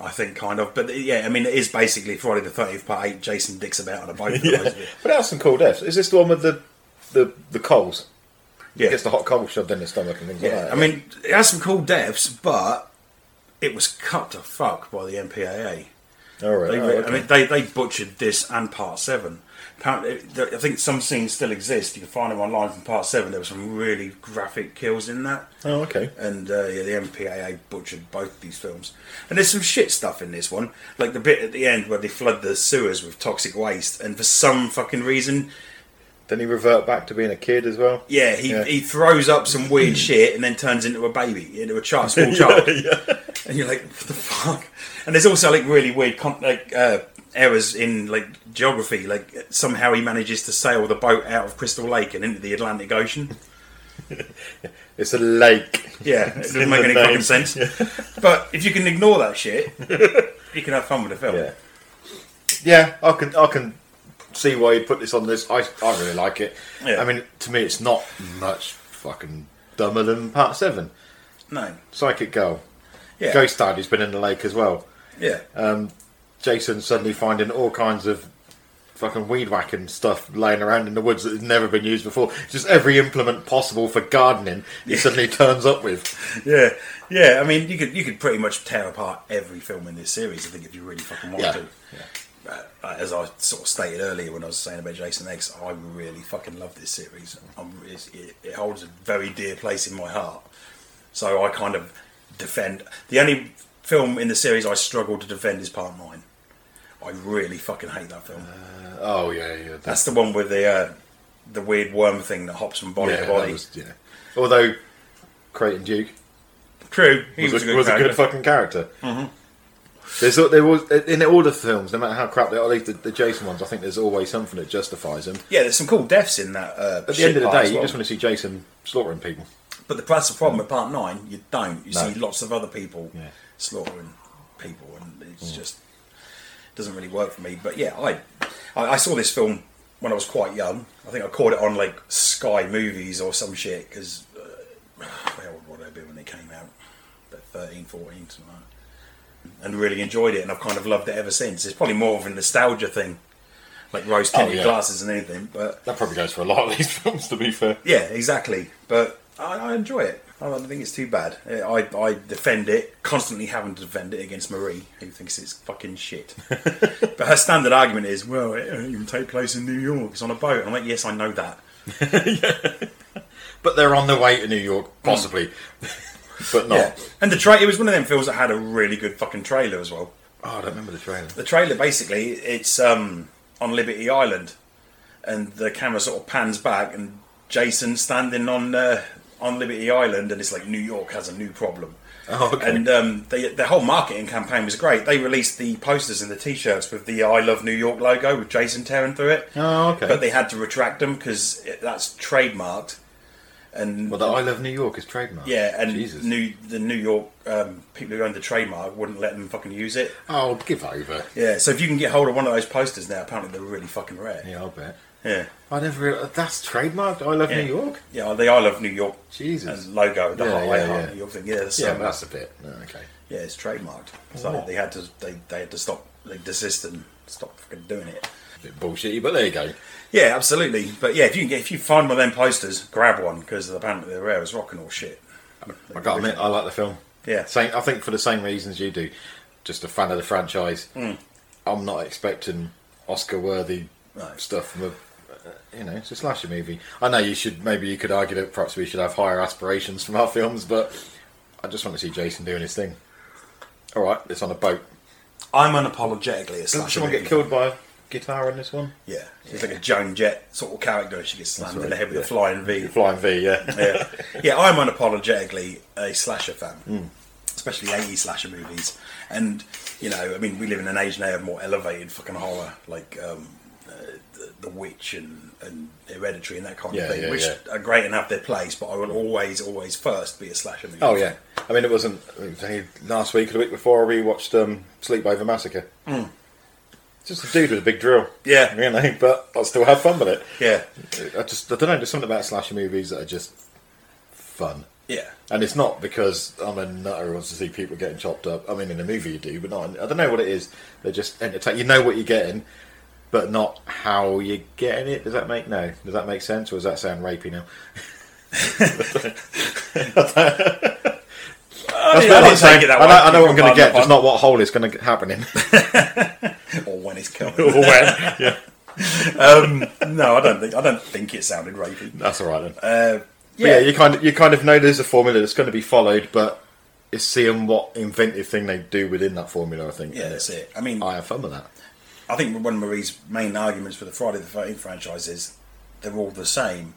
S3: I think, kind of. But yeah, I mean, it is basically Friday the 30th, part 8, Jason dicks about on a boat. for the most of it.
S4: But that was some cool deaths. Is this the one with the the the coals?
S3: Yeah.
S4: Gets the hot coal shoved in his stomach and things
S3: yeah.
S4: like that.
S3: I mean, it has some cool deaths, but it was cut to fuck by the MPAA.
S4: all right.
S3: They,
S4: oh,
S3: re-
S4: okay.
S3: I mean, they, they butchered this and part seven. Apparently, th- I think some scenes still exist. You can find them online from part seven. There were some really graphic kills in that,
S4: oh, okay.
S3: and uh, yeah, the MPAA butchered both these films. And there's some shit stuff in this one, like the bit at the end where they flood the sewers with toxic waste, and for some fucking reason,
S4: Then he revert back to being a kid as well.
S3: yeah, he,
S4: Yeah.
S3: he throws up some weird shit and then turns into a baby, into a child, small child. And you're like, what the fuck? And there's also like really weird con- like uh, errors in like geography. Like somehow he manages to sail the boat out of Crystal Lake and into the Atlantic Ocean.
S4: It's a lake.
S3: Yeah, it doesn't make any fucking sense. But if you can ignore that shit, you can have fun with the film.
S4: Yeah. Yeah, I can I can see why you put this on this. I, I really like it.
S3: Yeah.
S4: I mean, to me, it's not much fucking dumber than Part Seven.
S3: No.
S4: Psychic Girl.
S3: Yeah.
S4: Ghost Dad, who's been in the lake as well.
S3: Yeah.
S4: Um, Jason suddenly finding all kinds of fucking weed whacking stuff laying around in the woods that has never been used before. Just every implement possible for gardening, he suddenly turns up with.
S3: Yeah, yeah. I mean, you could you could pretty much tear apart every film in this series. I think if you really fucking want
S4: Yeah.
S3: to. Uh, as I sort of stated earlier when I was saying about Jason X, I really fucking love this series. I'm, it's, it, it holds a very dear place in my heart. So I kind of defend. The only film in the series I struggle to defend is Part 9. I really fucking hate that film.
S4: oh, yeah, yeah.
S3: That's the one with the uh, the weird worm thing that hops from body
S4: yeah,
S3: to
S4: that
S3: body.
S4: was- yeah. Although Creighton Duke
S3: True, he was, a good
S4: was a good
S3: character.
S4: fucking character.
S3: Mhm.
S4: There's al- there was in all the films, no matter how crap they are, at least the, the Jason ones. I think there's always something that justifies them.
S3: Yeah, there's some cool deaths in that. Uh,
S4: At the
S3: shit
S4: end of the
S3: part
S4: day,
S3: as
S4: you
S3: well.
S4: just want to see Jason slaughtering people.
S3: But the, that's the problem with part nine. You don't. You
S4: No.
S3: see lots of other people
S4: Yeah.
S3: slaughtering people, and it's
S4: Mm.
S3: just doesn't really work for me. But yeah, I, I I saw this film when I was quite young. I think I caught it on like Sky Movies or some shit because uh, how old would I be when it came out? About 13, 14, something like that. And really enjoyed it, and I've kind of loved it ever since. It's probably more of a nostalgia thing, like rose tinted
S4: Oh, yeah.
S3: glasses and anything. But
S4: that probably goes for a lot of these films, to be fair.
S3: yeah, exactly. But I, I enjoy it. I don't think it's too bad. I, I defend it, constantly having to defend it against Marie, who thinks it's fucking shit. but her standard argument is, well, it don't even take place in New York. It's on a boat. And I'm like, yes, I know that.
S4: But they're on the way to New York, possibly, but not.
S3: Mm. Yeah. And the tra- it was one of them films that had a really good fucking trailer as well.
S4: Oh, I don't remember the trailer.
S3: The trailer basically it's um, on Liberty Island, and the camera sort of pans back, and Jason standing on uh, on Liberty Island, and it's like New York has a new problem.
S4: Oh, okay.
S3: And um, they, their whole marketing campaign was great. They released the posters and the T-shirts with the "I Love New York" logo with Jason tearing through it.
S4: Oh, okay.
S3: But they had to retract them because that's trademarked. And
S4: well, the I Love New York is trademark.
S3: yeah, and
S4: Jesus.
S3: New, the New York um, people who owned the trademark wouldn't let them fucking use it.
S4: Oh, give over.
S3: Yeah, so if you can get hold of one of those posters now, apparently they're really fucking rare.
S4: Yeah, I'll bet.
S3: Yeah.
S4: I never realised that's trademarked. I love
S3: Yeah.
S4: New York.
S3: Yeah, the I Love New York
S4: Jesus.
S3: and logo, the
S4: Yeah,
S3: whole I
S4: yeah,
S3: Heart
S4: yeah.
S3: New York thing. Yeah, that's,
S4: yeah, Oh.
S3: um,
S4: that's a bit. Oh, okay.
S3: yeah, it's trademarked. So
S4: Wow.
S3: they had to they, they had to stop they desist and stop fucking doing it.
S4: A bit bullshitty, but there you go.
S3: Yeah, absolutely. But yeah, if you can get, if you find one of them posters, grab one because apparently they're rare as rock and all shit.
S4: I gotta admit, I like the film.
S3: Yeah.
S4: Same, I think for the same reasons you do. Just a fan of the franchise.
S3: Mm.
S4: I'm not expecting Oscar-worthy
S3: No.
S4: stuff from a. uh, You know, it's a slasher movie. I know you should. Maybe you could argue that perhaps we should have higher aspirations from our films, but I just want to see Jason doing his thing. All right, it's on a boat.
S3: I'm unapologetically a
S4: Doesn't
S3: slasher.
S4: someone get
S3: movie
S4: killed
S3: fan.
S4: by a guitar in this one?
S3: Yeah, she's like a Joan Jett sort of character. She gets slammed
S4: That's
S3: in the
S4: right,
S3: head with a
S4: yeah.
S3: flying V.
S4: Flying V, yeah.
S3: yeah, yeah. I'm unapologetically a slasher fan,
S4: Hmm.
S3: especially 80s slasher movies. And you know, I mean, we live in an age now of more elevated fucking horror, like um, uh, the, the Witch and, and Hereditary and that kind
S4: Yeah,
S3: of thing,
S4: yeah,
S3: which
S4: yeah.
S3: are great and have their place. But I will always, always first be a slasher movie.
S4: Oh yeah, I mean it wasn't. It was only last week or the week before I rewatched um, Sleepover Massacre.
S3: Mm.
S4: Just a dude with a big drill.
S3: Yeah.
S4: you know, but I still have fun with it.
S3: yeah,
S4: I just I don't know. There's something about slasher movies that are just fun,
S3: yeah.
S4: and it's not because I'm a nutter who wants to see people getting chopped up. I mean, in a movie you do, but not. in- I don't know what it is. They're just entertain. You know what you're getting, but not how you're getting it. Does that make no? Does that make sense, or does that sound rapey now?
S3: I, mean,
S4: That's
S3: I
S4: what I'm
S3: didn't
S4: saying.
S3: take it that
S4: I know,
S3: way.
S4: I know what I'm
S3: You
S4: going to
S3: can
S4: get,
S3: pardon
S4: just not what hole it's going to happen in.
S3: the pun. or when it's coming.
S4: Or when, yeah.
S3: um, no, I don't think I don't think it sounded rapey.
S4: That's all right then.
S3: Uh,
S4: But yeah, you kind of you kind of know there's a formula that's going to be followed, but it's seeing what inventive thing they do within that formula. I think.
S3: Yeah,
S4: And
S3: that's it. I mean,
S4: I have fun with that.
S3: I think one of Marie's main arguments for the Friday the Thirteenth franchise is they're all the same,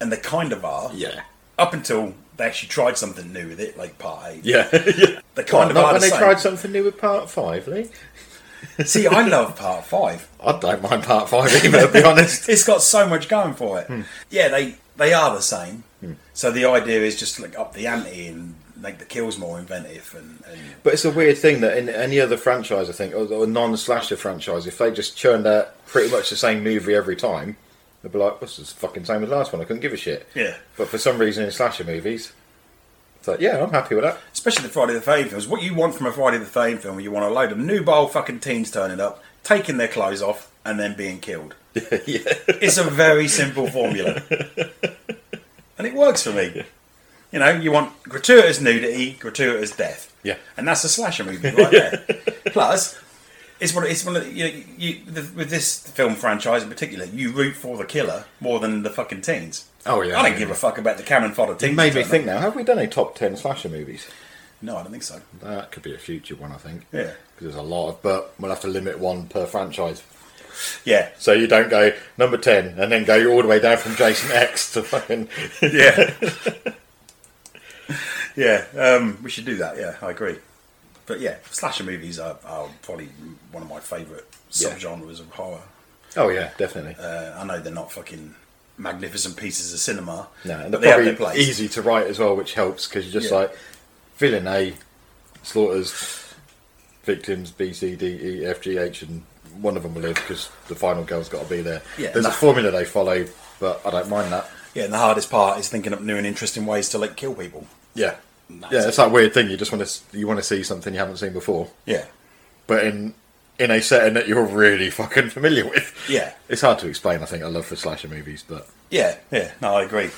S3: and they kind of are.
S4: Yeah.
S3: Up until they actually tried something new with it, like Part Eight.
S4: Yeah, yeah.
S3: They kind of
S4: Not
S3: are
S4: when
S3: the
S4: they
S3: same.
S4: tried something new with Part Five, Lee.
S3: See, I love Part Five.
S4: I don't mind Part Five either. to be honest, Hmm.
S3: it's got so much going for it. Yeah, they They are the same. So the idea is just like up the ante and make the kills more inventive. And, and
S4: But it's a weird thing that in any other franchise, I think, or, or non-slasher franchise, if they just churned out pretty much the same movie every time, they'd be like, "This is fucking same as last one. I couldn't give a shit."
S3: yeah,
S4: But for some reason, in slasher movies, it's like, yeah, I'm happy with that.
S3: especially the Friday the Thirteenth films. What you want from a Friday the Thirteenth film? You want a load of new bowl fucking teens turning up, taking their clothes off, and then being killed. It's a very simple formula, and it works for me. You know, you want gratuitous nudity, gratuitous death.
S4: Yeah.
S3: and that's a slasher movie right there. Plus, it's one. It's one of the- you, know, you the, with this film franchise in particular. You root for the killer more than the fucking teens.
S4: Oh, yeah.
S3: I don't give a fuck about the Cameron Fodder teens.
S4: It made me
S3: turn
S4: think
S3: up.
S4: now. Have we done a top ten slasher movies?
S3: No, I don't think so.
S4: That could be a future one, I think.
S3: Yeah.
S4: because there's a lot of, but we'll have to limit one per franchise.
S3: Yeah.
S4: So you don't go number ten and then go all the way down from Jason X to fucking
S3: yeah, yeah. Um, we should do that. Yeah, I agree. But yeah, slasher movies are, are probably one of my favourite
S4: Yeah.
S3: subgenres of horror.
S4: Oh yeah, definitely.
S3: Uh, I know they're not fucking magnificent pieces of cinema.
S4: No, and
S3: but
S4: they're
S3: they have their
S4: probably
S3: place.
S4: easy to write as well, which helps because you're just
S3: Yeah.
S4: like villain A slaughters victims B C D E F G H, and one of them will live because the final girl's got to be there.
S3: Yeah,
S4: There's
S3: no.
S4: a formula they follow, but I don't mind that.
S3: Yeah, and the hardest part is thinking up new and interesting ways to like kill people.
S4: Yeah,
S3: That's
S4: yeah,
S3: it.
S4: it's that weird thing. You just want to you want to see something you haven't seen before,
S3: Yeah,
S4: but in in a setting that you're really fucking familiar with.
S3: yeah,
S4: It's hard to explain. I think I love for slasher movies, but
S3: yeah, yeah. No, I agree.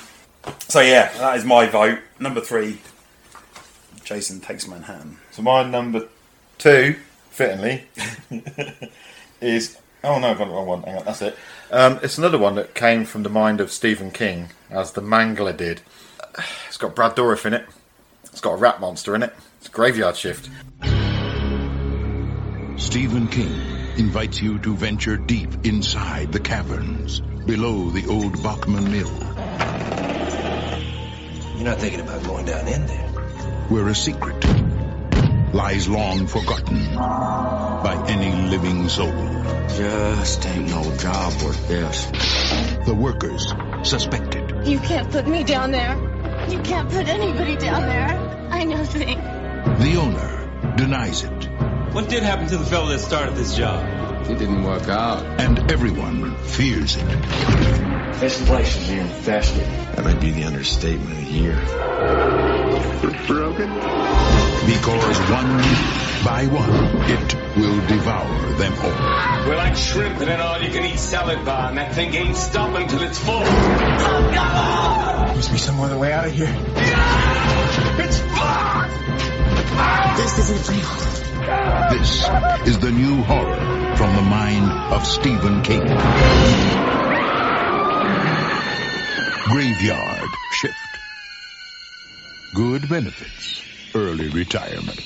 S3: So yeah, that is my vote. Number three, Jason takes Manhattan.
S4: So my number two, fittingly, is oh no, I've got the wrong one. Hang on, that's it. Um, it's another one that came from the mind of Stephen King, as the Mangler did. It's got Brad Dourif in it. It's got a rat monster in it. It's Graveyard Shift.
S5: Stephen King invites you to venture deep inside the caverns below the old Bachman Mill. You're not thinking about going down in there. Where a secret lies long forgotten by any living soul. Just ain't no job worth this. The workers suspected
S19: You can't put me down there. You can't put anybody down there. I know things.
S5: The owner denies it.
S15: What did happen to the fellow that started this job?
S5: It didn't work out. And everyone fears it.
S17: This place is infested. That might be the understatement of the year.
S5: Broken? Because one by one, it will devour them all.
S15: We're like shrimp in an all-you-can-eat salad bar, and that thing ain't stopping till it's full. Oh,
S17: Must be some other way out of here.
S15: It's
S5: This isn't real. This is the new horror from the mind of Stephen King. Graveyard Shift. Good benefits. Early retirement.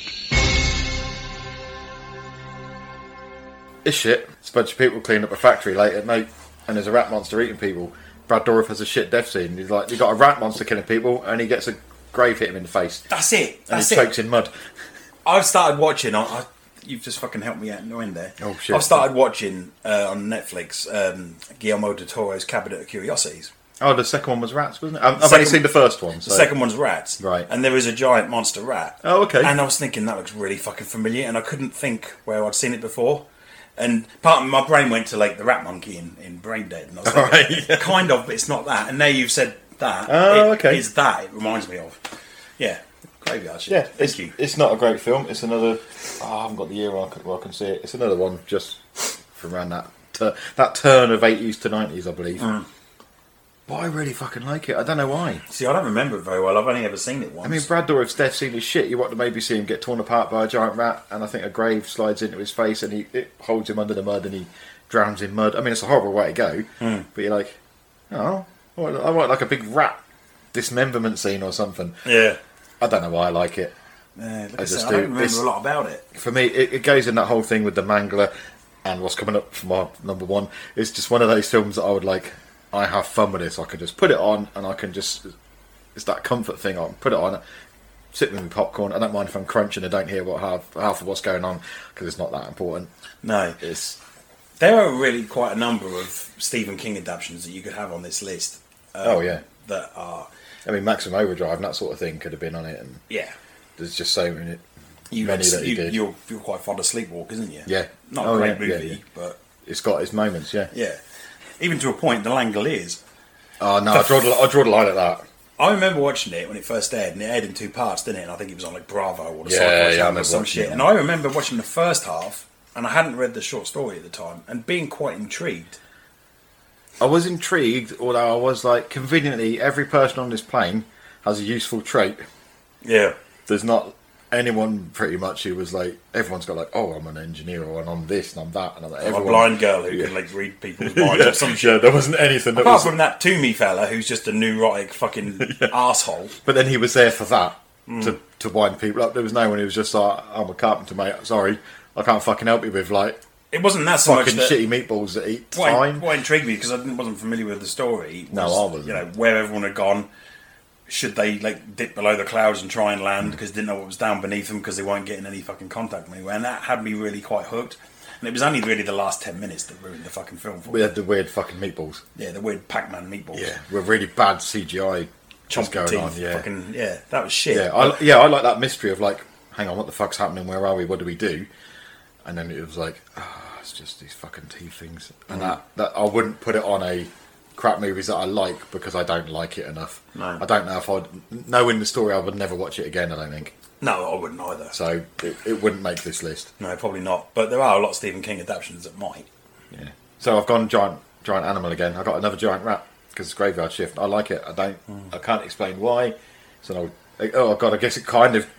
S4: It's shit. It's a bunch of people cleaning up a factory late at night, and there's a rat monster eating people. Brad Dourif has a shit death scene. He's like, you got a rat monster killing people, and he gets a grave hit him in the face,
S3: That's it.
S4: and
S3: That's
S4: he
S3: it.
S4: chokes in mud.
S3: I've started watching. I, I, you've just fucking helped me out no end there.
S4: Oh, shit.
S3: I've started watching uh, on Netflix um, Guillermo del Toro's Cabinet of Curiosities.
S4: Oh, the second one was rats, wasn't it? I've,
S3: The
S4: I've only
S3: second-
S4: seen the first one. So.
S3: The second one's rats,
S4: Right.
S3: And there is a giant monster rat.
S4: Oh, okay.
S3: And I was thinking that looks really fucking familiar, and I couldn't think where I'd seen it before. And part of my brain went to like the rat monkey in, in Brain Dead, and I was like, kind of, but it's not that. And now you've said that.
S4: Oh,
S3: it
S4: okay.
S3: Is that it reminds me of? Yeah, graveyard shit.
S4: Yeah,
S3: thank
S4: it's,
S3: you.
S4: it's not a great film. It's another. oh, I haven't got the year where I, can, where I can see it. It's another one just from around that tur that turn of eighties to nineties, I believe.
S3: Mm.
S4: But I really fucking like it. I don't know why.
S3: See, I don't remember it very well. I've only ever seen it once.
S4: I mean, Brad Dourif's death scene is shit. You want to maybe see him get torn apart by a giant rat, and I think a grave slides into his face, and he it holds him under the mud, and he drowns in mud. I mean, it's a horrible way to go.
S3: Mm.
S4: But you're like, oh, I want, I want like a big rat dismemberment scene or something.
S3: Yeah.
S4: I don't know why I like it.
S3: Yeah, like
S4: I
S3: I,
S4: just
S3: said, I
S4: do-
S3: don't remember
S4: it's-
S3: a lot about it.
S4: for me, it, it goes in that whole thing with the Mangler and what's coming up for my number one. It's just one of those films that I would like. I have fun with this. I can just put it on and I can just. It's that comfort thing. I can put it on, sit with my popcorn. I don't mind if I'm crunching. I don't hear what half, half of what's going on because it's not that important.
S3: No,
S4: it's
S3: there are really quite a number of Stephen King adaptations that you could have on this list. uh,
S4: oh yeah,
S3: that are
S4: I mean, Maximum Overdrive and that sort of thing could have been on it, and
S3: yeah.
S4: there's just so many,
S3: You,
S4: many that he
S3: you,
S4: did.
S3: you're you're quite fond of Sleepwalk, isn't you?
S4: yeah,
S3: not
S4: Oh,
S3: a great
S4: yeah, yeah,
S3: movie,
S4: yeah.
S3: but
S4: it's got its moments. Yeah.
S3: yeah, even to a point, The Langoliers.
S4: Oh no, I draw the, I draw the line at that.
S3: I remember watching it when it first aired, and it aired in two parts, didn't it? And I think it was on like Bravo or the
S4: Yeah,
S3: Sci-Fi
S4: yeah, I
S3: Channel or
S4: remember
S3: some
S4: watching
S3: shit.
S4: it.
S3: And I remember watching the first half, and I hadn't read the short story at the time, and being quite intrigued.
S4: I was intrigued, although I was like, conveniently, every person on this plane has a useful trait.
S3: Yeah.
S4: There's not anyone pretty much who was like, everyone's got like, oh, I'm an engineer, or and I'm this, and I'm that, and I'm like,
S3: Like
S4: everyone.
S3: a blind girl who can like read people's minds
S4: yeah,
S3: or some shit.
S4: yeah, there wasn't anything that
S3: Apart
S4: was.
S3: from that Toomey fella who's just a neurotic fucking asshole.
S4: But then he was there for that
S3: Mm.
S4: to to wind people up. There was no one who was just like, I'm a carpenter, mate. Sorry, I can't fucking help you with like.
S3: It wasn't that so much
S4: fucking
S3: that-
S4: shitty meatballs that eat
S3: What,
S4: time.
S3: what intrigued me because I didn't, wasn't familiar with the story.
S4: No,
S3: was,
S4: I wasn't.
S3: You know where everyone had gone. Should they like dip below the clouds and try and land
S4: Mm.
S3: because they didn't know what was down beneath them because they weren't getting any fucking contact from anywhere, and that had me really quite hooked. And it was only really the last ten minutes that ruined the fucking film for
S4: We
S3: me.
S4: had the weird fucking meatballs.
S3: Yeah, the weird Pac-Man meatballs.
S4: Yeah, with really bad CGI just
S3: chomping
S4: going
S3: teeth.
S4: on. Yeah,
S3: fucking yeah, that was shit.
S4: yeah, I, yeah. I like that mystery of like, hang on, what the fuck's happening? Where are we? What do we do? And then it was like, ah, it's just these fucking teeth things. And
S3: Mm.
S4: that, that I wouldn't put it on a crap movies that I like because I don't like it enough.
S3: No.
S4: I don't know if I'd knowing the story, I would never watch it again. I don't think
S3: no, I wouldn't either.
S4: so. It, it wouldn't make this list.
S3: No, probably not. But there are a lot of Stephen King adaptations that might.
S4: Yeah. So I've gone giant giant animal again. I got another giant rat because it's graveyard shift. I like it. I don't. I can't explain why. It's an old. Oh god, I guess it kind of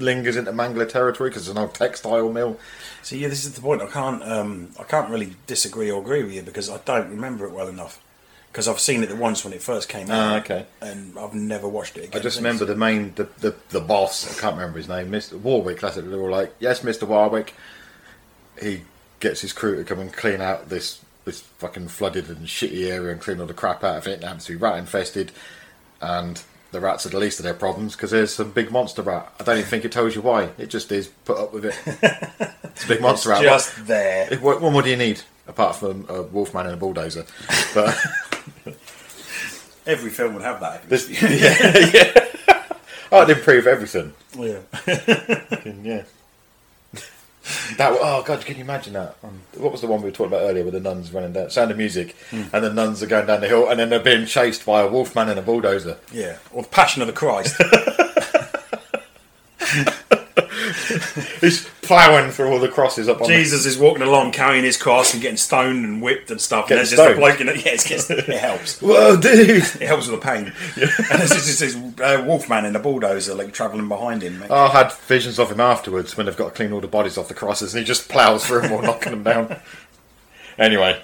S4: lingers into Mangler territory because it's an old textile mill.
S3: So yeah, this is the point. I can't um, I can't really disagree or agree with you because I don't remember it well enough. Because I've seen it the once when it first came out.
S4: Ah, okay.
S3: And I've never watched it
S4: I
S3: again.
S4: just
S3: since.
S4: remember the main the, the the boss. I can't remember his name. Mr. Warwick. That's it. They were like, yes, Mr. Warwick. He gets his crew to come and clean out this this fucking flooded and shitty area and clean all the crap out of it. And it happens to be rat infested, and the rats are the least of their problems because there's some big monster rat. I don't even think it tells you why. It just is. Put up with it. it's a big monster
S3: It's
S4: rat.
S3: just there.
S4: It- What, what more do you need apart from a wolfman and a bulldozer? But.
S3: every film would have that.
S4: This, yeah, yeah. Oh, it'd improve everything.
S3: Yeah.
S4: Fucking, yeah. That oh god, can you imagine that? Um, What was the one we were talking about earlier with the nuns running down Sound of Music,
S3: Hmm.
S4: and the nuns are going down the hill, and then they're being chased by a wolfman and a bulldozer.
S3: Yeah. Or Passion of the Christ.
S4: He's ploughing through all the crosses up on the-
S3: Jesus is walking along carrying his cross and getting stoned and whipped and stuff.
S4: Getting
S3: and there's just a
S4: stoned.
S3: bloke in it. Yeah, it's just, it helps.
S4: Whoa, dude!
S3: It helps with the pain. And there's just this uh, wolfman in a bulldozer like travelling behind him.
S4: Oh, I had visions of him afterwards when they've got to clean all the bodies off the crosses, and he just ploughs through them all, knocking them down. Anyway,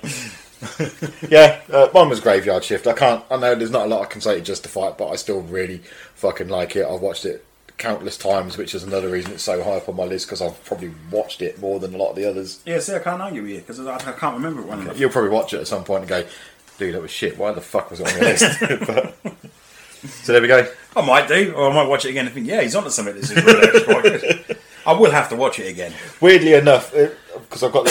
S4: yeah, uh, mine was Graveyard Shift. I can't. I know there's not a lot I can say to justify it, but I still really fucking like it. I've watched it countless times, which is another reason it's so high up on my list because I've probably watched it more than a lot of the others.
S3: Yeah, see, I can't argue with you because I, I can't remember it well enough.
S4: You'll probably watch it at some point and go, "Dude, that was shit. Why the fuck was it on your list?" but, so there we go.
S3: I might do, or I might watch it again and think, yeah, he's onto something. This is really actually quite good. I will have to watch it again.
S4: Weirdly enough, because I've got the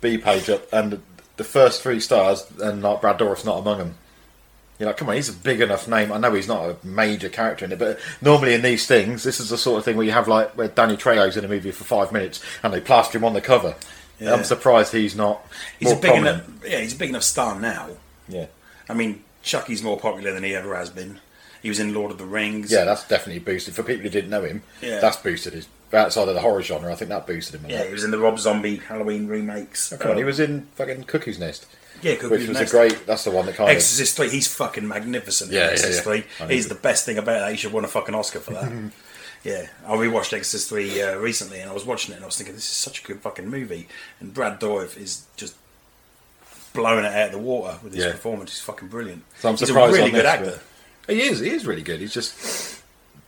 S4: IMDb page up, and the first three stars, and like Brad Dourif's not among them. You're like, come on, he's a big enough name. I know he's not a major character in it, but normally in these things, this is the sort of thing where you have like where Danny Trejo's in a movie for five minutes and they plaster him on the cover.
S3: Yeah.
S4: I'm surprised he's not.
S3: He's
S4: more
S3: a big
S4: prominent.
S3: enough, yeah, he's a big enough star now.
S4: Yeah.
S3: I mean, Chucky's more popular than he ever has been. He was in Lord of the Rings.
S4: Yeah, that's definitely boosted for people who didn't know him.
S3: Yeah.
S4: that's boosted his outside of the horror genre. I think that boosted him. a
S3: yeah,
S4: lot.
S3: he was in the Rob Zombie Halloween remakes.
S4: Oh, come on, he was in fucking Cuckoo's Nest.
S3: Yeah, Cuckoo's
S4: which was
S3: Nest.
S4: a great. That's the one that kind of
S3: Exorcist Three. He's fucking magnificent. in
S4: Yeah, yeah,
S3: Exorcist
S4: yeah. I
S3: Three. He's
S4: know.
S3: the best thing about that. He should win a fucking Oscar for that. yeah, I rewatched Exorcist Three uh, recently, and I was watching it, and I was thinking, this is such a good fucking movie. And Brad Dourif is just blowing it out of the water with his
S4: Yeah.
S3: performance. He's fucking brilliant.
S4: So I'm
S3: he's a
S4: surprised
S3: really
S4: on
S3: good
S4: this,
S3: actor.
S4: He is. He is really good. He's just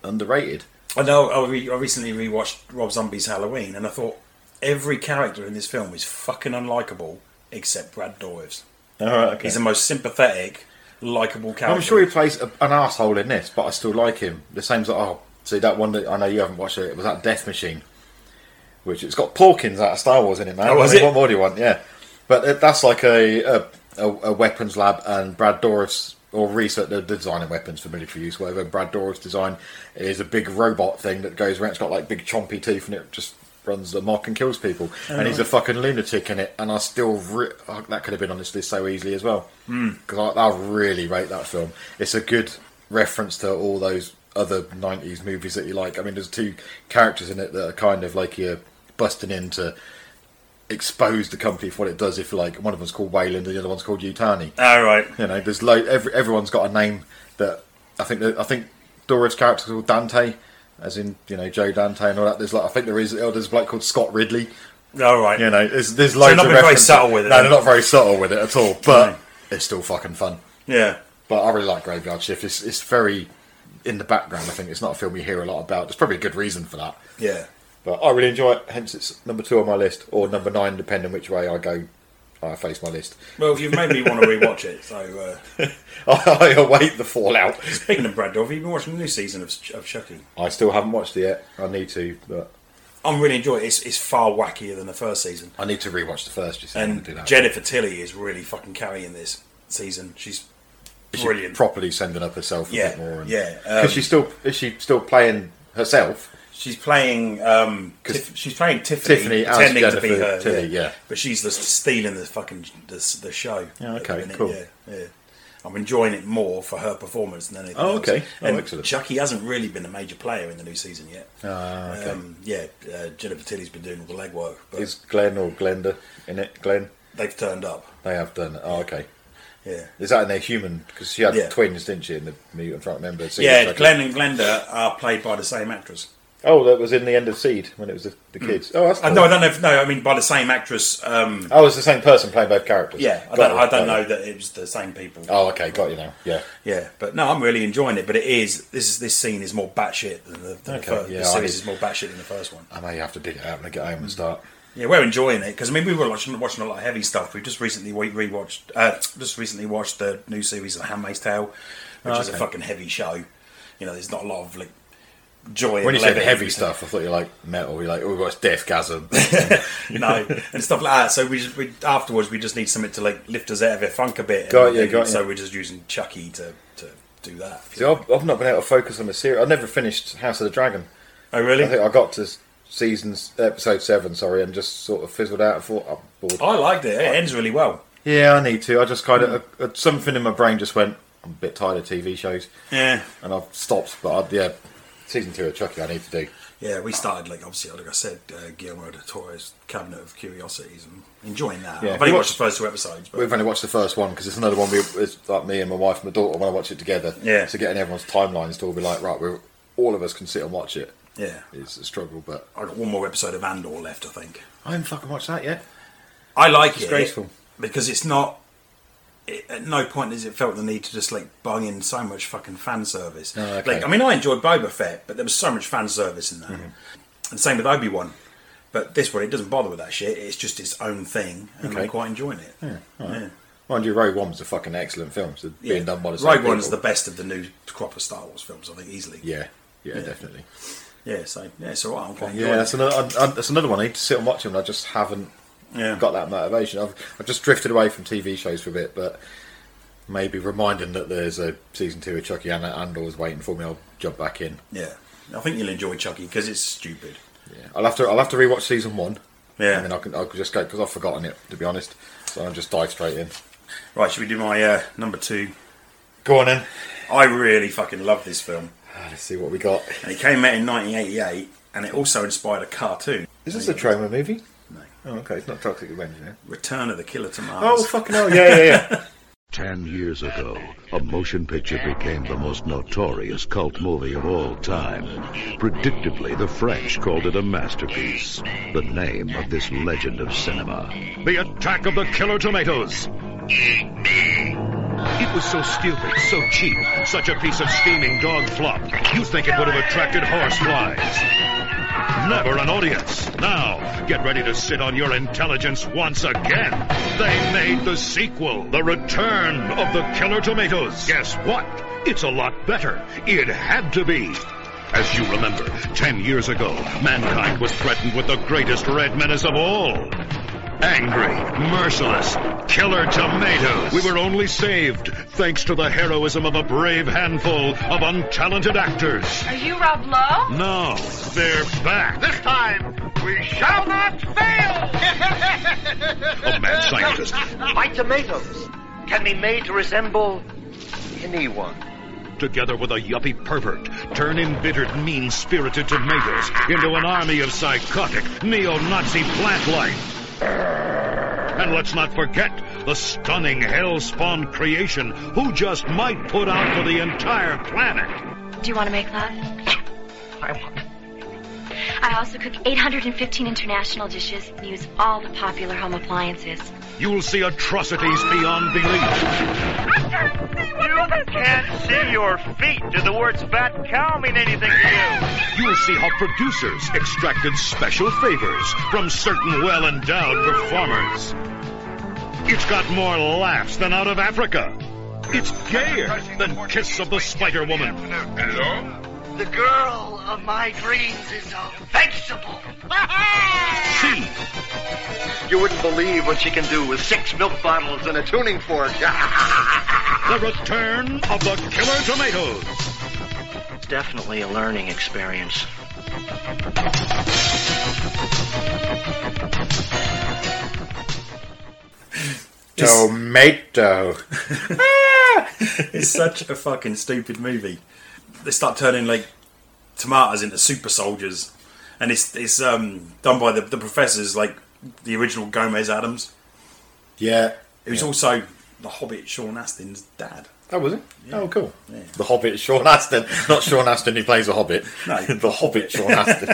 S4: underrated.
S3: I know. I, re- I recently rewatched Rob Zombie's Halloween, and I thought every character in this film is fucking unlikable except Brad Dourif's.
S4: All right. Okay.
S3: He's the most sympathetic, likable character.
S4: I'm sure he plays a, an asshole in this, but I still like him. The same as oh, see that one that I know you haven't watched it. It was that Death Machine, which it's got Porkins out of Star Wars in it, man.
S3: Oh, was
S4: I mean,
S3: it?
S4: What more do you want? Yeah, but it, that's like a a, a, a weapons lab, and Brad Dourif's or research the designing weapons for military use, whatever. Brad Dourif's design is a big robot thing that goes around. It's got like big chompy teeth, and it just runs the mock and kills people.
S3: Oh,
S4: and he's a
S3: right.
S4: fucking lunatic in it. And I still re- oh, that could have been on this list so easily as well because I, I really rate that film. It's a good reference to all those other '90s movies that you like. I mean, there's two characters in it that are kind of like you're busting in to expose the company for what it does. If you like, one of them's called Wayland and the other one's called Utani.
S3: All right.
S4: You know, there's like every, everyone's got a name that I think that, I think Dora's character's called Dante, as in you know Joe Dante and all that. There's like I think there is oh, there's a bloke called Scott Ridley.
S3: All right.
S4: You know, there's, there's
S3: So
S4: loads
S3: they're not
S4: of
S3: being very
S4: references.
S3: subtle with it,
S4: No,
S3: then. Hmm.
S4: they're not very subtle with it at all. But it's still fucking fun.
S3: Yeah.
S4: But I really like Graveyard Shift. It's it's very in the background. I think it's not a film you hear a lot about. There's probably a good reason for that.
S3: Yeah.
S4: But I really enjoy it. Hence, it's number two on my list, or number nine, depending which way I go. I face my list.
S3: Well, you've made me want to rewatch it, so. Uh...
S4: I await the fallout.
S3: Speaking of Brad Dourif, have you been watching the new season of, of Chucky?
S4: I still haven't watched it yet. I need to, but
S3: I'm really enjoying it. It's, it's far wackier than the first season.
S4: I need to rewatch the first. You see, I'm
S3: And
S4: gonna do that.
S3: Jennifer Tilly is really fucking carrying this season. She's
S4: Is she
S3: brilliant.
S4: properly sending up herself a
S3: Yeah,
S4: bit more. And,
S3: yeah, um,
S4: because she's still is she still playing herself?
S3: She's playing. Um, Tiff- she's playing Tiffany,
S4: Tiffany as
S3: pretending to be
S4: Jennifer
S3: her.
S4: Tilly,
S3: yeah.
S4: yeah.
S3: but she's the, stealing the fucking the, the show.
S4: Yeah,
S3: at the
S4: okay,
S3: minute,
S4: cool.
S3: Yeah, yeah. I'm enjoying it more for her performance than anything.
S4: Oh,
S3: else.
S4: okay. Oh,
S3: and
S4: excellent.
S3: Chucky hasn't really been a major player in the new season yet.
S4: Ah, okay.
S3: Um, yeah, uh, Jennifer Tilly's been doing all the legwork, but
S4: Is Glenn or Glenda in it? Glenn.
S3: they've turned up.
S4: They have done. it. Oh, okay.
S3: Yeah.
S4: Is that in their human? Because she had
S3: Yeah.
S4: twins, didn't she? In the mute, I can't remember. It seems
S3: yeah,
S4: like
S3: Glenn
S4: it.
S3: and Glenda are played by the same actress.
S4: Oh, that was in the end of Seed when it was the, the kids. Oh, that's
S3: Uh,
S4: cool.
S3: no, I don't know. If, no, I mean by the same actress. Um,
S4: Oh, it's the same person playing both characters.
S3: yeah, I
S4: Got
S3: don't.
S4: you,
S3: I don't
S4: got
S3: know
S4: you.
S3: that it was the same people.
S4: Oh, okay, got you now. Yeah.
S3: Yeah, but no, I'm really enjoying it. But it is this is this scene is more batshit than the, than
S4: Okay,
S3: the first.
S4: yeah,
S3: this
S4: I
S3: series
S4: need-
S3: is more batshit than the first one.
S4: I may have to dig it out when I get home and start.
S3: Yeah, we're enjoying it because I mean we were watching, watching a lot of heavy stuff. We just recently we rewatched, uh, just recently watched the new series of Handmaid's Tale, which
S4: Oh,
S3: is a
S4: okay.
S3: fucking heavy show. You know, there's not a lot of like joy.
S4: When
S3: and
S4: you said
S3: levity.
S4: heavy stuff, I thought you like metal. You're like, oh, we've got deathgasm.
S3: no, and stuff like that. So we just we afterwards we just need something to like lift us out of our funk a bit.
S4: Got
S3: And
S4: you, got
S3: So
S4: you.
S3: we're just using Chucky to to do that.
S4: See, I've, I've not been able to focus on the series. I never finished House of the Dragon.
S3: Oh, really?
S4: I think I got to seasons episode seven, sorry, and just sort of fizzled out. and thought I'm bored.
S3: I liked it. It ends really well.
S4: Yeah, I need to. I just kind of uh, uh, something in my brain just went. I'm a bit tired of TV shows.
S3: Yeah.
S4: and I've stopped. But I, yeah, season two of Chucky, I need to do.
S3: Yeah, we started like obviously, like I said, uh, Guillermo del Toro's Cabinet of Curiosities, and enjoying that.
S4: Yeah,
S3: I've only
S4: we
S3: watched
S4: watched-
S3: the first two episodes, but
S4: We've only watched the first one because it's another one. We, it's like me and my wife and my daughter want to watch it together.
S3: Yeah.
S4: So getting everyone's timelines to all be like, right, we're all of us can sit and watch it.
S3: yeah,
S4: It's a struggle, but
S3: I got one more episode of Andor left, I think.
S4: I haven't fucking watched that yet.
S3: I like it
S4: Disgraceful.
S3: because it's not. It, at no point has it felt the need to just like bung in so much fucking fan service.
S4: Oh, okay.
S3: Like, I mean, I enjoyed Boba Fett, but there was so much fan service in that,
S4: Mm-hmm.
S3: and same with Obi Wan. But this one, it doesn't bother with that shit. It's just its own thing, and
S4: Okay.
S3: I'm quite enjoying it.
S4: Yeah, all right.
S3: Yeah.
S4: Mind you, Rogue One was a fucking excellent film. So being done by the same
S3: Rogue One is the
S4: people.
S3: best of the new crop of Star Wars films, I think, easily.
S4: Yeah, yeah,
S3: Yeah.
S4: definitely.
S3: Yeah, so yeah, it's all right. I'm quite
S4: Yeah,
S3: yeah,
S4: that's another. I, I, that's another one. I need to sit and watch them. And I just haven't
S3: Yeah.
S4: got that motivation. I've, I've just drifted away from TV shows for a bit, but maybe reminding that there's a season two of Chucky and Andor's waiting for me. I'll jump back in.
S3: yeah. I think you'll enjoy Chucky because it's stupid.
S4: Yeah, I'll have to. I'll have to rewatch season one.
S3: Yeah.
S4: and then I can. I'll just go because I've forgotten it to be honest. So I'll just dive straight in.
S3: Right, should we do my uh, number two?
S4: Go on in.
S3: I really fucking love this film.
S4: Let's see what we got.
S3: And it came out in 1988, and it also inspired a cartoon.
S4: Is this a trauma movie? No. Oh, okay. It's not Toxic Avenger. yeah.
S20: eh?
S3: Return of the Killer Tomatoes.
S4: Oh, fucking hell! Yeah, yeah, yeah.
S18: Ten years ago, a motion picture became the most notorious cult movie of all time. Predictably, the French called it a masterpiece. The name of this legend of cinema.
S20: The attack of the killer tomatoes. It was so stupid, so cheap, such a piece of steaming dog flop. You think it would have attracted horseflies. Never an audience. Now, get ready to sit on your intelligence once again. They made the sequel, The Return of the Killer Tomatoes. Guess what? It's a lot better. It had to be. As you remember, ten years ago, mankind was threatened with the greatest red menace of all. angry, merciless, killer tomatoes. We were only saved thanks to the heroism of a brave handful of untalented actors.
S21: Are you Rob Lowe?
S20: Now they're back.
S14: This time, we shall not fail!
S20: A mad scientist.
S22: My tomatoes can be made to resemble anyone.
S20: Together with a yuppie pervert, turn embittered, mean spirited tomatoes into an army of psychotic, neo Nazi plant life. And let's not forget the stunning hellspawn creation who just might put out for the entire planet.
S23: Do you want to make love?
S22: I want.
S23: I also cook 815 international dishes and use all the popular home appliances.
S20: You'll see atrocities beyond belief.
S22: You can't see your feet. Do the words fat cow mean anything to
S20: You'll see how producers extracted special favors from certain well endowed performers. It's got more laughs than out of Africa. It's gayer than Kiss of the Spider Woman.
S22: Hello? The girl of my dreams is a vegetable.
S20: See,
S22: You wouldn't believe what she can do with six milk bottles and a tuning fork.
S20: the return of the killer tomatoes.
S22: It's definitely a learning experience.
S4: Tomato.
S3: it's such a fucking stupid movie. They start turning like tomatoes into super soldiers, and it's it's um, done by the, the professors like the original Gomez Adams,
S4: Yeah.
S3: who's
S4: yeah.
S3: also the Hobbit Sean Astin's dad.
S4: Oh, was it? Oh, cool.
S3: Yeah.
S4: The Hobbit, Sean Astin. Not Sean Astin who plays a Hobbit.
S3: No.
S4: the Hobbit, Sean Astin.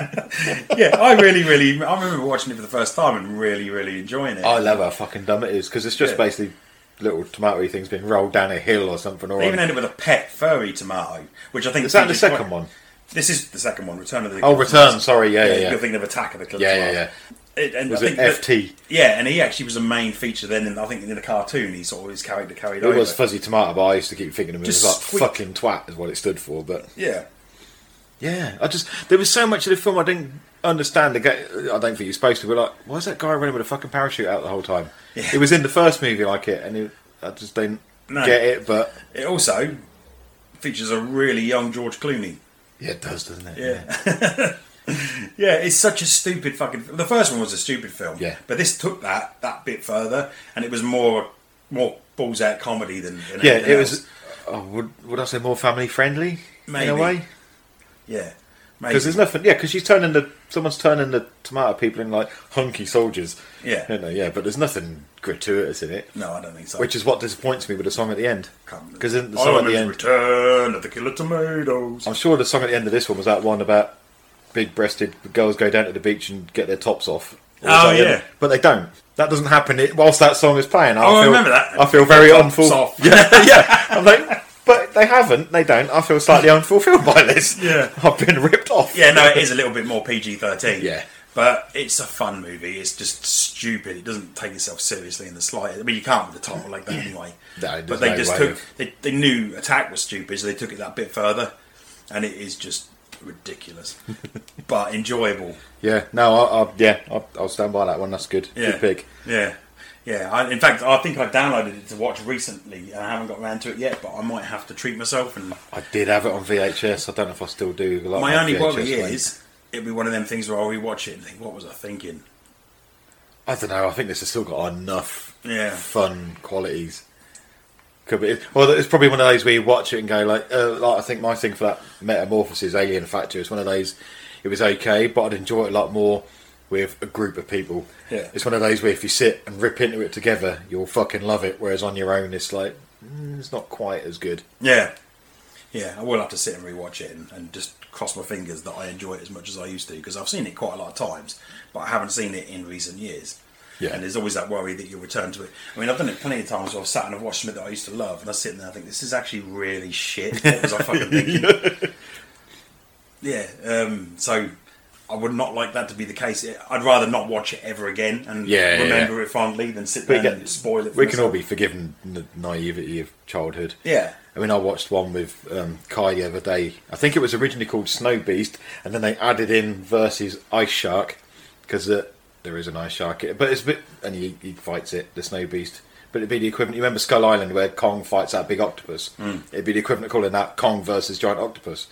S3: yeah, I really, really, I remember watching it for the first time and really, really enjoying it.
S4: I love how fucking dumb it is because it's just
S3: Yeah.
S4: basically little tomatoey things being rolled down a hill or something. Or
S3: They even ended with a pet furry tomato, which I think
S4: Is that the
S3: features quite-
S4: second one?
S3: This is the second one, Return of the.
S4: Oh, Return, sorry, yeah, yeah, yeah.
S3: You're thinking of Attack of the Killer
S4: Yeah, yeah,
S3: Tomatoes.
S4: yeah.
S3: It, and
S4: Was
S3: I think
S4: it
S3: that-
S4: FT?
S3: yeah, and he actually was a main feature then. And I think in the cartoon, he sort of his character carried
S4: It
S3: over.
S4: was Fuzzy Tomato, but I used to keep thinking of it
S3: Just
S4: as like
S3: squeak-
S4: fucking twat is what it stood for. But
S3: yeah,
S4: yeah, I just there was so much of the film I didn't understand. The guy, I don't think you're supposed to. But like, why is that guy running with a fucking parachute out the whole time? It was in the first movie like it, and it, I just didn't
S3: No.
S4: get it. But
S3: it also features a really young George Clooney.
S4: yeah, it does, doesn't it?
S3: Yeah. Yeah, it's such a stupid fucking. The first one was a stupid film.
S4: Yeah.
S3: but this took that that bit further, and it was more more balls out comedy than, than
S4: yeah,
S3: anything
S4: it
S3: else.
S4: was. Oh, would would I say more family friendly in
S3: Maybe.
S4: a way?
S3: Yeah,
S4: Because there's nothing. Yeah, because she's turning the someone's turning the tomato people in like hunky soldiers.
S3: Yeah.
S4: You know, yeah, but there's nothing gratuitous in it,
S3: No, I don't think so.
S4: which is what disappoints me with the song at the end. Because the
S3: I
S4: song at
S3: remember
S4: the
S3: the
S4: end,
S3: Return of the Killer Tomatoes.
S4: I'm sure the song at the end of this one was that one about big-breasted girls go down to the beach and get their tops off.
S3: Oh,
S4: Or was that the
S3: yeah.
S4: other- but they don't. That doesn't happen. It, whilst that song is playing, I
S3: Oh, I
S4: feel,
S3: remember that.
S4: I feel very
S3: Tops
S4: unfulfilled.
S3: off.
S4: Yeah, yeah. I'm like, but they haven't. They don't. I feel slightly unfulfilled by this.
S3: Yeah.
S4: I've been ripped off.
S3: Yeah, no, it is a little bit more PG thirteen.
S4: Yeah.
S3: but it's a fun movie. It's just stupid. It doesn't take itself seriously in the slightest. I mean, you can't with a title like that anyway.
S4: No, there's
S3: but they
S4: no
S3: just
S4: way
S3: took
S4: of-
S3: they, they knew attack was stupid, so they took it that bit further, and it is just ridiculous, but enjoyable.
S4: Yeah, no, I, I, yeah, I, I'll stand by that one. That's good.
S3: Yeah.
S4: Good pick.
S3: Yeah, yeah. I, in fact, I think I downloaded it to watch recently, and I haven't got around to it yet. But I might have to treat myself. And
S4: I did have it on VHS. I don't know if I still do. I like
S3: my only
S4: VHS
S3: worry
S4: ones.
S3: is it'll be one of them things where I'll rewatch it and think, "What was I thinking?"
S4: I don't know. I think this has still got enough
S3: Yeah.
S4: fun qualities. Could be. Well, it's probably one of those where you watch it and go like, uh, like I think my thing for that Metamorphosis Alien Factor is one of those. It was okay, but I'd enjoy it a lot more with a group of people.
S3: Yeah.
S4: It's one of those where if you sit and rip into it together, you'll fucking love it. Whereas on your own, it's like mm, it's not quite as good.
S3: Yeah, yeah. I will have to sit and rewatch it and, and just cross my fingers that I enjoy it as much as I used to because I've seen it quite a lot of times, but I haven't seen it in recent years.
S4: Yeah.
S3: And there's always that worry that you'll return to it. I mean, I've done it plenty of times where I've sat and I've watched something that I used to love, and I sit there and I think, this is actually really shit. What was I fucking thinking? yeah. Um, so I would not like that to be the case. I'd rather not watch it ever again and
S4: Yeah, yeah,
S3: remember it fondly than sit
S4: But
S3: there
S4: again,
S3: and spoil it for
S4: we can
S3: myself.
S4: all be forgiven the naivety of childhood.
S3: Yeah.
S4: I mean, I watched one with um, Kai the other day. I think it was originally called Snow Beast, and then they added in versus Ice Shark because uh, There is a nice shark, here, but it's a bit, and he, he fights it, the snow beast. But it'd be the equivalent. You remember Skull Island where Kong fights that big octopus?
S3: Mm.
S4: It'd be the equivalent of calling that Kong versus giant octopus.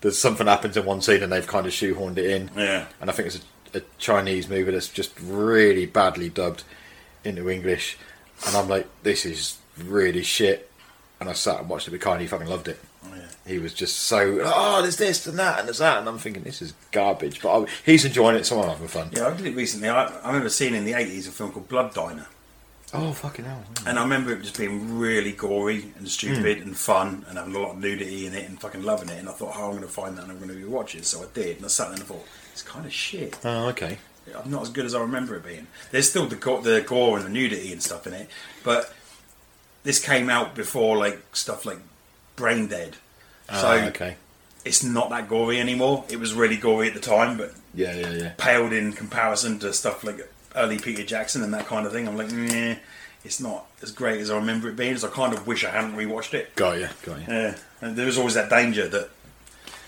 S4: There's something happens in one scene and they've kind of shoehorned it in.
S3: Yeah.
S4: And I think it's a, a Chinese movie that's just really badly dubbed into English. And I'm like, this is really shit. And I sat and watched it with Kai and he fucking loved it.
S3: Oh,
S4: He was just so, oh, there's this and that and there's that. And I'm thinking, this is garbage. But I, he's enjoying it, so I'm having fun.
S3: Yeah, I did it recently. I, I remember seeing in the 80s a film called Blood Diner.
S4: Oh, fucking hell.
S3: And I remember it just being really gory and
S4: Hmm.
S3: stupid and fun and having a lot of nudity in it and fucking loving it. And I thought, oh, I'm going to find that and I'm going to watch it. So I did. And I sat there and I thought, it's kind of shit.
S4: Oh, okay.
S3: I'm not as good as I remember it being. There's still the gore, the gore and the nudity and stuff in it, but this came out before like stuff like Brain Dead. So
S4: Ah, okay.
S3: it's not that gory anymore. It was really gory at the time, but
S4: Yeah, yeah, yeah.
S3: paled in comparison to stuff like early Peter Jackson and that kind of thing. I'm like, nah, it's not as great as I remember it being. So I kind of wish I hadn't rewatched it.
S4: Got you, got you.
S3: Yeah, and there was always that danger that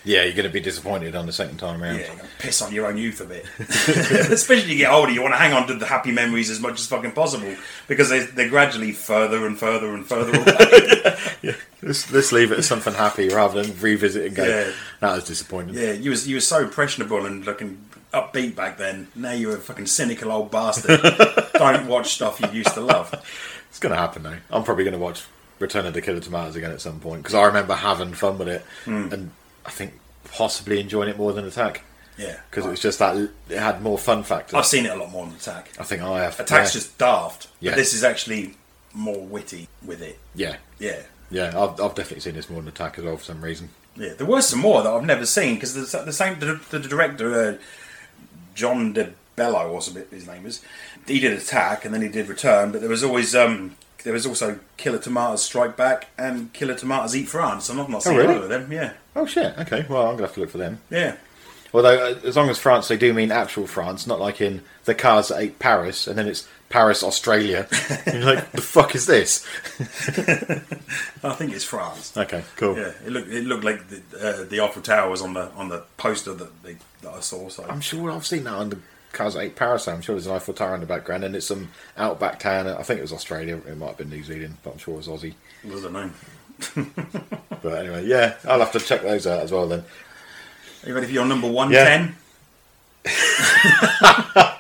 S4: Yeah, you're going to be disappointed on the second time
S3: yeah,
S4: round.
S3: you're gonna piss on your own youth a bit. Especially you get older, you want to hang on to the happy memories as much as fucking possible because they, they're gradually further and further and further away.
S4: Let's, let's leave it as something happy rather than revisit and go,
S3: Yeah.
S4: that was disappointing.
S3: yeah, you was you were so impressionable and looking upbeat back then. Now you're a fucking cynical old bastard. Don't watch stuff you used to love.
S4: It's going to happen though. I'm probably going to watch Return of the Killer Tomatoes again at some point because I remember having fun with it
S3: Mm.
S4: and I think possibly enjoying it more than Attack
S3: Yeah,
S4: because it was just that it had more fun factors.
S3: I've seen it a lot more on Attack.
S4: I think I have.
S3: Attack's
S4: yeah.
S3: just daft.
S4: Yeah.
S3: But this is actually more witty with it.
S4: yeah,
S3: Yeah.
S4: yeah. I've, I've definitely seen this more than Attack as well for some reason.
S3: Yeah, there were some more that I've never seen because the, the same the, the director uh, John De Bello or something his name is. He did Attack and then he did Return, but there was always um there was also Killer Tomatoes Strike Back and Killer Tomatoes Eat France, and I've not seen
S4: really?
S3: either of them. Yeah,
S4: Oh shit. Okay. Well, I'm gonna have to look for them.
S3: yeah,
S4: Although, uh, as long as France, they do mean actual France, not like in the cars that ate Paris, and then it's Paris, Australia. And you're like, the fuck is this?
S3: I think it's France.
S4: Okay, cool.
S3: Yeah, it looked it looked like the uh, the Eiffel Tower was on the on the poster that they, that I saw. So
S4: I'm sure I've seen that on the cars that ate Paris. I'm sure there's an Eiffel Tower in the background, and it's some outback town. I think it was Australia. It might have been New Zealand, but I'm sure it was Aussie.
S3: I don't know.
S4: But anyway, yeah, I'll have to check those out as well then.
S3: Are you ready for your number one
S4: Yeah.
S3: ten?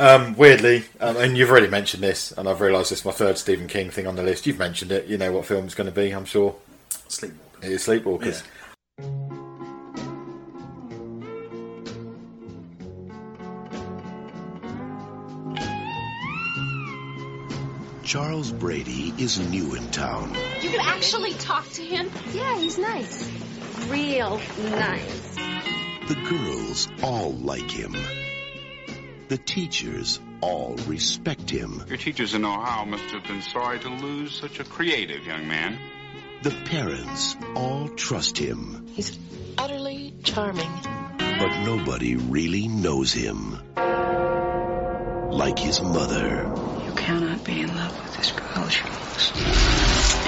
S4: Um, weirdly, um, and you've already mentioned this, and I've realised this is my third Stephen King thing on the list. You've mentioned it. You know what film it's going to be, I'm sure.
S3: Sleepwalker.
S4: It is Sleepwalkers.
S5: Charles Brady is new in town.
S2: You can actually talk to him? Yeah, he's nice. Real nice.
S5: The girls all like him. The teachers all respect him.
S11: Your teachers in Ohio must have been sorry to lose such a creative young man.
S5: The parents all trust him.
S2: Utterly charming.
S5: But nobody really knows him. Like his mother.
S2: You cannot be in love with this girl, Charles.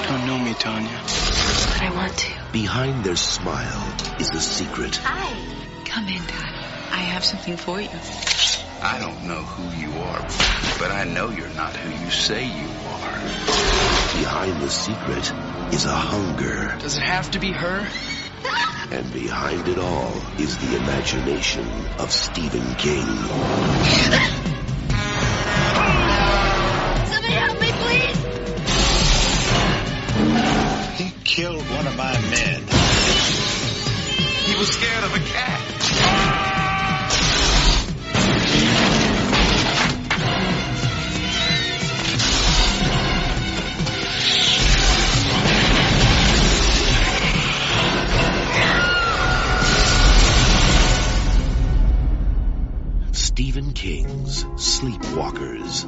S5: Don't know me, Tanya.
S2: But I want to.
S5: Behind their smile is a secret.
S2: Hi. Come in, Dad. I have something for you.
S21: I don't know who you are, but I know you're not who you say you are.
S5: Behind the secret is a hunger.
S21: Does it have to be her?
S5: And behind it all is the imagination of Stephen King.
S2: Somebody help me, please!
S8: He killed one of my men. He was scared of a cat.
S5: Stephen King's Sleepwalkers.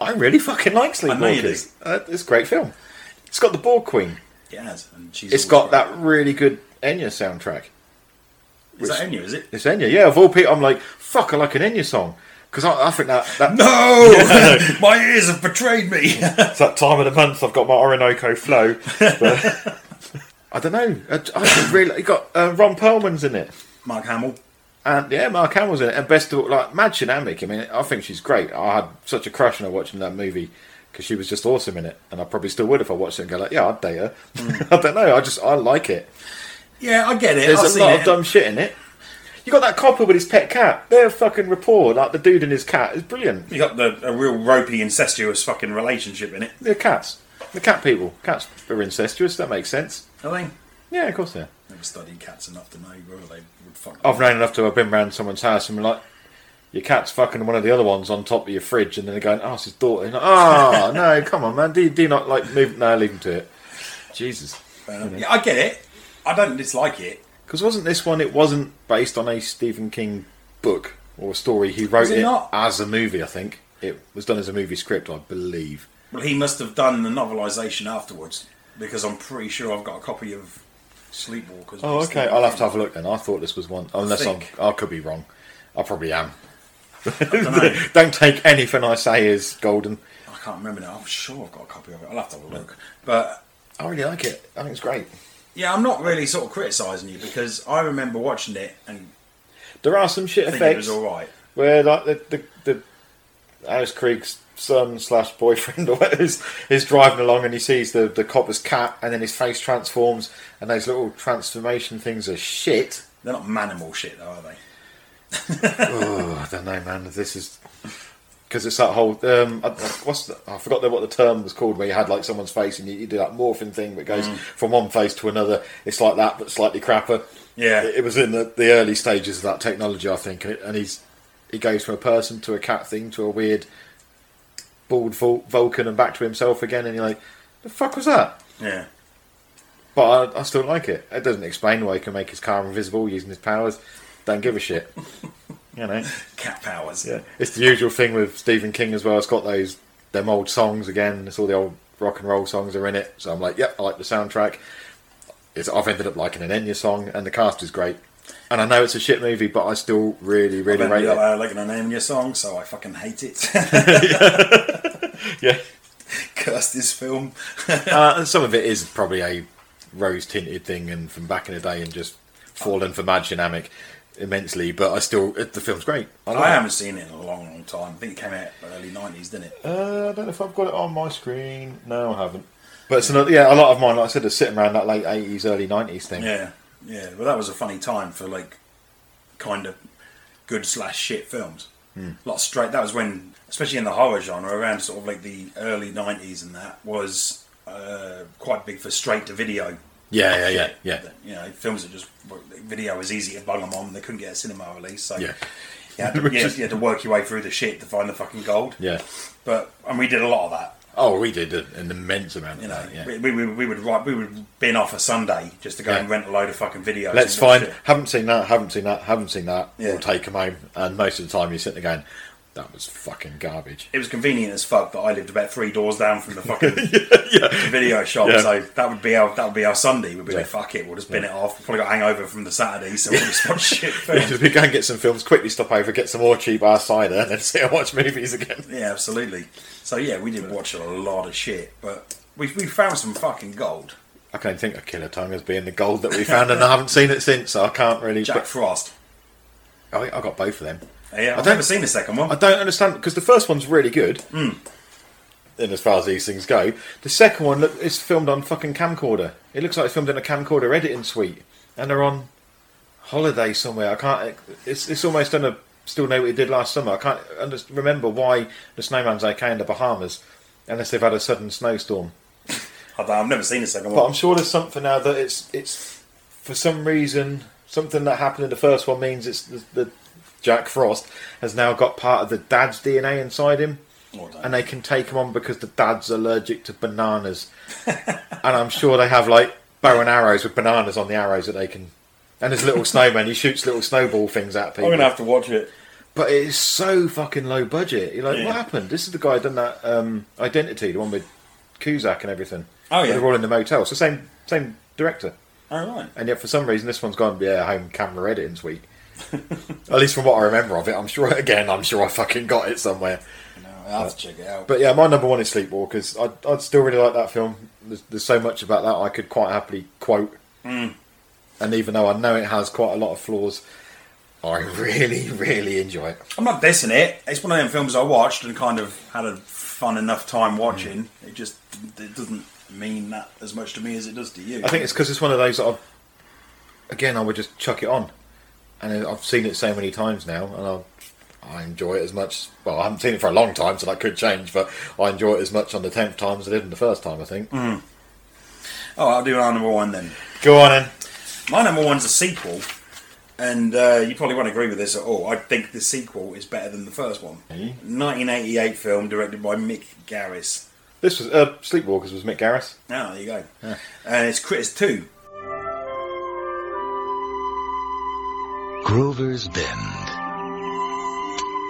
S4: I really fucking like Sleepwalkers.
S3: I know you do.
S4: Uh, it's a great film. It's got the Borg Queen.
S3: It has, and she's
S4: it's
S3: always
S4: got that really good Enya soundtrack.
S3: Is that Enya, is it?
S4: It's Enya, yeah. Of all people, I'm like, fuck, I like an Enya song. Because I, I think that, that
S3: no, my ears have betrayed me.
S4: it's that time of the month I've got my Orinoco flow. But I don't know. I, I just really you got uh, Ron Perlman's in it.
S3: Mark Hamill.
S4: And yeah, Mark Hamill's in it. And best of all, like Mad Shinamic. I mean, I think she's great. I had such a crush on her watching that movie because she was just awesome in it. And I probably still would if I watched it and go like, yeah, I'd date her. I don't know. I just I like it.
S3: Yeah, I get it.
S4: There's
S3: Mm. I've
S4: a
S3: seen
S4: lot
S3: it.
S4: of dumb shit in it. You got that copper with his pet cat. They're fucking rapport. Like the dude and his cat is brilliant.
S3: You got the a real ropey, incestuous fucking relationship in it.
S4: They're cats. The cat people. Cats are incestuous. That makes sense.
S3: Are they?
S4: Yeah, of course they are.
S3: Never studied cats enough to know whether they would fuck.
S4: I've known enough to have been round someone's house and been like, your cat's fucking one of the other ones on top of your fridge, and then they're going, oh, it's his daughter. And you're like, oh, no, come on, man. Do, do not like move? No, leave him to it. Jesus.
S3: Um, yeah, I get it. I don't dislike it.
S4: Because wasn't this one, it wasn't based on a Stephen King book or story. He wrote
S3: Was it
S4: it,
S3: not?
S4: as a movie, I think. It was done as a movie script, I believe.
S3: Well, he must have done the novelisation afterwards because I'm pretty sure I've got a copy of Sleepwalkers.
S4: Oh,
S3: Sleepwalkers.
S4: okay. I'll have to have a look then. I thought this was one. Unless I'm,
S3: think.
S4: I could be wrong. I probably am.
S3: dunno.
S4: Don't take anything I say as golden.
S3: I can't remember now. I'm sure I've got a copy of it. I'll have to have a look. But
S4: I really like it. I think it's great.
S3: yeah, I'm not really sort of criticising you because I remember watching it and
S4: There are some shit
S3: thinking it
S4: effects
S3: was all right.
S4: where like the the, the Alice Krieg's son slash boyfriend or whatever is, is driving along and he sees the the copper's cat and then his face transforms and those little transformation things are shit.
S3: They're not manimal shit, though, are they?
S4: oh, I don't know, man. This is because it's that whole um, I, what's the, I forgot what the term was called where you had like someone's face and you, you do that morphing thing that goes from one face to another. It's like that, but slightly crapper.
S3: Yeah.
S4: it, it was in the, the early stages of that technology, I think. And, it, and he's he goes from a person to a cat thing to a weird bald Vul- Vulcan and back to himself again. And you're like, the fuck was that?
S3: Yeah.
S4: But I, I still like it. It doesn't explain why he can make his car invisible using his powers. Don't give a shit. you know.
S3: Cat powers.
S4: Yeah. It's the usual thing with Stephen King as well. It's got those them old songs again. It's all the old rock and roll songs are in it. So I'm like, yep, I like the soundtrack. It's, I've ended up liking an Enya song, and the cast is great. And I know it's a shit movie, but I still really, really
S3: I've
S4: rate
S3: ended
S4: it.
S3: up liking a name uh, in your song, so I fucking hate it.
S4: Yeah.
S3: Cursed this film.
S4: uh, and some of it is probably a rose tinted thing and from back in the day and just fallen for Mad Dynamic immensely. But I still, it, the film's great.
S3: I,
S4: like it.
S3: haven't seen it in a long, long time. I think it came out early 90s, didn't it?
S4: Uh, I don't know if I've got it on my screen. No, I haven't. But it's another, yeah, a lot of mine, like I said, are sitting around that late 80s, early 90s thing.
S3: Yeah, yeah. Well, that was a funny time for like kind of good slash shit films.
S4: Hmm.
S3: A lot of straight. That was when, especially in the horror genre, around sort of like the early '90s, and that was uh, quite big for straight to video.
S4: Yeah, yeah, yeah, yeah.
S3: You know, films that just video was easy to bung them on. They couldn't get a cinema release, so
S4: Yeah.
S3: you, had to,
S4: Which
S3: you,
S4: is-
S3: you had to work your way through the shit to find the fucking gold.
S4: Yeah.
S3: But and we did a lot of that.
S4: Oh, we did a- an immense amount of
S3: You know,
S4: that, yeah.
S3: we, we, we we would write, we would bin off a Sunday just to go
S4: Yeah.
S3: and rent a load of fucking videos.
S4: Let's
S3: and watch
S4: find,
S3: it.
S4: haven't seen that, haven't seen that, haven't seen that.
S3: Yeah.
S4: We'll take them home. And most of the time you're sitting there going, that was fucking garbage.
S3: it was convenient as fuck that I lived about three doors down from the fucking video shop.
S4: Yeah.
S3: So that would be our that would be our Sunday. We'd be
S4: Yeah.
S3: like, fuck it, we'll just bin
S4: Yeah.
S3: it off. We'll probably got a hangover from the Saturday, so we'll just watch shit.
S4: Because
S3: First.
S4: we go and get some films, quickly stop over, get some more cheap ass cider, and then sit and watch movies again.
S3: yeah, absolutely. So yeah, we did watch a lot of shit, but we we found some fucking gold.
S4: I can only think of Killer Tongue as being the gold that we found, and I haven't seen it since, so I can't really.
S3: Jack Frost.
S4: I, I got both of them.
S3: Yeah,
S4: I
S3: I've
S4: don't-
S3: never seen the second one.
S4: I don't understand because the first one's really good,
S3: Mm.
S4: and as far as these things go, the second one look, it's filmed on fucking camcorder. It looks like it's filmed in a camcorder editing suite, and they're on holiday somewhere. I can't. It's it's almost done a still know what he did last summer. I can't under, remember why the Snowman's okay in the Bahamas, unless they've had a sudden snowstorm.
S3: I don't, I've never seen the second
S4: But I'm
S3: one.
S4: sure there's something now that it's it's for some reason something that happened in the first one means it's the, the Jack Frost has now got part of the dad's DNA inside him, and they can take him on because the dad's allergic to bananas, and I'm sure they have like bow and arrows with bananas on the arrows that they can. And there's a little snowman. He shoots little snowball things at
S3: I'm
S4: people.
S3: gonna have to watch it.
S4: But it is so fucking low budget. You're like,
S3: Yeah.
S4: what happened? This is the guy who done that um, identity, the one with Kuzak and everything.
S3: Oh,
S4: Where
S3: yeah.
S4: They're all in the motel. It's the same same director.
S3: All right.
S4: And yet for some reason this one's gone yeah, home camera editing suite. At least from what I remember of it, I'm sure. Again, I'm sure I fucking got it somewhere.
S3: I'll have to check it out.
S4: But yeah, my number one is Sleepwalkers. I'd, I'd still really like that film. There's, there's so much about that I could quite happily quote.
S3: Mm.
S4: And even though I know it has quite a lot of flaws, I really, really enjoy it.
S3: I'm not dissing it. It's one of them films I watched and kind of had a fun enough time watching.
S4: Mm.
S3: It just it doesn't mean that as much to me as it does to you.
S4: I think it's because it's one of those that I've, again, I would just chuck it on. And I've seen it so many times now, and I'll, I enjoy it as much. Well, I haven't seen it for a long time, so that could change, but I enjoy it as much on the 10th time as I did on the first time, I think.
S3: Mm. Oh, I'll do our number one then.
S4: Go on then.
S3: My number one's a sequel, and uh, you probably won't agree with this at all. I think the sequel is better than the first one. 1988 film directed by Mick Garris.
S4: This was uh, Sleepwalkers was Mick Garris.
S3: Oh, there you go. And it's Critters 2.
S5: Grover's Bend.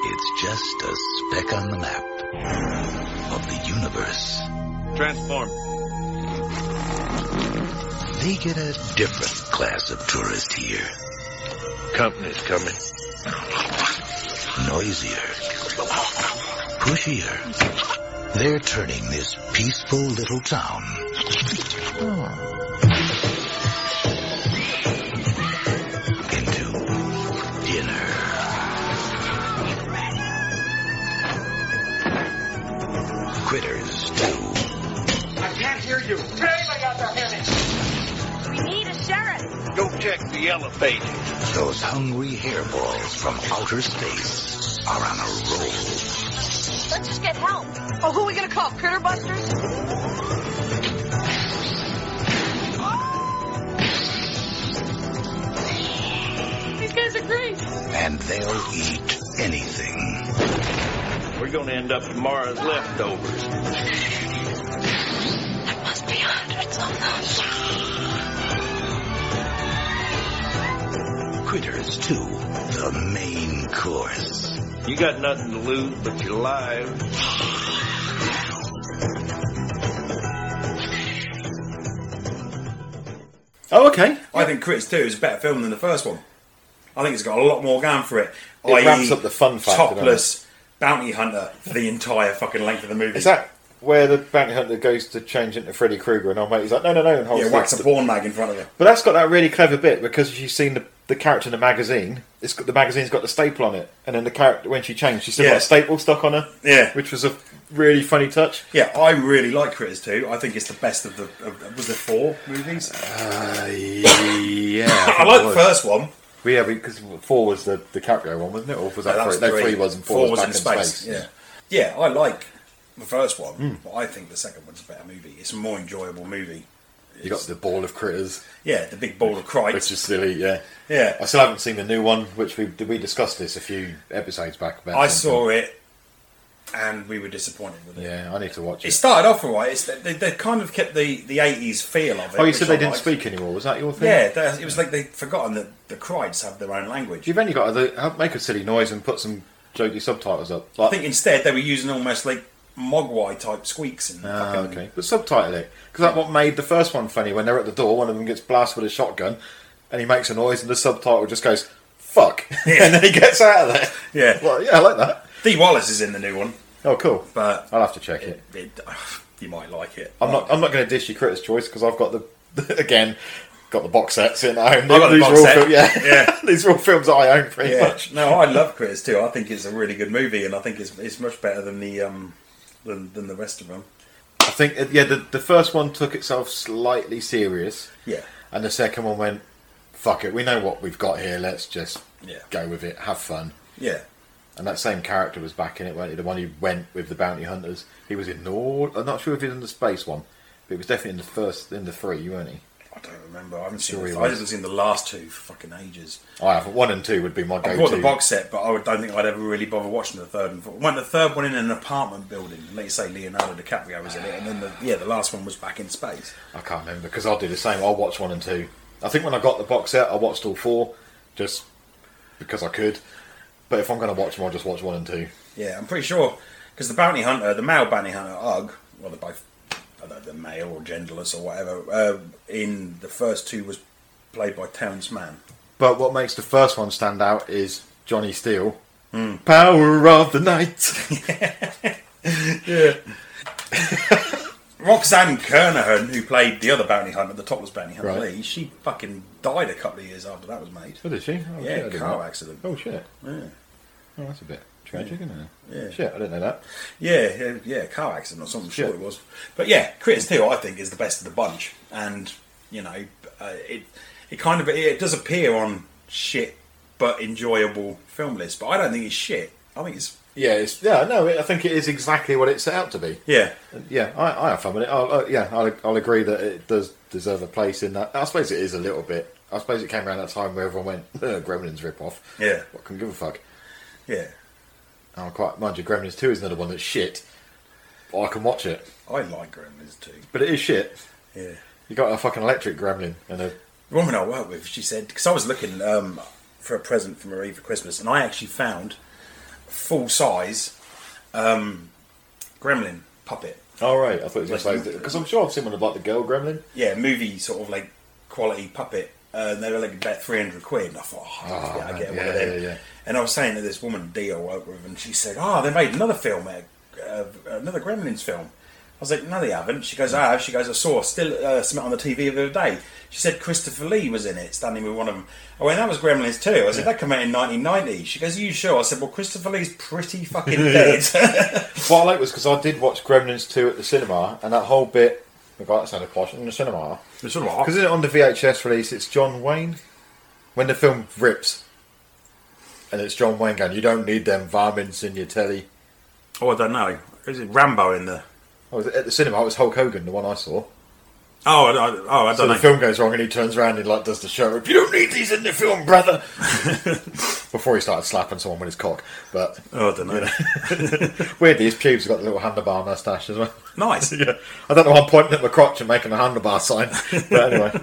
S5: It's just a speck on the map of the universe.
S22: Transform.
S5: They get a different class of tourist here. Company's coming. Noisier. Pushier. They're turning this peaceful little town Hmm. into dinner. Critters do.
S8: I can't hear you.
S19: We need a sheriff.
S5: Go check the elevator. Those hungry hairballs from outer space are on a roll.
S19: Let's just get help. Oh, who are we gonna call? Critter Busters?
S5: These guys are great. And they'll eat anything.
S21: We're going to end up tomorrow's leftovers.
S19: Must be hundreds oh, of
S5: Critters too. The main course.
S21: You got nothing to lose but your life.
S4: Oh, okay.
S3: I think Critters 2 is a better film than the first one. I think it's got a lot more going for it.
S4: It
S3: i.e.
S4: ramps up the fun factor, doesn't
S3: Topless bounty hunter for the entire fucking length of the movie.
S4: Is that where the bounty hunter goes to change into Freddy Krueger and old mate? He's like, no, no, no, and holds
S3: Yeah,
S4: the-
S3: wax a porn mag in front of it.
S4: But that's got that really clever bit because you've seen the, the character in the magazine. It's got the magazine's got the staple on it, and then the character when she changed, she still
S3: Yeah.
S4: got a staple stuck on her.
S3: Yeah.
S4: which was a really funny touch.
S3: Yeah, I really like Critters 2. I think it's the best of the. Of, was there four movies?
S4: Uh, yeah,
S3: I like the first one.
S4: Well, yeah, because four was the the Caprio one, wasn't it? Or was that,
S3: No,
S4: three? No, three wasn't. Four, was, back in space.
S3: Yeah, yeah, I like the first one, but I think the second one's a better movie. It's a more enjoyable movie.
S4: You got the ball of critters.
S3: Yeah, the big ball of cripes.
S4: Which is silly, yeah.
S3: Yeah.
S4: I still haven't seen the new one, which we did we discussed this a few episodes back about.
S3: I
S4: something.
S3: saw it, and we were disappointed with it.
S4: Yeah, I need to watch
S3: It
S4: it.
S3: started off alright. It's they, they kind of kept the the eighties feel of it.
S4: Oh, you
S3: which
S4: said they
S3: I
S4: didn't
S3: liked.
S4: speak anymore. Was that your thing?
S3: Yeah, they- it was like they'd forgotten that the Crides have their own language.
S4: You've only got to have- make a silly noise and put some jokey subtitles up.
S3: I think instead they were using almost like mogwai type squeaks and
S4: Ah,
S3: fucking
S4: okay. But subtitle it. Because that's what made the first one funny. When they're at the door, one of them gets blasted with a shotgun and he makes a noise and the subtitle just goes, fuck. and then he gets out of there.
S3: yeah.
S4: Well, yeah, I like that.
S3: Dee Wallace is in the new one,
S4: Oh, cool.
S3: but
S4: I'll have to check it.
S3: it, you might like it.
S4: I'm not I'm not going to dish your Critter's Choice because I've got the, again, got the box set sitting at home.
S3: I've got the
S4: These
S3: box
S4: are all
S3: set.
S4: fil- yeah.
S3: Yeah.
S4: These are all films that I own pretty
S3: Yeah.
S4: much.
S3: No, I love Critters too. I think it's a really good movie, and I think it's it's much better than the um than, than the rest of them.
S4: I think, uh, yeah, the, the first one took itself slightly serious.
S3: Yeah.
S4: And the second one went, fuck it, we know what we've got here, let's just
S3: Yeah.
S4: go with it, have fun.
S3: Yeah.
S4: And that same character was back in it, weren't he? The one who went with the bounty hunters. He was in all. I'm not sure if he was in the space one, but he was definitely in the first, in the three, weren't he?
S3: I don't remember. I haven't seen.
S4: Sure
S3: the,
S4: he
S3: I
S4: was.
S3: haven't seen the last two for fucking ages.
S4: I haven't. One and two would be my
S3: I
S4: go-to.
S3: bought the box set, but I would- don't think I'd ever really bother watching the third and fourth. Went the third one in an apartment building, and they say Leonardo DiCaprio was in it, and then the, yeah, the last one was back in space.
S4: I can't remember because I'll do the same. I'll watch one and two. I think when I got the box set, I watched all four, just because I could. But if I'm going to watch them, I'll just watch one and two.
S3: Yeah, I'm pretty sure because the bounty hunter, the male bounty hunter, Ugg, well, they're both I don't know, they're male or genderless or whatever. Uh, in the first two was played by Terrence Mann.
S4: But what makes the first one stand out is Johnny Steele. Hmm. Power of the night.
S3: yeah. Roxanne Kernahan, who played the other bounty hunter, the topless bounty hunter
S4: Right.
S3: Lee, she fucking died a couple of years after that was made.
S4: Oh, did she? Oh, shit, I
S3: yeah,
S4: didn't
S3: car
S4: know.
S3: accident.
S4: Oh, shit.
S3: Yeah.
S4: Oh, that's a bit tragic, isn't it?
S3: Yeah.
S4: Shit, I didn't know that.
S3: Yeah, yeah, yeah, car accident or something. Sure, it was. But yeah, Critters Two, I think, is the best of the bunch, and you know, uh, it it kind of it does appear on shit but enjoyable film lists, but I don't think it's shit. I think it's
S4: Yeah, it's, yeah, no, I think it is exactly what it's set out to be.
S3: yeah,
S4: Yeah, I, I have fun with it. I'll, uh, yeah, I'll, I'll agree that it does deserve a place in that. I suppose it is a little bit. I suppose it came around that time where everyone went, "Ugh, Gremlins rip-off.
S3: Yeah.
S4: What can give a fuck?
S3: yeah.
S4: And I'm quite, mind you, Gremlins 2 is another one that's shit. But I can watch it.
S3: I like Gremlins Two.
S4: But it is shit.
S3: Yeah.
S4: You got a fucking electric gremlin and a.
S3: The woman I work with, she said, because I was looking um, for a present for Marie for Christmas, and I actually found full size um, gremlin puppet.
S4: Oh, right. I thought it was going to say. Because I'm sure I've seen one of like the girl gremlin.
S3: yeah, movie sort of like quality puppet, uh, and they were like about three hundred quid. And I thought, oh,
S4: Oh,
S3: yeah, I
S4: man,
S3: get one
S4: yeah,
S3: of them.
S4: yeah, yeah.
S3: And I was saying to this woman, D, I work with, and she said, oh, they made another film, uh, uh, another Gremlins film. I was like, no, they haven't. She goes, ah, she goes, I saw still uh, something on the TV the other day. She said Christopher Lee was in it, standing with one of them. I went, that was Gremlins too. I said, that came out in 1990. She goes, Are you sure? I said, well, Christopher Lee's pretty fucking dead.
S4: what I like was because I did watch Gremlins 2 at the cinema, and that whole bit. My God, that sounded posh. In the cinema.
S3: The cinema.
S4: Because on the VHS release, it's John Wayne. When the film rips, and it's John Wayne going, You don't need them varmints in your telly.
S3: oh, I don't know. Is it Rambo in there?
S4: I was at the cinema, it was Hulk Hogan, the one I saw.
S3: Oh, I, I- oh, I don't
S4: So
S3: know.
S4: the film goes wrong and he turns around and like does the show. You don't need these in the film, brother. Before he started slapping someone with his cock, but
S3: Oh, I don't know.
S4: weirdly his pubes have got the little handlebar mustache as well.
S3: Nice.
S4: yeah, I don't know. why I'm pointing at my crotch and making a handlebar sign, but anyway.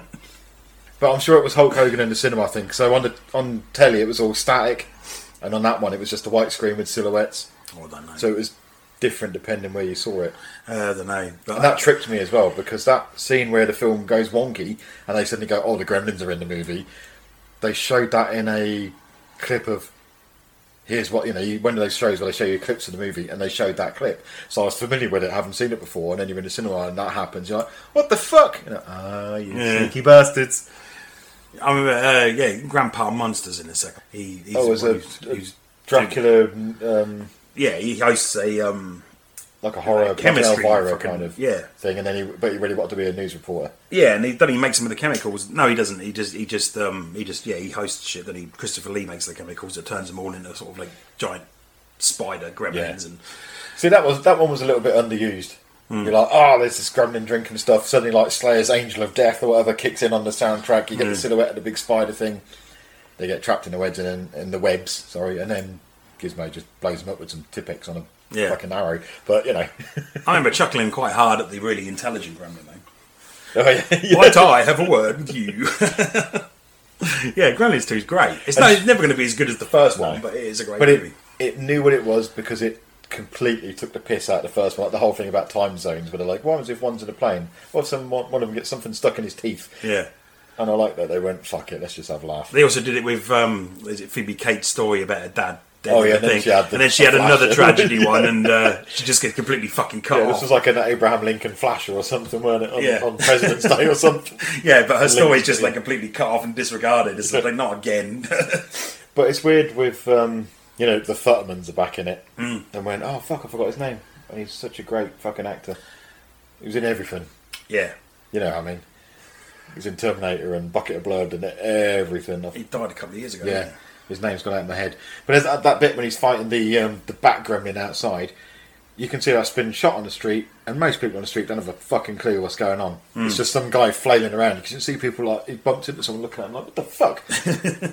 S4: But I'm sure it was Hulk Hogan in the cinema thing. So on the on telly it was all static, and on that one it was just a white screen with silhouettes.
S3: Oh, I don't know.
S4: So it was different depending where you saw it.
S3: Uh, I don't know. But
S4: And that tricked me as well because that scene where the film goes wonky and they suddenly go, "Oh, the Gremlins are in the movie," they showed that in a clip of. Here's what you know. You, one of those shows where they show you clips of the movie, and they showed that clip, so I was familiar with it, haven't seen it before. And then you're in the cinema, and that happens. You're like, "What the fuck?" You know, ah, you
S3: Yeah.
S4: sneaky bastards!
S3: I remember, uh, yeah, Grandpa Munster's in the second. He, he's
S4: Oh, as
S3: the one
S4: a,
S3: who's-
S4: a
S3: who's-
S4: Dracula, um,
S3: yeah, he hosts a um,
S4: like a horror, like an
S3: chemistry
S4: Elvira
S3: fucking-
S4: kind of
S3: yeah.
S4: thing, and then he, but he really wanted to be a news reporter.
S3: yeah, and he then he makes some of the chemicals. No, he doesn't. He just he just um, he just yeah he hosts shit. Then he Christopher Lee makes the chemicals that turns them all into sort of like giant spider gremlins and
S4: See, that was that one was a little bit underused.
S3: Hmm.
S4: You're like, oh, there's this gremlin drinking stuff. Suddenly, like Slayer's Angel of Death or whatever kicks in on the soundtrack. You get the
S3: Mm.
S4: silhouette of the big spider thing. They get trapped in the webs and then in the webs, sorry, and then Gizmo just blows them up with some Tippex on a
S3: Yeah.
S4: fucking arrow. But you know,
S3: I remember chuckling quite hard at the really intelligent gremlin. Though.
S4: Oh, yeah.
S3: Why do I have a word with you? yeah, Gremlins Two is great. It's, no, it's never going to be as good as the first one, but it is a great
S4: but
S3: movie.
S4: it, it knew what it was because it completely took the piss out of the first one. Like the whole thing about time zones, where they're like, what happens if one's in a plane? What if some one one of them gets something stuck in his teeth?
S3: Yeah.
S4: And I like that they went, fuck it, let's just have a laugh.
S3: They also did it with um, is it Phoebe Cates' story about her dad. dead
S4: Oh, yeah,
S3: and
S4: then
S3: thing.
S4: she had the-
S3: and then she had
S4: the
S3: another
S4: flash.
S3: tragedy one,
S4: Yeah.
S3: and uh, she just gets completely fucking cut
S4: Yeah,
S3: off.
S4: this was like an Abraham Lincoln flasher or something, weren't it? On,
S3: Oh. Yeah.
S4: on President's Day or something.
S3: yeah, but her story's
S4: Lincoln,
S3: just
S4: yeah.
S3: like completely cut off and disregarded. It's like not again.
S4: But it's weird with, um, you know, the Futtermans are back in it.
S3: Mm.
S4: And went, oh, fuck, I forgot his name. And he's such a great fucking actor. He was in everything.
S3: yeah,
S4: You know what I mean? He was in Terminator and Bucket of Blood and everything. I
S3: he died a couple of years ago.
S4: Yeah, his name's gone out of my head. But there's that, that bit when he's fighting the um, the bat gremlin outside, you can see that's been shot on the street, and most people on the street don't have a fucking clue what's going on.
S3: Hmm.
S4: It's just some guy flailing around. You can see people like he bumped into someone looking at him like, "What the fuck?"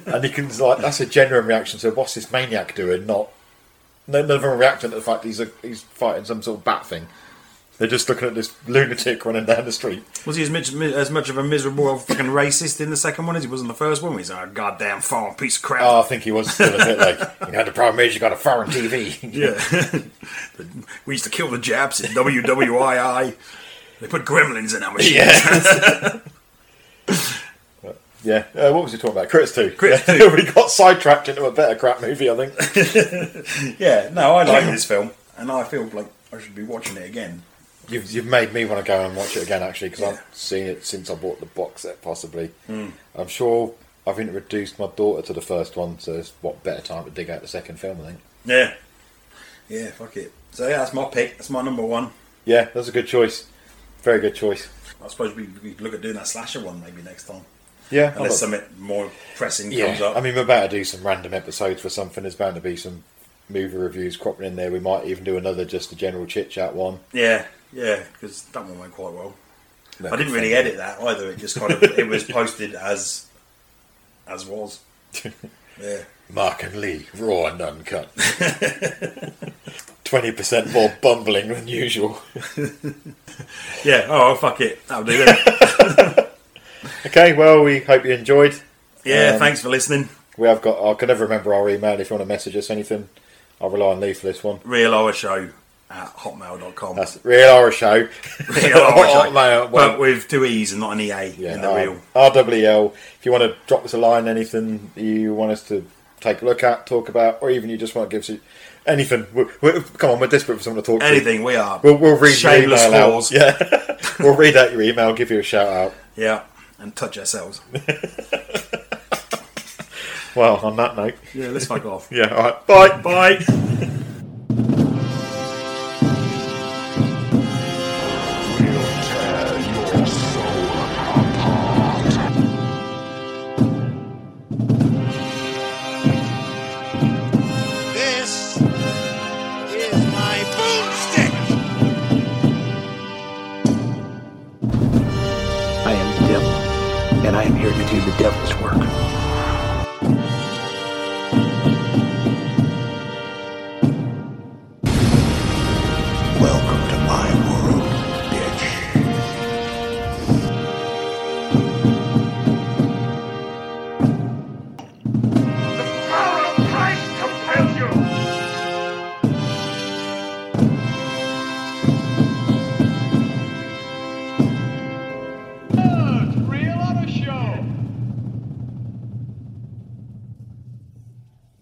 S4: and you can like that's a genuine reaction to what's this maniac doing? Not no, none of them are reacting to the fact he's a, he's fighting some sort of bat thing. They're just looking at this lunatic running down the street.
S3: Was he as much, as much of a miserable old fucking racist in the second one as he was in the first one? He's a goddamn foreign piece of crap.
S4: Oh, I think he was still a bit like, you know, the problem is you got a foreign TV.
S3: yeah. we used to kill the Japs in WWII. They put gremlins in our machines.
S4: Yes. But Yeah. Uh, what was he talking about? Crits 2. Crits 2. we got sidetracked into a better crap movie, I think.
S3: yeah, no, I like this film, and I feel like I should be watching it again.
S4: You've, you've made me want to go and watch it again, actually, because I've seen it since I bought the box set, possibly.
S3: Mm.
S4: I'm sure I've introduced my daughter to the first one, so it's what better time to dig out the second film, I think.
S3: Yeah. Yeah, fuck it. So yeah, that's my pick. That's my number one.
S4: Yeah, that's a good choice. Very good choice.
S3: I suppose we, we look at doing that slasher one maybe next time.
S4: Yeah, I'll
S3: Unless
S4: look.
S3: something more pressing comes
S4: Yeah,
S3: up.
S4: I mean, we're about to do some random episodes for something. There's bound to be some movie reviews cropping in there. We might even do another just a general chit chat one.
S3: yeah, yeah, because that one went quite well.
S4: No,
S3: I didn't really
S4: thank you.
S3: edit that either. It just kind of it was posted as as was. Yeah.
S4: Mark and Lee, raw and uncut. 20% more bumbling than usual.
S3: Yeah. Oh, fuck it. That'll do it.
S4: Okay, well, we hope you enjoyed.
S3: Yeah,
S4: Um,
S3: thanks for listening.
S4: We have got, I can never remember our email if you want to message us anything. I'll rely on Lee for this one.
S3: Real Irish Show at hotmail.com.
S4: That's Real Irish Show.
S3: Real Irish Show.
S4: Hotmail, well-
S3: but with two E's and not an EA in the real.
S4: R- RWEL. If you want to drop us a line, anything you want us to take a look at, talk about, or even you just want to give us a- anything. We're, we're, come on, we're desperate for someone to talk to.
S3: Anything, we are.
S4: We'll, we'll read your
S3: Shameless
S4: email out.
S3: whores.
S4: Yeah. we'll read out your email, give you a shout out.
S3: Yeah. And touch ourselves.
S4: Well, on that note.
S3: Yeah, let's fuck off.
S4: Yeah, alright. Bye.
S3: Bye.